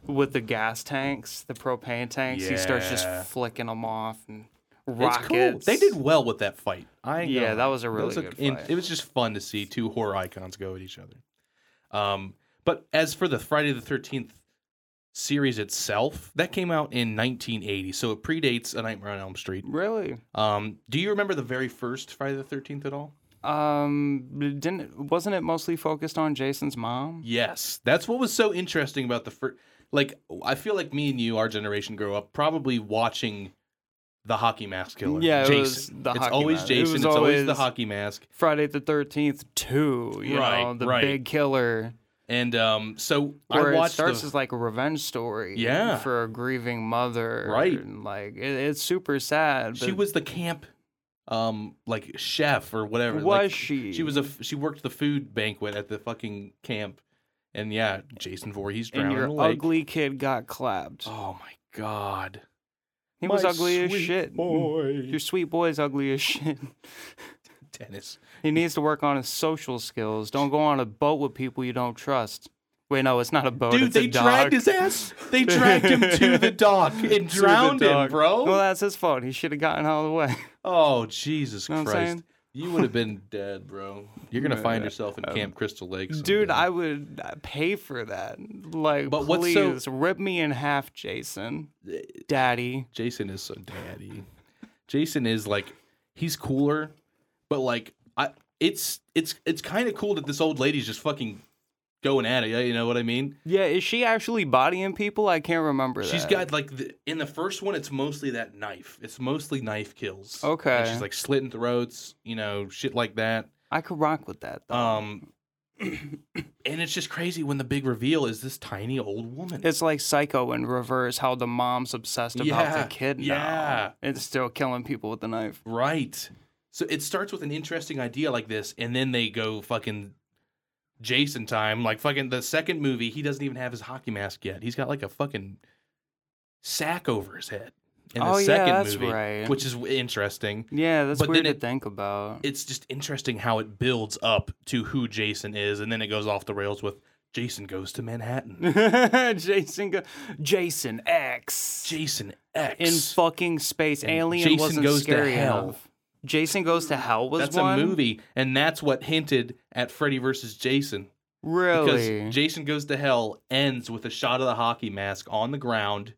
Speaker 2: with the gas tanks, the propane tanks. He starts just
Speaker 1: Yeah.
Speaker 2: flicking them off and
Speaker 1: it's
Speaker 2: rockets.
Speaker 1: cool. They did well with that fight. I ain't
Speaker 2: Yeah,
Speaker 1: gonna
Speaker 2: that
Speaker 1: lie.
Speaker 2: was a really good
Speaker 1: and
Speaker 2: fight.
Speaker 1: It was just fun to see two horror icons go at each other. Um, but as for the Friday the Thirteenth series itself, that came out in 1980, so it predates A Nightmare on Elm Street.
Speaker 2: Really?
Speaker 1: Um, do you remember the very first Friday the Thirteenth at all?
Speaker 2: Um, didn't wasn't it mostly focused on Jason's mom?
Speaker 1: Yes, that's what was so interesting about the first. Like, I feel like me and you, our generation, grew up probably watching the Hockey Mask Killer.
Speaker 2: Yeah, it
Speaker 1: Jason.
Speaker 2: was the
Speaker 1: it's
Speaker 2: Hockey
Speaker 1: always
Speaker 2: Mask. It
Speaker 1: Jason.
Speaker 2: was
Speaker 1: it's always, the
Speaker 2: always-
Speaker 1: Hockey Mask.
Speaker 2: Friday the Thirteenth Two. You
Speaker 1: Right,
Speaker 2: know, the
Speaker 1: right.
Speaker 2: big killer.
Speaker 1: And um, so
Speaker 2: Where
Speaker 1: I
Speaker 2: it
Speaker 1: watched the-
Speaker 2: starts as like a revenge story,
Speaker 1: Yeah.
Speaker 2: for a grieving mother,
Speaker 1: Right.
Speaker 2: And like it, it's super sad.
Speaker 1: she
Speaker 2: but-
Speaker 1: was the camp um like chef or whatever
Speaker 2: Was
Speaker 1: like,
Speaker 2: she?
Speaker 1: she was a she worked the food banquet at the fucking camp and yeah jason Voorhees drowned
Speaker 2: and your
Speaker 1: in the lake.
Speaker 2: ugly kid got clapped.
Speaker 1: oh my god
Speaker 2: he was
Speaker 1: My
Speaker 2: ugly as
Speaker 1: sweet
Speaker 2: shit. Mm-hmm.
Speaker 1: boy
Speaker 2: Your sweet boy's ugly as shit. (laughs)
Speaker 1: dennis
Speaker 2: he needs to work on his social skills. Don't go on a boat with people you don't trust. Wait, no, it's not a boat.
Speaker 1: dude
Speaker 2: Oh, it's
Speaker 1: they
Speaker 2: a dock.
Speaker 1: dragged his ass they dragged him to
Speaker 2: (laughs)
Speaker 1: the dock and
Speaker 2: To the
Speaker 1: drowned him
Speaker 2: dock.
Speaker 1: bro
Speaker 2: Well, that's his fault. He should have gotten out of the way. (laughs)
Speaker 1: oh jesus
Speaker 2: Know what I'm
Speaker 1: christ
Speaker 2: saying?
Speaker 1: you would have been dead bro you're
Speaker 2: (laughs)
Speaker 1: gonna find yourself in camp crystal lake
Speaker 2: Dude,
Speaker 1: someday.
Speaker 2: I would pay for that. Like,
Speaker 1: But what's
Speaker 2: please
Speaker 1: so-
Speaker 2: rip me in half, Jason. Daddy.
Speaker 1: Jason is so daddy. Jason is like he's cooler, but like I it's it's it's kind of cool that this old lady's just fucking going at it. yeah, You know what I mean?
Speaker 2: Yeah, is she actually bodying people? I can't remember.
Speaker 1: She's
Speaker 2: that.
Speaker 1: got like the, in the first one, it's mostly that knife. It's mostly knife kills.
Speaker 2: Okay.
Speaker 1: and she's like slitting throats, you know, shit like that.
Speaker 2: I could rock with that though.
Speaker 1: Um, (clears throat) and it's just crazy when the big reveal is this tiny old woman.
Speaker 2: It's like Psycho in reverse, how the mom's obsessed about
Speaker 1: Yeah,
Speaker 2: the kid now.
Speaker 1: yeah.
Speaker 2: It's still killing people with the knife.
Speaker 1: Right. So it starts with an interesting idea like this, and then they go fucking Jason time. Like fucking the second movie, he doesn't even have his hockey mask yet. He's got like a fucking sack over his head in the
Speaker 2: Oh, yeah,
Speaker 1: second
Speaker 2: that's
Speaker 1: movie,
Speaker 2: right.
Speaker 1: which is w- interesting.
Speaker 2: Yeah, that's
Speaker 1: But
Speaker 2: weird
Speaker 1: then
Speaker 2: to think about.
Speaker 1: It's just interesting how it builds up to who Jason is, and then it goes off the rails with Jason goes to
Speaker 2: (laughs)
Speaker 1: Manhattan,
Speaker 2: Jason go- Jason X.
Speaker 1: Jason X.
Speaker 2: in fucking space.
Speaker 1: And
Speaker 2: Alien
Speaker 1: Jason
Speaker 2: wasn't
Speaker 1: Goes to
Speaker 2: scary
Speaker 1: Hell.
Speaker 2: enough. Jason Goes to Hell was
Speaker 1: that's
Speaker 2: one?
Speaker 1: a movie, and that's what hinted at Freddy versus Jason.
Speaker 2: Really?
Speaker 1: Because Jason Goes to Hell ends with a shot of the hockey mask on the ground,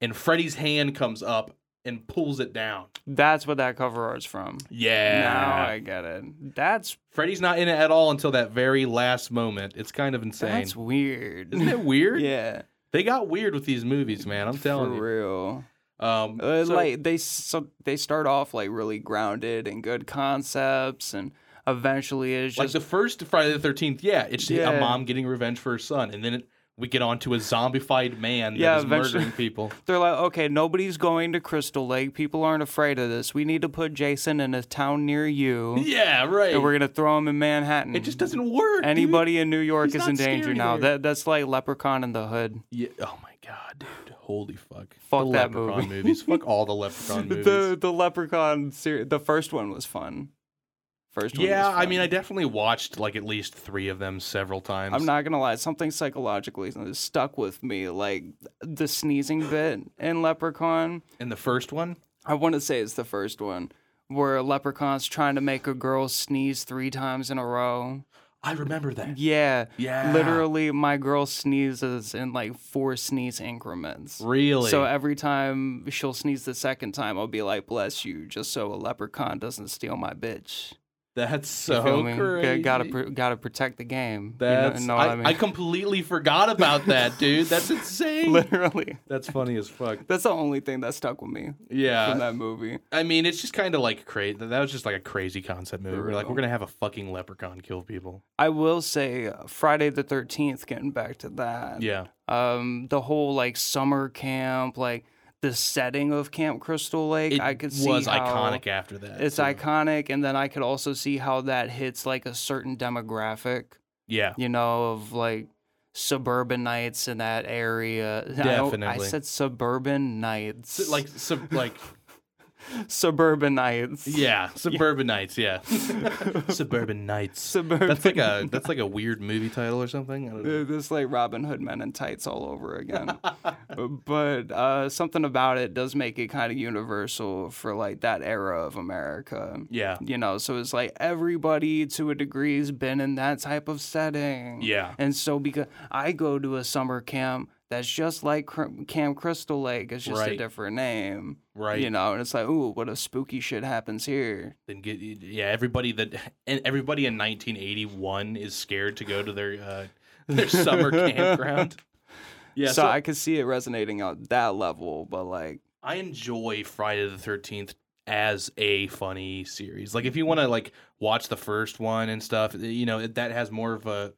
Speaker 1: and Freddy's hand comes up and pulls it down.
Speaker 2: that's what that cover art's from. Now I get it. That's
Speaker 1: Freddy's not in it at all until that very last moment. It's kind of insane.
Speaker 2: that's weird.
Speaker 1: Isn't it weird?
Speaker 2: yeah,
Speaker 1: They got weird with these movies, man. I'm
Speaker 2: for
Speaker 1: telling you.
Speaker 2: real.
Speaker 1: Um,
Speaker 2: Uh,
Speaker 1: so-
Speaker 2: like they so, they start off like really grounded and good concepts and eventually it's
Speaker 1: Like
Speaker 2: just
Speaker 1: the first Friday the Thirteenth, yeah, it's
Speaker 2: Yeah.
Speaker 1: a mom getting revenge for her son, and then it, we get on to a zombified man
Speaker 2: Yeah,
Speaker 1: that is
Speaker 2: eventually-
Speaker 1: murdering
Speaker 2: (laughs)
Speaker 1: people.
Speaker 2: they're like, okay, nobody's going to Crystal Lake. People aren't afraid of this. We need to put Jason in a town near you,
Speaker 1: (laughs) Yeah, right.
Speaker 2: and we're gonna throw him in Manhattan.
Speaker 1: it just doesn't work. dude.
Speaker 2: Anybody in New York
Speaker 1: He's
Speaker 2: is
Speaker 1: not
Speaker 2: in danger
Speaker 1: scary
Speaker 2: now.
Speaker 1: there.
Speaker 2: That that's like Leprechaun in the Hood.
Speaker 1: Yeah. Oh my god, dude. Holy fuck.
Speaker 2: Fuck
Speaker 1: the
Speaker 2: that
Speaker 1: Leprechaun
Speaker 2: movie.
Speaker 1: movies. Fuck all (laughs) the Leprechaun movies.
Speaker 2: The the Leprechaun series. The first one was fun. First one.
Speaker 1: yeah,
Speaker 2: was
Speaker 1: I mean, I
Speaker 2: fun.
Speaker 1: definitely watched like at least three of them several times.
Speaker 2: I'm not gonna lie. Something psychologically stuck with me, like
Speaker 1: (sighs)
Speaker 2: the sneezing bit in Leprechaun.
Speaker 1: In the first one,
Speaker 2: I want to say it's the first one where a leprechaun's trying to make a girl sneeze three times in a row.
Speaker 1: I remember that.
Speaker 2: Yeah.
Speaker 1: Yeah.
Speaker 2: Literally, my girl sneezes in like four sneeze increments.
Speaker 1: Really?
Speaker 2: So every time she'll sneeze the second time, I'll be like, bless you, just so a leprechaun doesn't steal my bitch.
Speaker 1: that's
Speaker 2: You
Speaker 1: so
Speaker 2: feel me?
Speaker 1: crazy.
Speaker 2: G- Gotta, pr- gotta protect the game. You know-
Speaker 1: That's
Speaker 2: know what
Speaker 1: I, I,
Speaker 2: (laughs)
Speaker 1: completely forgot about that, dude. (laughs) That's insane.
Speaker 2: Literally.
Speaker 1: that's funny as fuck.
Speaker 2: That's the only thing that stuck with me from
Speaker 1: Yeah,
Speaker 2: that movie.
Speaker 1: I mean, it's just kind of like crazy. That was just like a crazy concept movie. We're like,
Speaker 2: real.
Speaker 1: we're gonna have a fucking leprechaun kill people.
Speaker 2: I will say uh, Friday the 13th, getting back to that.
Speaker 1: Yeah,
Speaker 2: um the whole like summer camp like the setting of camp crystal lake
Speaker 1: it
Speaker 2: i could see
Speaker 1: was
Speaker 2: how
Speaker 1: iconic after that.
Speaker 2: it's
Speaker 1: too.
Speaker 2: iconic and then i could also see how that hits like a certain demographic
Speaker 1: Yeah,
Speaker 2: you know of like suburbanites in that area I don't- I,
Speaker 1: Definitely.
Speaker 2: said suburban nights
Speaker 1: S-
Speaker 2: (laughs)
Speaker 1: like sub, like
Speaker 2: suburbanites (laughs)
Speaker 1: yeah, suburbanites. Yeah, suburbanites.
Speaker 2: suburban
Speaker 1: That's like a that's like a weird movie title or something. I don't know.
Speaker 2: Dude, This like Robin Hood men in tights all
Speaker 1: (laughs)
Speaker 2: over again. but uh, something about it does make it kind of universal for like that era of America.
Speaker 1: Yeah,
Speaker 2: You know, so it's like everybody to a degree has been in that type of setting.
Speaker 1: yeah.
Speaker 2: And so because I go to a summer camp that's just like Cr- Camp Crystal Lake, it's just a
Speaker 1: Right.
Speaker 2: different name.
Speaker 1: Right.
Speaker 2: You know, and it's like, ooh, what if spooky shit happens here?
Speaker 1: Then get yeah. Everybody that and everybody in 1981 is scared to go to their uh,
Speaker 2: (laughs)
Speaker 1: their summer campground. Yeah,
Speaker 2: so, I could see it resonating on that level, but like,
Speaker 1: I enjoy Friday the Thirteenth as a funny series. Like if you want to like watch the first one and stuff, you know that has more of a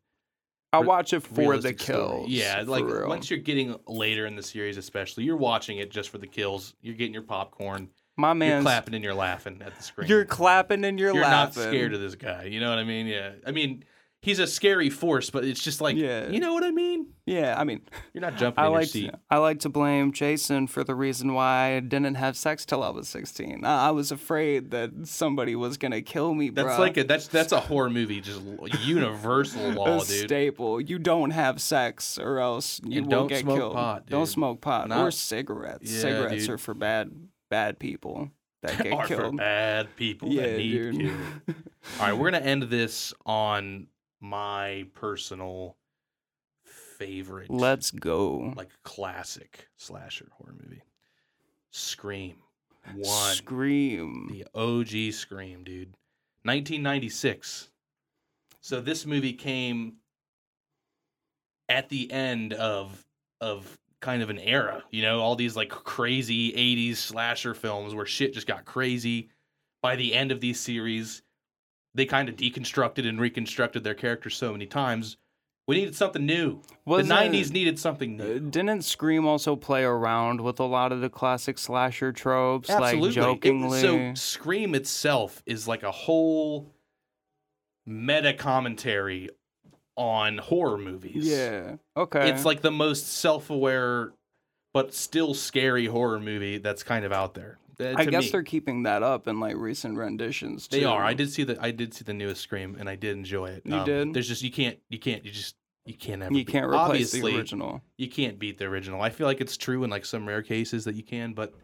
Speaker 2: I
Speaker 1: Re-
Speaker 2: watch it for the
Speaker 1: realistic story.
Speaker 2: kills.
Speaker 1: Yeah, like
Speaker 2: for real.
Speaker 1: once you're getting later in the series, especially, you're watching it just for the kills. You're getting your popcorn,
Speaker 2: my
Speaker 1: you're
Speaker 2: man's
Speaker 1: clapping, and you're laughing at the screen.
Speaker 2: You're clapping and you're,
Speaker 1: You're
Speaker 2: laughing.
Speaker 1: not scared of this guy. You know what I mean? Yeah. I mean, he's a scary force, but it's just like,
Speaker 2: Yeah.
Speaker 1: you know what I mean?
Speaker 2: Yeah, I mean,
Speaker 1: You're not jumping
Speaker 2: I
Speaker 1: in
Speaker 2: like
Speaker 1: your seat.
Speaker 2: to, I like to blame Jason for the reason why I didn't have sex till I was 16. I, I was afraid that somebody was gonna kill me.
Speaker 1: That's
Speaker 2: bruh.
Speaker 1: like a that's that's a horror movie, just l- universal law,
Speaker 2: (laughs) a
Speaker 1: dude.
Speaker 2: staple. You don't have sex or else you
Speaker 1: And
Speaker 2: will
Speaker 1: don't
Speaker 2: get
Speaker 1: smoke
Speaker 2: killed.
Speaker 1: pot,
Speaker 2: Don't
Speaker 1: dude.
Speaker 2: smoke pot or
Speaker 1: Not-
Speaker 2: cigarettes.
Speaker 1: Yeah,
Speaker 2: cigarettes
Speaker 1: dude.
Speaker 2: are for bad bad people
Speaker 1: (laughs)
Speaker 2: that get
Speaker 1: Are for
Speaker 2: killed.
Speaker 1: bad people
Speaker 2: yeah,
Speaker 1: that need
Speaker 2: dude.
Speaker 1: killed.
Speaker 2: (laughs)
Speaker 1: All right, we're gonna end this on my personal favorite,
Speaker 2: Let's go.
Speaker 1: like classic slasher horror movie, Scream One,
Speaker 2: Scream.
Speaker 1: the OG Scream, dude, 1996. So this movie came at the end of of kind of an era, you know, all these like crazy 80s slasher films where shit just got crazy. By the end of these series, they kind of deconstructed and reconstructed their characters so many times. We needed something new.
Speaker 2: Wasn't-
Speaker 1: the 90s needed something
Speaker 2: Uh,
Speaker 1: new.
Speaker 2: Didn't Scream also play around with a lot of the classic slasher tropes, like
Speaker 1: It-
Speaker 2: jokingly?
Speaker 1: so Scream itself is like a whole meta commentary on horror movies.
Speaker 2: yeah. Okay.
Speaker 1: It's like the most self-aware but still scary horror movie that's kind of out there. Uh,
Speaker 2: I
Speaker 1: to
Speaker 2: guess
Speaker 1: me.
Speaker 2: they're keeping that up in like recent renditions. Too.
Speaker 1: They are. I did see the I did see the newest Scream and I did enjoy it. Um,
Speaker 2: You did?
Speaker 1: There's just you can't you can't you just you can't ever
Speaker 2: You
Speaker 1: beat-
Speaker 2: can't replace
Speaker 1: obviously,
Speaker 2: the original.
Speaker 1: You can't beat the original. I feel like it's true in like some rare cases that you can, but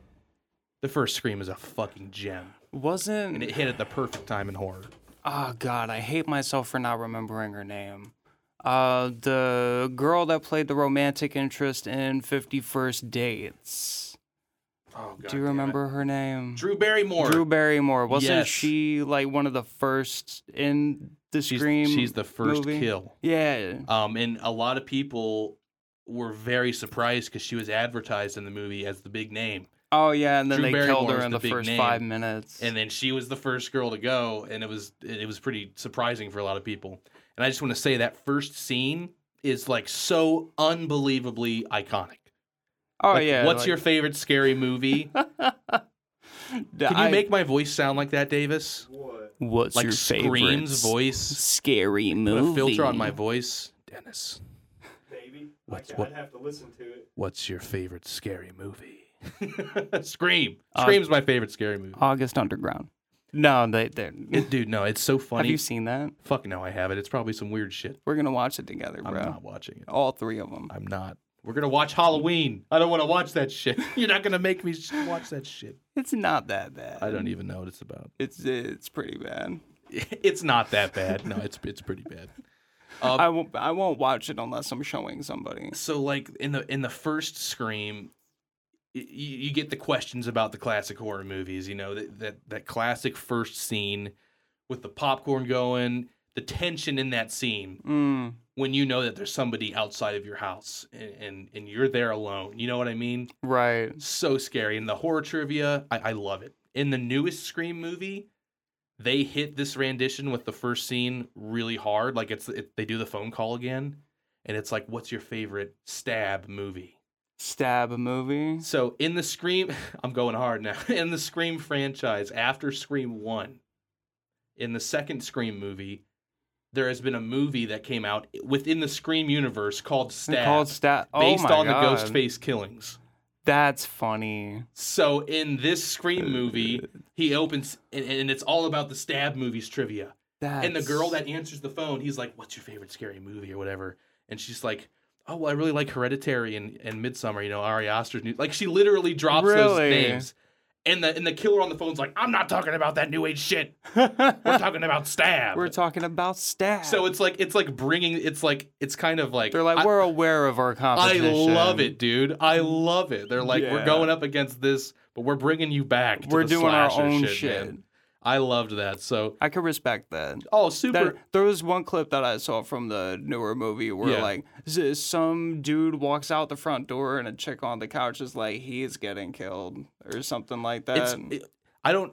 Speaker 1: the first Scream is a fucking gem. And
Speaker 2: Wasn't?
Speaker 1: it hit at the perfect time in horror.
Speaker 2: oh God, I hate myself for not remembering her name. Uh, the girl that played the romantic interest in Fifty First Dates.
Speaker 1: Oh, God
Speaker 2: Do
Speaker 1: damn
Speaker 2: you
Speaker 1: it.
Speaker 2: remember her name?
Speaker 1: Drew Barrymore?
Speaker 2: Drew Barrymore. Wasn't
Speaker 1: Yes.
Speaker 2: she like one of the first in the
Speaker 1: she's,
Speaker 2: Scream?
Speaker 1: she's the first
Speaker 2: movie?
Speaker 1: kill.
Speaker 2: Yeah.
Speaker 1: Um, and a lot of people were very surprised because she was advertised in the movie as the big name.
Speaker 2: Oh yeah, and then
Speaker 1: Drew
Speaker 2: they killed
Speaker 1: Barrymore
Speaker 2: her
Speaker 1: is
Speaker 2: in
Speaker 1: the
Speaker 2: the,
Speaker 1: big
Speaker 2: first
Speaker 1: name,
Speaker 2: five minutes.
Speaker 1: and then she was the first girl to go and it was it it was pretty surprising for a lot of people and i just want to say that first scene is like so unbelievably iconic
Speaker 2: oh
Speaker 1: Like,
Speaker 2: yeah,
Speaker 1: what's
Speaker 2: like-
Speaker 1: your favorite scary
Speaker 2: (laughs)
Speaker 1: movie can you
Speaker 2: I-
Speaker 1: make my voice sound like that davis
Speaker 3: What?
Speaker 2: what's
Speaker 1: like
Speaker 2: your favorite
Speaker 1: screams voice
Speaker 2: scary
Speaker 1: put
Speaker 2: movie?
Speaker 1: a filter on my voice dennis
Speaker 3: Maybe.
Speaker 1: What's
Speaker 3: I, ca-
Speaker 1: what-
Speaker 3: I'd have to listen to it.
Speaker 1: what's your favorite scary movie (laughs) scream
Speaker 2: Uh,
Speaker 1: scream's my favorite scary movie
Speaker 2: August Underground. No, they they.
Speaker 1: It- dude no it's so
Speaker 2: Have
Speaker 1: funny
Speaker 2: you seen that?
Speaker 1: fuck no i have it it's probably some weird shit
Speaker 2: We're gonna watch it together,
Speaker 1: i'm
Speaker 2: bro.
Speaker 1: not watching it
Speaker 2: All three of them.
Speaker 1: I'm not. We're gonna watch Halloween. I don't want to watch that shit. (laughs) You're not gonna make me sh- watch that shit.
Speaker 2: It's not that bad.
Speaker 1: I don't even know what it's (laughs) about.
Speaker 2: It's it's pretty bad.
Speaker 1: It's not that bad. No, it's it's pretty bad.
Speaker 2: I won't I won't watch it unless I'm showing somebody.
Speaker 1: So like in the in the first Scream, y- y- you get the questions about the classic horror movies. You know that that that classic first scene with the popcorn going, the tension in that scene
Speaker 2: Mm,
Speaker 1: when you know that there's somebody outside of your house and and, and you're there alone. You know what I mean?
Speaker 2: right.
Speaker 1: so scary. And the horror trivia, I, I love it. In the newest Scream movie, they hit this rendition with the first scene really hard. Like it's it, they do the phone call again, and it's like, "What's your favorite stab movie?"
Speaker 2: Stab a movie.
Speaker 1: So in the Scream, (laughs) I'm going hard now. (laughs) In the Scream franchise, after Scream One, in the second Scream movie, there has been a movie that came out within the Scream universe called Stab,
Speaker 2: Called stab. Oh
Speaker 1: based
Speaker 2: my
Speaker 1: on the
Speaker 2: God.
Speaker 1: Ghostface killings.
Speaker 2: That's funny.
Speaker 1: So in this Scream movie, he opens and, and it's all about the stab movies trivia.
Speaker 2: That's...
Speaker 1: And the girl
Speaker 2: (laughs)
Speaker 1: that answers the phone, he's like, "What's your favorite scary movie or whatever?" And she's like, "Oh, well, I really like Hereditary and, and Midsummer. You know, Ari Aster's new." Like she literally drops those
Speaker 2: Really?
Speaker 1: names. And the and the killer on the phone's like, "I'm not talking about that new age shit.
Speaker 2: (laughs)
Speaker 1: We're talking about stab."
Speaker 2: We're talking about stab.
Speaker 1: so it's like it's like bringing it's like it's kind of like
Speaker 2: they're like
Speaker 1: I-
Speaker 2: we're aware of our
Speaker 1: I
Speaker 2: competition.
Speaker 1: love it, dude. I love it. They're like,
Speaker 2: Yeah.
Speaker 1: we're going up against this, but we're bringing you back. To
Speaker 2: We're
Speaker 1: the
Speaker 2: doing our
Speaker 1: slasher
Speaker 2: own shit.
Speaker 1: man. I loved that. So,
Speaker 2: I can respect that.
Speaker 1: oh, super.
Speaker 2: That, there was one clip that I saw from the newer movie where
Speaker 1: Yeah.
Speaker 2: like s- some dude walks out the front door and a chick on the couch is like he's getting killed or something like that. um,
Speaker 1: it's. it- I don't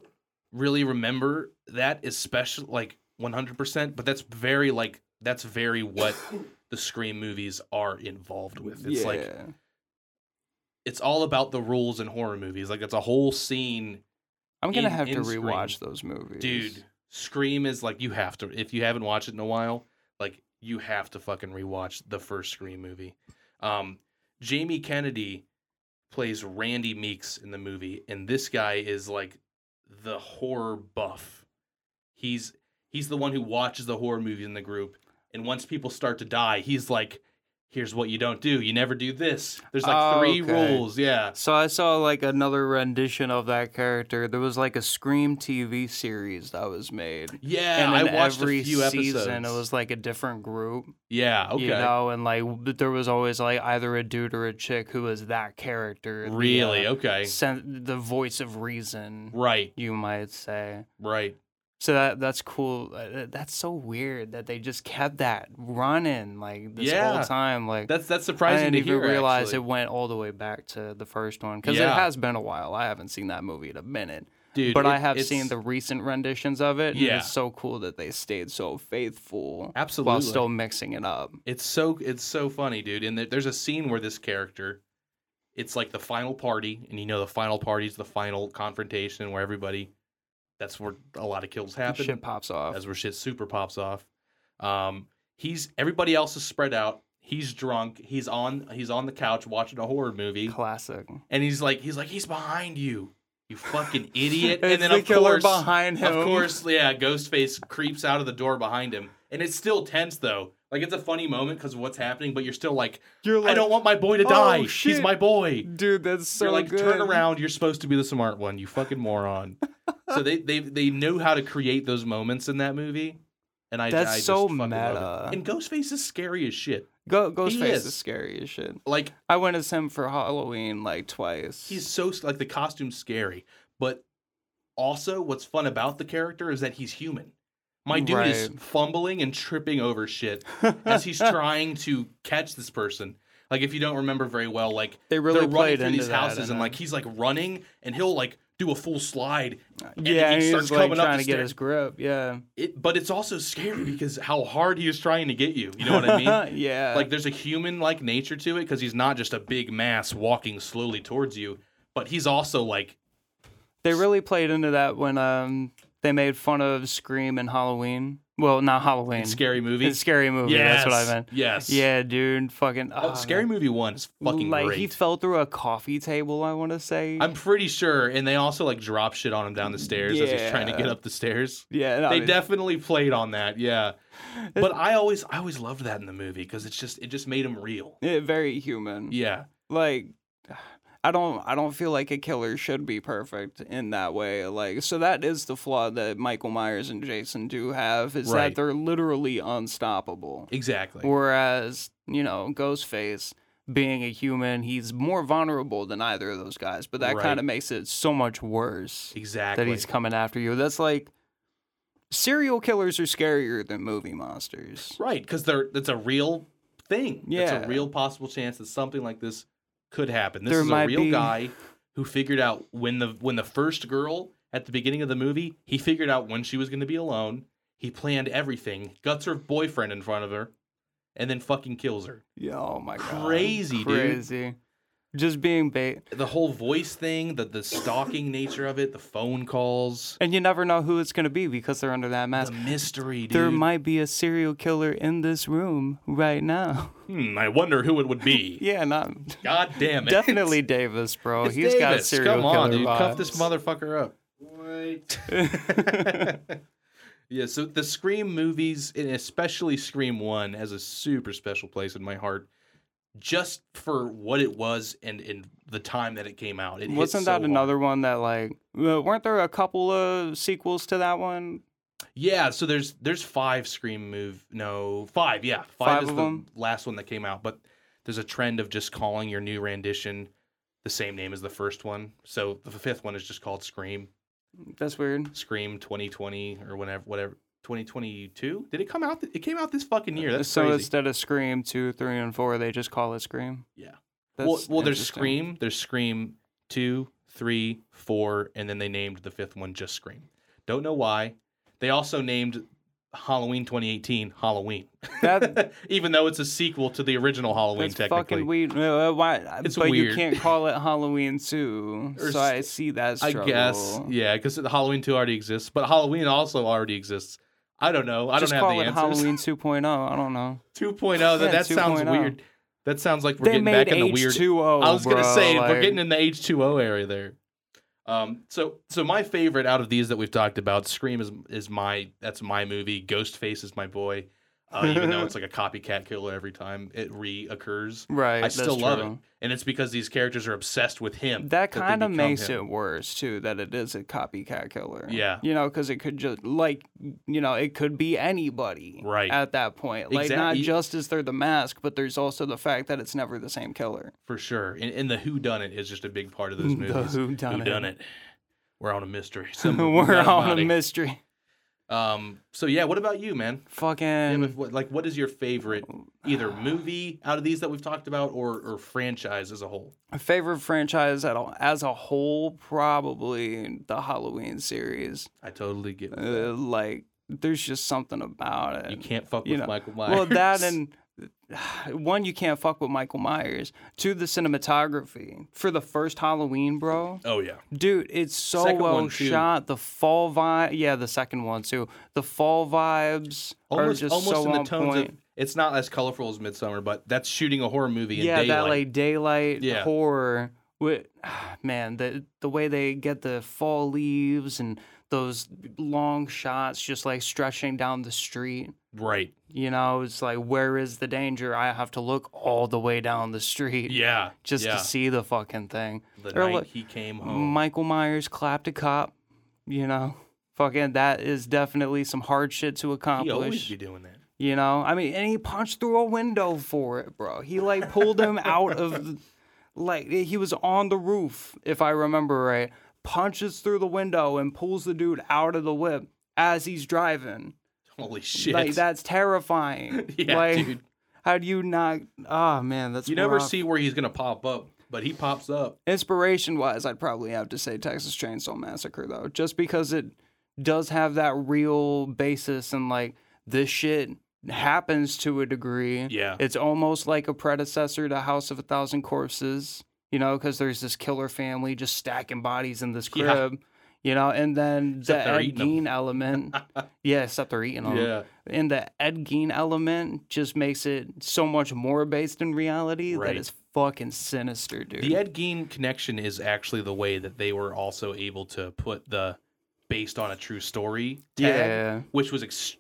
Speaker 1: really remember that as special, like 100%, but that's very like that's very
Speaker 2: (coughs)
Speaker 1: what the Scream movies are involved with. It's like
Speaker 2: Yeah.
Speaker 1: it's all about the rules in horror movies. Like it's a whole scene
Speaker 2: I'm gonna
Speaker 1: in-
Speaker 2: have to
Speaker 1: in Scream.
Speaker 2: rewatch those movies,
Speaker 1: dude scream is like you have to if you haven't watched it in a while like you have to fucking rewatch the first scream movie um jamie kennedy plays randy meeks in the movie and this guy is like the horror buff he's he's the one who watches the horror movies in the group and once people start to die he's like here's what you don't do you never do this there's like
Speaker 2: Oh,
Speaker 1: three
Speaker 2: okay.
Speaker 1: rules yeah
Speaker 2: So I saw like another rendition of that character. There was like a Scream TV series that was made.
Speaker 1: yeah i
Speaker 2: and then
Speaker 1: watched
Speaker 2: every
Speaker 1: a few
Speaker 2: season
Speaker 1: episodes
Speaker 2: it was like a different group.
Speaker 1: yeah okay
Speaker 2: you know, and like w- there was always like either a dude or a chick who was that character. the,
Speaker 1: really
Speaker 2: uh,
Speaker 1: okay
Speaker 2: sen- the voice of reason,
Speaker 1: Right,
Speaker 2: you might say.
Speaker 1: right.
Speaker 2: So that that's cool. Uh, th- That's so weird that they just kept that running like this
Speaker 1: Yeah.
Speaker 2: whole time. Like
Speaker 1: That's that's
Speaker 2: I
Speaker 1: surprising
Speaker 2: didn't
Speaker 1: to
Speaker 2: even
Speaker 1: hear.
Speaker 2: realize
Speaker 1: actually.
Speaker 2: it went all the way back to the first one because
Speaker 1: Yeah.
Speaker 2: it has been a while. I haven't seen that movie in a minute,
Speaker 1: dude.
Speaker 2: but I
Speaker 1: it-
Speaker 2: have
Speaker 1: it's-
Speaker 2: seen the recent renditions of it. and
Speaker 1: Yeah.
Speaker 2: it's so cool that they stayed so faithful
Speaker 1: absolutely.
Speaker 2: while still mixing it up.
Speaker 1: It's so it's so funny, dude. And there- there's a scene where this character, it's like the final party, and you know the final party's the final confrontation where everybody, that's where a lot of kills happen.
Speaker 2: Shit pops off.
Speaker 1: That's where shit super pops off. Um, he's everybody else is spread out. He's drunk. He's on he's on the couch watching a horror movie,
Speaker 2: Classic.
Speaker 1: and he's like he's like he's behind you, you
Speaker 2: (laughs)
Speaker 1: fucking idiot.
Speaker 2: It's
Speaker 1: and then
Speaker 2: the
Speaker 1: of
Speaker 2: killer
Speaker 1: course
Speaker 2: behind him.
Speaker 1: Of course, yeah, Ghostface creeps out of the door behind him. And it's still tense though. Like it's a funny moment because of what's happening, but you're still like,
Speaker 2: You're
Speaker 1: I don't want my boy to
Speaker 2: "Oh,
Speaker 1: die. He's
Speaker 2: shit."
Speaker 1: my boy.
Speaker 2: dude. That's so
Speaker 1: you're like,
Speaker 2: good.
Speaker 1: turn around, you're supposed to be the smart one, you fucking
Speaker 2: (laughs)
Speaker 1: moron. so they they they know how to create those moments in that movie. And I
Speaker 2: That's
Speaker 1: I just
Speaker 2: so
Speaker 1: fucking love it.
Speaker 2: meta.
Speaker 1: And Ghostface is scary as shit.
Speaker 2: Go, Ghostface
Speaker 1: is.
Speaker 2: is. scary as shit.
Speaker 1: Like
Speaker 2: I went as him for Halloween like twice.
Speaker 1: he's so like the costume's scary, but also what's fun about the character is that he's human. My dude is
Speaker 2: Right. (laughs)
Speaker 1: fumbling and tripping over shit as he's trying to catch this person. Like if you don't remember very well, like
Speaker 2: They really
Speaker 1: they're running
Speaker 2: played
Speaker 1: through
Speaker 2: into
Speaker 1: these
Speaker 2: that,
Speaker 1: houses
Speaker 2: and
Speaker 1: and
Speaker 2: I-
Speaker 1: like he's like running and he'll like do a full slide. And
Speaker 2: yeah,
Speaker 1: he
Speaker 2: he's
Speaker 1: starts
Speaker 2: like
Speaker 1: coming up
Speaker 2: trying
Speaker 1: the
Speaker 2: to get
Speaker 1: stairs.
Speaker 2: his grip. Yeah,
Speaker 1: It, but it's also scary because how hard he is trying to get you. You know what
Speaker 2: (laughs)
Speaker 1: I mean?
Speaker 2: yeah,
Speaker 1: like there's a human like nature to it because he's not just a big mass walking slowly towards you, but he's also like
Speaker 2: they really played into that when um they made fun of Scream and Halloween. Well, not Halloween.
Speaker 1: scary movie.
Speaker 2: It's scary movie.
Speaker 1: Yes,
Speaker 2: That's what I meant.
Speaker 1: Yes.
Speaker 2: Yeah, dude, fucking
Speaker 1: Oh,
Speaker 2: ah,
Speaker 1: scary movie one is fucking
Speaker 2: Like
Speaker 1: great.
Speaker 2: he fell through a coffee table. I want to say.
Speaker 1: I'm pretty sure, and they also like drop shit on him down the stairs as he's trying to get
Speaker 2: Yeah.
Speaker 1: up the stairs.
Speaker 2: yeah, no,
Speaker 1: They
Speaker 2: I-
Speaker 1: definitely played on that,
Speaker 2: (laughs)
Speaker 1: yeah. But I always, I always loved that in the movie because it's just, it just made him real.
Speaker 2: yeah, very human.
Speaker 1: Yeah,
Speaker 2: like (sighs) I don't I don't feel like a killer should be perfect in that way. Like so that is the flaw that Michael Myers and Jason do have is
Speaker 1: Right.
Speaker 2: that they're literally unstoppable.
Speaker 1: exactly.
Speaker 2: Whereas, you know, Ghostface being a human, he's more vulnerable than either of those guys, but that
Speaker 1: Right.
Speaker 2: kind of makes it so much worse
Speaker 1: exactly.
Speaker 2: that he's coming after you. That's like serial killers are scarier than movie monsters.
Speaker 1: right because they're that's a real thing. it's
Speaker 2: Yeah.
Speaker 1: a real possible chance that something like this could happen. This
Speaker 2: There
Speaker 1: is a
Speaker 2: might
Speaker 1: real
Speaker 2: be-
Speaker 1: guy who figured out when the when the first girl at the beginning of the movie, he figured out when she was going to be alone. He planned everything, guts her boyfriend in front of her, and then fucking kills her.
Speaker 2: Yeah, oh my god.
Speaker 1: Crazy, dude.
Speaker 2: Crazy. Just being bait.
Speaker 1: the whole voice thing, the the stalking (laughs) nature of it, the phone calls,
Speaker 2: And you never know who it's going to be because they're under that
Speaker 1: the
Speaker 2: mask.
Speaker 1: mystery, dude.
Speaker 2: There might be a serial killer in this room
Speaker 1: (laughs)
Speaker 2: right now.
Speaker 1: Hmm, I wonder who it would be.
Speaker 2: (laughs) yeah, not
Speaker 1: God damn it!
Speaker 2: (laughs) definitely Davis, bro.
Speaker 1: It's
Speaker 2: He's got
Speaker 1: Davis. Come
Speaker 2: serial killer
Speaker 1: on, dude, cuff this
Speaker 2: (laughs) vibes.
Speaker 1: motherfucker up.
Speaker 3: What?
Speaker 1: (laughs) yeah, so the Scream movies, and especially Scream 1, has a super special place in my heart just for what it was and, and the time that it came out. It hit
Speaker 2: Wasn't
Speaker 1: so
Speaker 2: that
Speaker 1: hard.
Speaker 2: another one that like uh, weren't there a couple of sequels to that one?
Speaker 1: Yeah, so there's there's five Scream move no five yeah five,
Speaker 2: Five
Speaker 1: is
Speaker 2: of
Speaker 1: the
Speaker 2: them?
Speaker 1: last one that came out, but there's a trend of just calling your new rendition the same name as the first one. So the fifth one is just called Scream,
Speaker 2: That's weird.
Speaker 1: Scream 2020 or whenever whatever 2022. Did it come out? th- It came out this fucking year. That's
Speaker 2: Uh, so
Speaker 1: crazy.
Speaker 2: instead of Scream two, three, and four, they just call it Scream.
Speaker 1: Yeah. well,
Speaker 2: That's
Speaker 1: well, there's
Speaker 2: interesting.
Speaker 1: Scream, there's Scream two, three, four, and then they named the fifth one just Scream. Don't know why. They also named Halloween 2018 Halloween.
Speaker 2: That
Speaker 1: (laughs) even though it's a sequel to the original Halloween,
Speaker 2: that's
Speaker 1: technically.
Speaker 2: fucking weird. Uh, why?
Speaker 1: It's
Speaker 2: but
Speaker 1: weird.
Speaker 2: you can't
Speaker 1: (laughs)
Speaker 2: call it Halloween two.
Speaker 1: Or
Speaker 2: so
Speaker 1: s-
Speaker 2: I see that.
Speaker 1: I
Speaker 2: Struggle.
Speaker 1: guess, yeah, because Halloween two already exists, but Halloween also already exists. I don't know. I
Speaker 2: just
Speaker 1: don't have
Speaker 2: call
Speaker 1: the
Speaker 2: it
Speaker 1: answers. (laughs)
Speaker 2: Halloween 2.0. I don't know.
Speaker 1: 2.0.
Speaker 2: Yeah, oh.
Speaker 1: That, that sounds
Speaker 2: 2.0.
Speaker 1: weird. That sounds like we're getting back in the weird.
Speaker 2: H2O.
Speaker 1: I was gonna
Speaker 2: Oh, bro,
Speaker 1: say
Speaker 2: like,
Speaker 1: we're getting in the H two O area there. Um, so so my favorite out of these that we've talked about, Scream is is my that's my movie. Ghostface is my boy, uh, even though it's like a copycat killer every time it reoccurs.
Speaker 2: right.
Speaker 1: I
Speaker 2: that's
Speaker 1: still love it,
Speaker 2: true.
Speaker 1: and it's because these characters are obsessed with him.
Speaker 2: That
Speaker 1: they
Speaker 2: kind of
Speaker 1: become
Speaker 2: makes
Speaker 1: him.
Speaker 2: it worse too. That it is a copycat killer.
Speaker 1: Yeah.
Speaker 2: You know, because it could just like you know it could be anybody.
Speaker 1: Right.
Speaker 2: At that point, like
Speaker 1: Exact-
Speaker 2: not
Speaker 1: you-
Speaker 2: just is there the mask, but there's also the fact that it's never the same killer.
Speaker 1: for sure. And, and the who done it is just a big part of those
Speaker 2: Mm, The
Speaker 1: movies.
Speaker 2: whodunit.
Speaker 1: Whodunit. We're on a mystery. Some,
Speaker 2: (laughs) we're on a
Speaker 1: mystery.
Speaker 2: mystery.
Speaker 1: Um. So yeah, what about you, man? Yeah,
Speaker 2: Fucking.
Speaker 1: but what- like, what is your favorite either movie out of these that we've talked about, or or franchise as a whole?
Speaker 2: favorite franchise at all, as a whole, probably the Halloween series.
Speaker 1: I totally get that.
Speaker 2: Uh, like, there's just something about it.
Speaker 1: you can't fuck
Speaker 2: you
Speaker 1: with
Speaker 2: know,
Speaker 1: Michael Myers.
Speaker 2: Well, that and (sighs) one, you can't fuck with Michael Myers. Two, the cinematography for the first Halloween, bro.
Speaker 1: (laughs) oh yeah,
Speaker 2: Dude, it's so
Speaker 1: Second
Speaker 2: well
Speaker 1: one, too.
Speaker 2: shot. The fall vibe, yeah, the second one too. The fall vibes
Speaker 1: almost
Speaker 2: are just
Speaker 1: almost
Speaker 2: so
Speaker 1: in the
Speaker 2: on
Speaker 1: tones
Speaker 2: point.
Speaker 1: of it's not as colorful as Midsummer, but that's shooting a horror movie in
Speaker 2: yeah,
Speaker 1: daylight.
Speaker 2: that like daylight
Speaker 1: Yeah.
Speaker 2: horror. With man, the the way they get the fall leaves and those long shots, just like stretching down the street.
Speaker 1: right?
Speaker 2: You know, it's like, where is the danger? I have to look all the way down the street
Speaker 1: Yeah,
Speaker 2: just
Speaker 1: yeah. Oh.
Speaker 2: to see the fucking thing.
Speaker 1: the
Speaker 2: or
Speaker 1: night
Speaker 2: look-
Speaker 1: he came home.
Speaker 2: Michael Myers clapped a cop, you know. Fucking, that is definitely some hard shit to
Speaker 1: he always
Speaker 2: accomplish.
Speaker 1: be doing that.
Speaker 2: You know, I mean, and he punched through a window for it, bro. He like pulled him out of, the- like, he was on the roof, if I remember right. Punches through the window and pulls the dude out of the whip as he's driving.
Speaker 1: Holy shit!
Speaker 2: Like, that's terrifying.
Speaker 1: (laughs) yeah,
Speaker 2: like,
Speaker 1: dude.
Speaker 2: How do you not? Oh man, that's
Speaker 1: You never
Speaker 2: rough.
Speaker 1: see where he's gonna pop up, but he pops up.
Speaker 2: Inspiration wise, I'd probably have to say Texas Chainsaw Massacre though, just because it does have that real basis and like this shit happens to a degree.
Speaker 1: Yeah.
Speaker 2: It's almost like a predecessor to House of a Thousand Corpses, you know, because there's this killer family just stacking bodies in this
Speaker 1: (laughs) Yeah.
Speaker 2: crib, you know, and then
Speaker 1: Except
Speaker 2: the
Speaker 1: they're
Speaker 2: Ed
Speaker 1: eating 'em. (laughs)
Speaker 2: Gein element. yeah, except they're eating them.
Speaker 1: yeah.
Speaker 2: And the Ed Gein element just makes it so much more based in reality
Speaker 1: Right.
Speaker 2: that it's fucking sinister, dude.
Speaker 1: The Ed Gein connection is actually the way that they were also able to put the based on a true story tag,
Speaker 2: Yeah.
Speaker 1: which was, ex-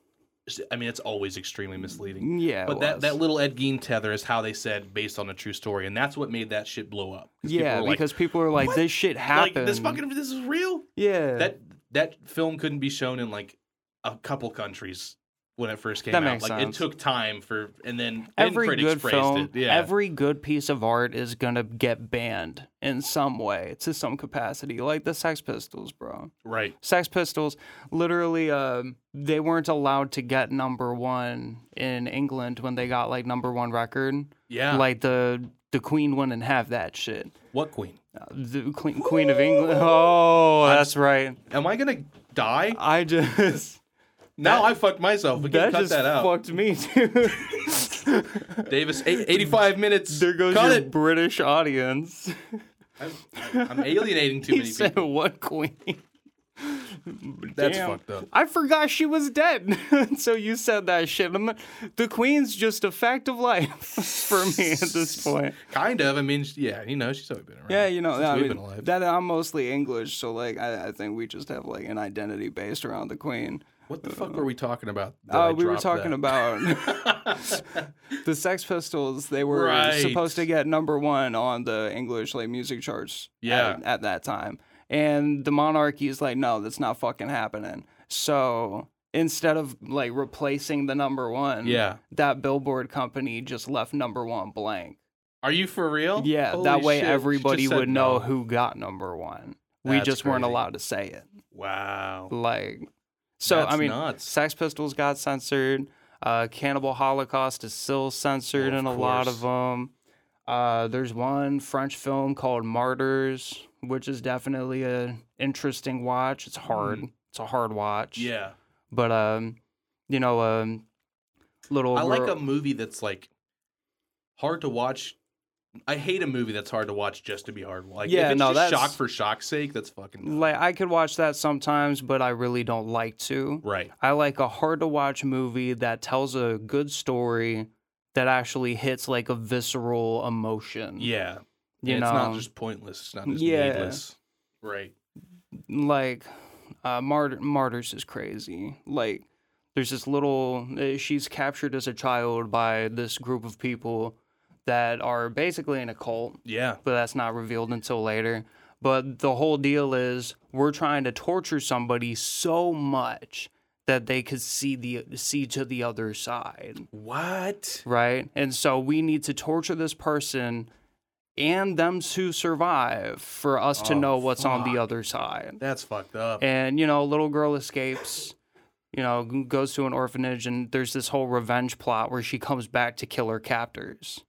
Speaker 1: I mean, it's always extremely misleading.
Speaker 2: Yeah, it
Speaker 1: But that, that
Speaker 2: Mm, was.
Speaker 1: little Ed Gein tether is how they said based on a true story, and that's what made that shit blow up. people
Speaker 2: yeah,
Speaker 1: were like,
Speaker 2: because people are like,
Speaker 1: "What?
Speaker 2: this shit
Speaker 1: like
Speaker 2: happened.
Speaker 1: this fucking this is real.
Speaker 2: yeah,
Speaker 1: That that film couldn't be shown in like a couple countries when it first came
Speaker 2: That
Speaker 1: out.
Speaker 2: makes
Speaker 1: like
Speaker 2: sense.
Speaker 1: it took time for, and then then
Speaker 2: every
Speaker 1: critics
Speaker 2: good
Speaker 1: praised
Speaker 2: film,
Speaker 1: it. Yeah.
Speaker 2: every good piece of art is gonna get banned in some way to some capacity, like the Sex Pistols, bro.
Speaker 1: right.
Speaker 2: Sex Pistols, literally, um, they weren't allowed to get number one in England when they got like number one record.
Speaker 1: Yeah.
Speaker 2: Like the the Queen wouldn't have that shit.
Speaker 1: what queen?
Speaker 2: Uh, The Queen, Queen of England. Oh, that's right.
Speaker 1: Am I gonna die? (laughs)
Speaker 2: I just
Speaker 1: Now I fucked myself. We can
Speaker 2: that
Speaker 1: cut
Speaker 2: just
Speaker 1: that out.
Speaker 2: fucked me (laughs) too.
Speaker 1: Davis, eight- 85 minutes.
Speaker 2: There goes
Speaker 1: cut
Speaker 2: your (laughs)
Speaker 1: it.
Speaker 2: British audience.
Speaker 1: I'm, I'm alienating too
Speaker 2: He (laughs)
Speaker 1: many
Speaker 2: said,
Speaker 1: people.
Speaker 2: "What queen?"
Speaker 1: That's
Speaker 2: Damn.
Speaker 1: fucked up.
Speaker 2: I forgot she was dead. (laughs) so you said that shit. I'm not- the queen's just a fact of life (laughs) for me at this point.
Speaker 1: Kind of. I mean, sh- yeah, you know, she's always been around.
Speaker 2: Yeah, you know,
Speaker 1: since
Speaker 2: I
Speaker 1: we've
Speaker 2: mean,
Speaker 1: been alive.
Speaker 2: that I'm mostly English, so like I, I think we just have like an identity based around the queen.
Speaker 1: what the fuck were we talking about? that I
Speaker 2: Uh, we were
Speaker 1: dropped
Speaker 2: talking
Speaker 1: that? (laughs)
Speaker 2: about (laughs) the Sex Pistols. They were
Speaker 1: Right.
Speaker 2: supposed to get number one on the English like music charts. at-
Speaker 1: Yeah.
Speaker 2: At, that time, and the monarchy is like, no, that's not fucking happening. So instead of like replacing the number
Speaker 1: (laughs)
Speaker 2: one,
Speaker 1: Yeah.
Speaker 2: that billboard company just left number one blank.
Speaker 1: Are you for real?
Speaker 2: Yeah,
Speaker 1: Oh, Holy
Speaker 2: that way
Speaker 1: shit, she
Speaker 2: everybody
Speaker 1: just said
Speaker 2: would know
Speaker 1: no.
Speaker 2: who got number one. we
Speaker 1: That's
Speaker 2: just weren't
Speaker 1: crazy.
Speaker 2: allowed to say it.
Speaker 1: Wow.
Speaker 2: Like, so
Speaker 1: That's
Speaker 2: I mean,
Speaker 1: nuts.
Speaker 2: Sex Pistols got censored. Uh, Cannibal Holocaust is still censored
Speaker 1: Well,
Speaker 2: in
Speaker 1: of
Speaker 2: a lot of
Speaker 1: course.
Speaker 2: them. Uh, there's one French film called Martyrs, which is definitely an interesting watch. It's hard. It's a hard watch.
Speaker 1: Mm-hmm. Yeah.
Speaker 2: But um, you know, um, little
Speaker 1: I like
Speaker 2: girl-
Speaker 1: a movie that's like hard to watch. I hate a movie that's hard to watch just to be hard. Like,
Speaker 2: Yeah,
Speaker 1: if it's
Speaker 2: no,
Speaker 1: just shock
Speaker 2: that's- Mm.
Speaker 1: for shock's sake, that's fucking dumb.
Speaker 2: like I could watch that sometimes, but I really don't like to.
Speaker 1: right.
Speaker 2: I like a hard to watch movie that tells a good story that actually hits like a visceral emotion.
Speaker 1: Yeah.
Speaker 2: You
Speaker 1: And it's not
Speaker 2: know.
Speaker 1: just pointless. It's not just
Speaker 2: Yeah.
Speaker 1: needless. Right.
Speaker 2: like uh, Mart- martyrs is crazy like there's this little uh, she's captured as a child by this group of people that are basically in a cult
Speaker 1: Yeah.
Speaker 2: but that's not revealed until later but the whole deal is we're trying to torture somebody so much that they could see the see to the other side
Speaker 1: What?
Speaker 2: right? And so we need to torture this person and them to survive for us to
Speaker 1: Oh,
Speaker 2: know what's on
Speaker 1: fuck.
Speaker 2: the other side.
Speaker 1: That's fucked up.
Speaker 2: And you know, little girl escapes, you know, g- goes to an orphanage, and there's this whole revenge plot where she comes back to kill her captors.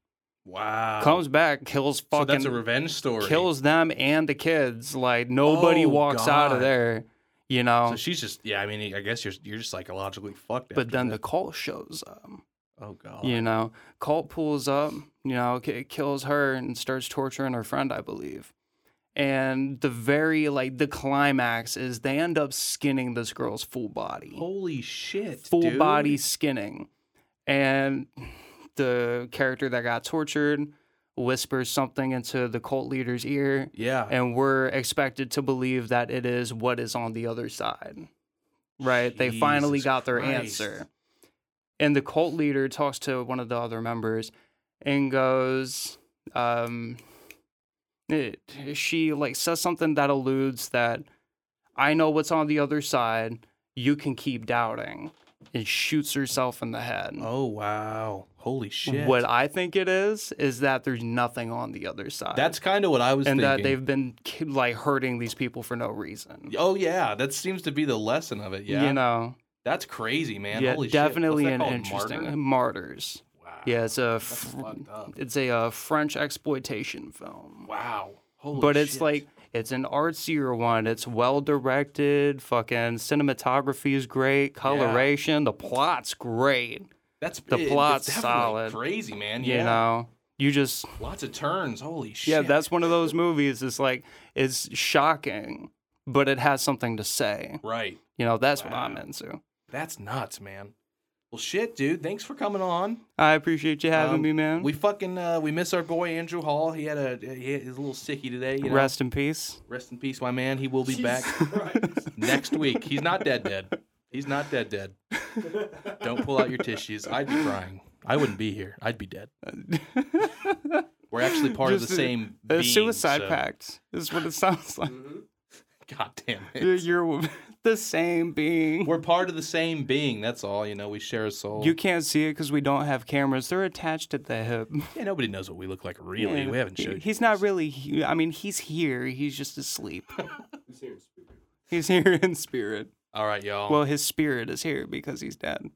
Speaker 1: wow.
Speaker 2: Comes back, kills
Speaker 1: so
Speaker 2: fucking,
Speaker 1: that's a revenge story.
Speaker 2: kills them and the kids. Like nobody
Speaker 1: Oh,
Speaker 2: walks out of
Speaker 1: God.
Speaker 2: there, you know.
Speaker 1: So she's just yeah. I mean, I guess you're you're just psychologically fucked.
Speaker 2: but
Speaker 1: after
Speaker 2: then the
Speaker 1: that.
Speaker 2: cult shows up.
Speaker 1: oh god.
Speaker 2: You know, Colt pulls up, you know, k- kills her and starts torturing her friend, I believe. And the very, like, the climax is they end up skinning this girl's full body.
Speaker 1: Holy shit.
Speaker 2: full
Speaker 1: dude.
Speaker 2: body skinning. And the character that got tortured whispers something into the cult leader's ear.
Speaker 1: Yeah.
Speaker 2: And we're expected to believe that it is what is on the other side. Right? they finally
Speaker 1: Jesus
Speaker 2: got their
Speaker 1: Christ.
Speaker 2: answer. And the cult leader talks to one of the other members and goes, um, it, she like says something that alludes that I know what's on the other side. You can keep doubting. And shoots herself in the head.
Speaker 1: oh wow. Holy shit.
Speaker 2: What I think it is is that there's nothing on the other side.
Speaker 1: that's kind of what I was
Speaker 2: and that
Speaker 1: thinking.
Speaker 2: they've been ki- like hurting these people for no reason.
Speaker 1: Oh yeah, that seems to be the lesson of it. Yeah,
Speaker 2: You know,
Speaker 1: that's crazy, man.
Speaker 2: yeah,
Speaker 1: Holy shit. What's
Speaker 2: definitely
Speaker 1: that
Speaker 2: an
Speaker 1: called?
Speaker 2: interesting
Speaker 1: Martyr?
Speaker 2: martyrs.
Speaker 1: Wow.
Speaker 2: Yeah, it's a
Speaker 1: That's
Speaker 2: fr-
Speaker 1: fucked up.
Speaker 2: it's a uh, French exploitation film.
Speaker 1: Wow. Holy
Speaker 2: but it's
Speaker 1: shit.
Speaker 2: like it's an artsier one. It's well directed. Fucking cinematography is great. Coloration, the plot's great.
Speaker 1: that's
Speaker 2: the
Speaker 1: it- it's
Speaker 2: plot's
Speaker 1: definitely
Speaker 2: solid.
Speaker 1: Crazy man.
Speaker 2: You
Speaker 1: yeah.
Speaker 2: know, you just
Speaker 1: Lots of turns. Holy shit.
Speaker 2: yeah. That's one of those movies. It's like it's shocking, but it has something to say.
Speaker 1: right.
Speaker 2: You know, that's what I'm
Speaker 1: Wow.
Speaker 2: into.
Speaker 1: That's nuts, man. Well, shit, dude. Thanks for coming on.
Speaker 2: I appreciate you having
Speaker 1: Um,
Speaker 2: me, man.
Speaker 1: We fucking uh, we miss our boy Andrew Hall. He had a he had, he's a little sicky today. You know?
Speaker 2: Rest in peace.
Speaker 1: Rest in peace, my man. He will be
Speaker 3: Jesus
Speaker 1: back
Speaker 2: (laughs)
Speaker 3: Christ.
Speaker 1: next week. He's not dead, dead. He's not dead, dead. Don't pull out your tissues. I'd be crying. I wouldn't be here. I'd be
Speaker 2: (laughs)
Speaker 1: dead. We're actually part of
Speaker 2: Just
Speaker 1: the
Speaker 2: a-
Speaker 1: same
Speaker 2: A
Speaker 1: being,
Speaker 2: suicide
Speaker 1: so-
Speaker 2: pact is what it sounds like.
Speaker 1: God damn it.
Speaker 2: You're, you're (laughs) the same being.
Speaker 1: We're part of the same being. That's all. You know, we share a soul.
Speaker 2: You can't see it because we don't have cameras. They're attached at the hip.
Speaker 1: yeah, nobody knows what we look like really.
Speaker 2: Yeah.
Speaker 1: We
Speaker 2: (laughs)
Speaker 1: haven't showed. you
Speaker 2: He's not
Speaker 1: this.
Speaker 2: really. He- I mean, he's here. He's just asleep.
Speaker 3: Who's here in spirit?
Speaker 2: he's here in spirit.
Speaker 1: All right, y'all.
Speaker 2: Well, his spirit is here because he's dead.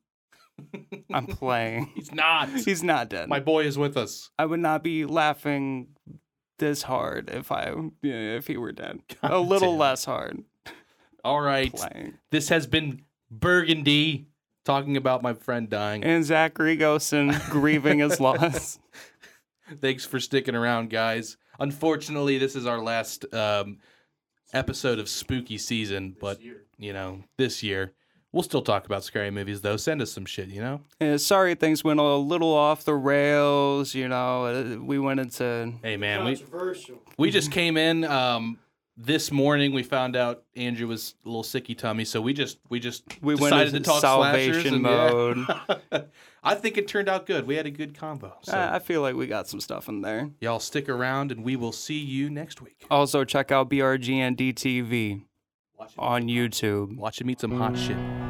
Speaker 2: I'm playing.
Speaker 1: he's not.
Speaker 2: He's not dead.
Speaker 1: My boy is with us.
Speaker 2: I would not be laughing this hard if I if he were dead.
Speaker 1: (laughs)
Speaker 2: a little
Speaker 1: damn.
Speaker 2: less hard.
Speaker 1: All right.
Speaker 2: Playing.
Speaker 1: This has been Burgundy talking about my friend dying.
Speaker 2: And Zachary Gosen grieving
Speaker 1: (laughs)
Speaker 2: his loss.
Speaker 1: Thanks for sticking around, guys. Unfortunately, this is our last um, episode of spooky season, but you know, this year we'll still talk about scary movies though. Send us some shit, you know.
Speaker 2: Yeah, sorry, things went a little off the rails. You know, uh, we went into
Speaker 1: Hey man, we
Speaker 3: Controversial.
Speaker 1: we just
Speaker 2: Mm-hmm.
Speaker 1: came in um, this morning. We found out Andrew was a little sicky tummy, so we just we just
Speaker 2: we went
Speaker 1: decided
Speaker 2: into
Speaker 1: to talk
Speaker 2: salvation
Speaker 1: slashers
Speaker 2: mode. Ah.
Speaker 1: and- I think it turned out good. We had a good combo. (laughs) So
Speaker 2: I I feel like we got some stuff in there.
Speaker 1: y'all stick around, and we will see you next week.
Speaker 2: Also, check out BRGN DTV on YouTube.
Speaker 1: Watch him eat some hot shit.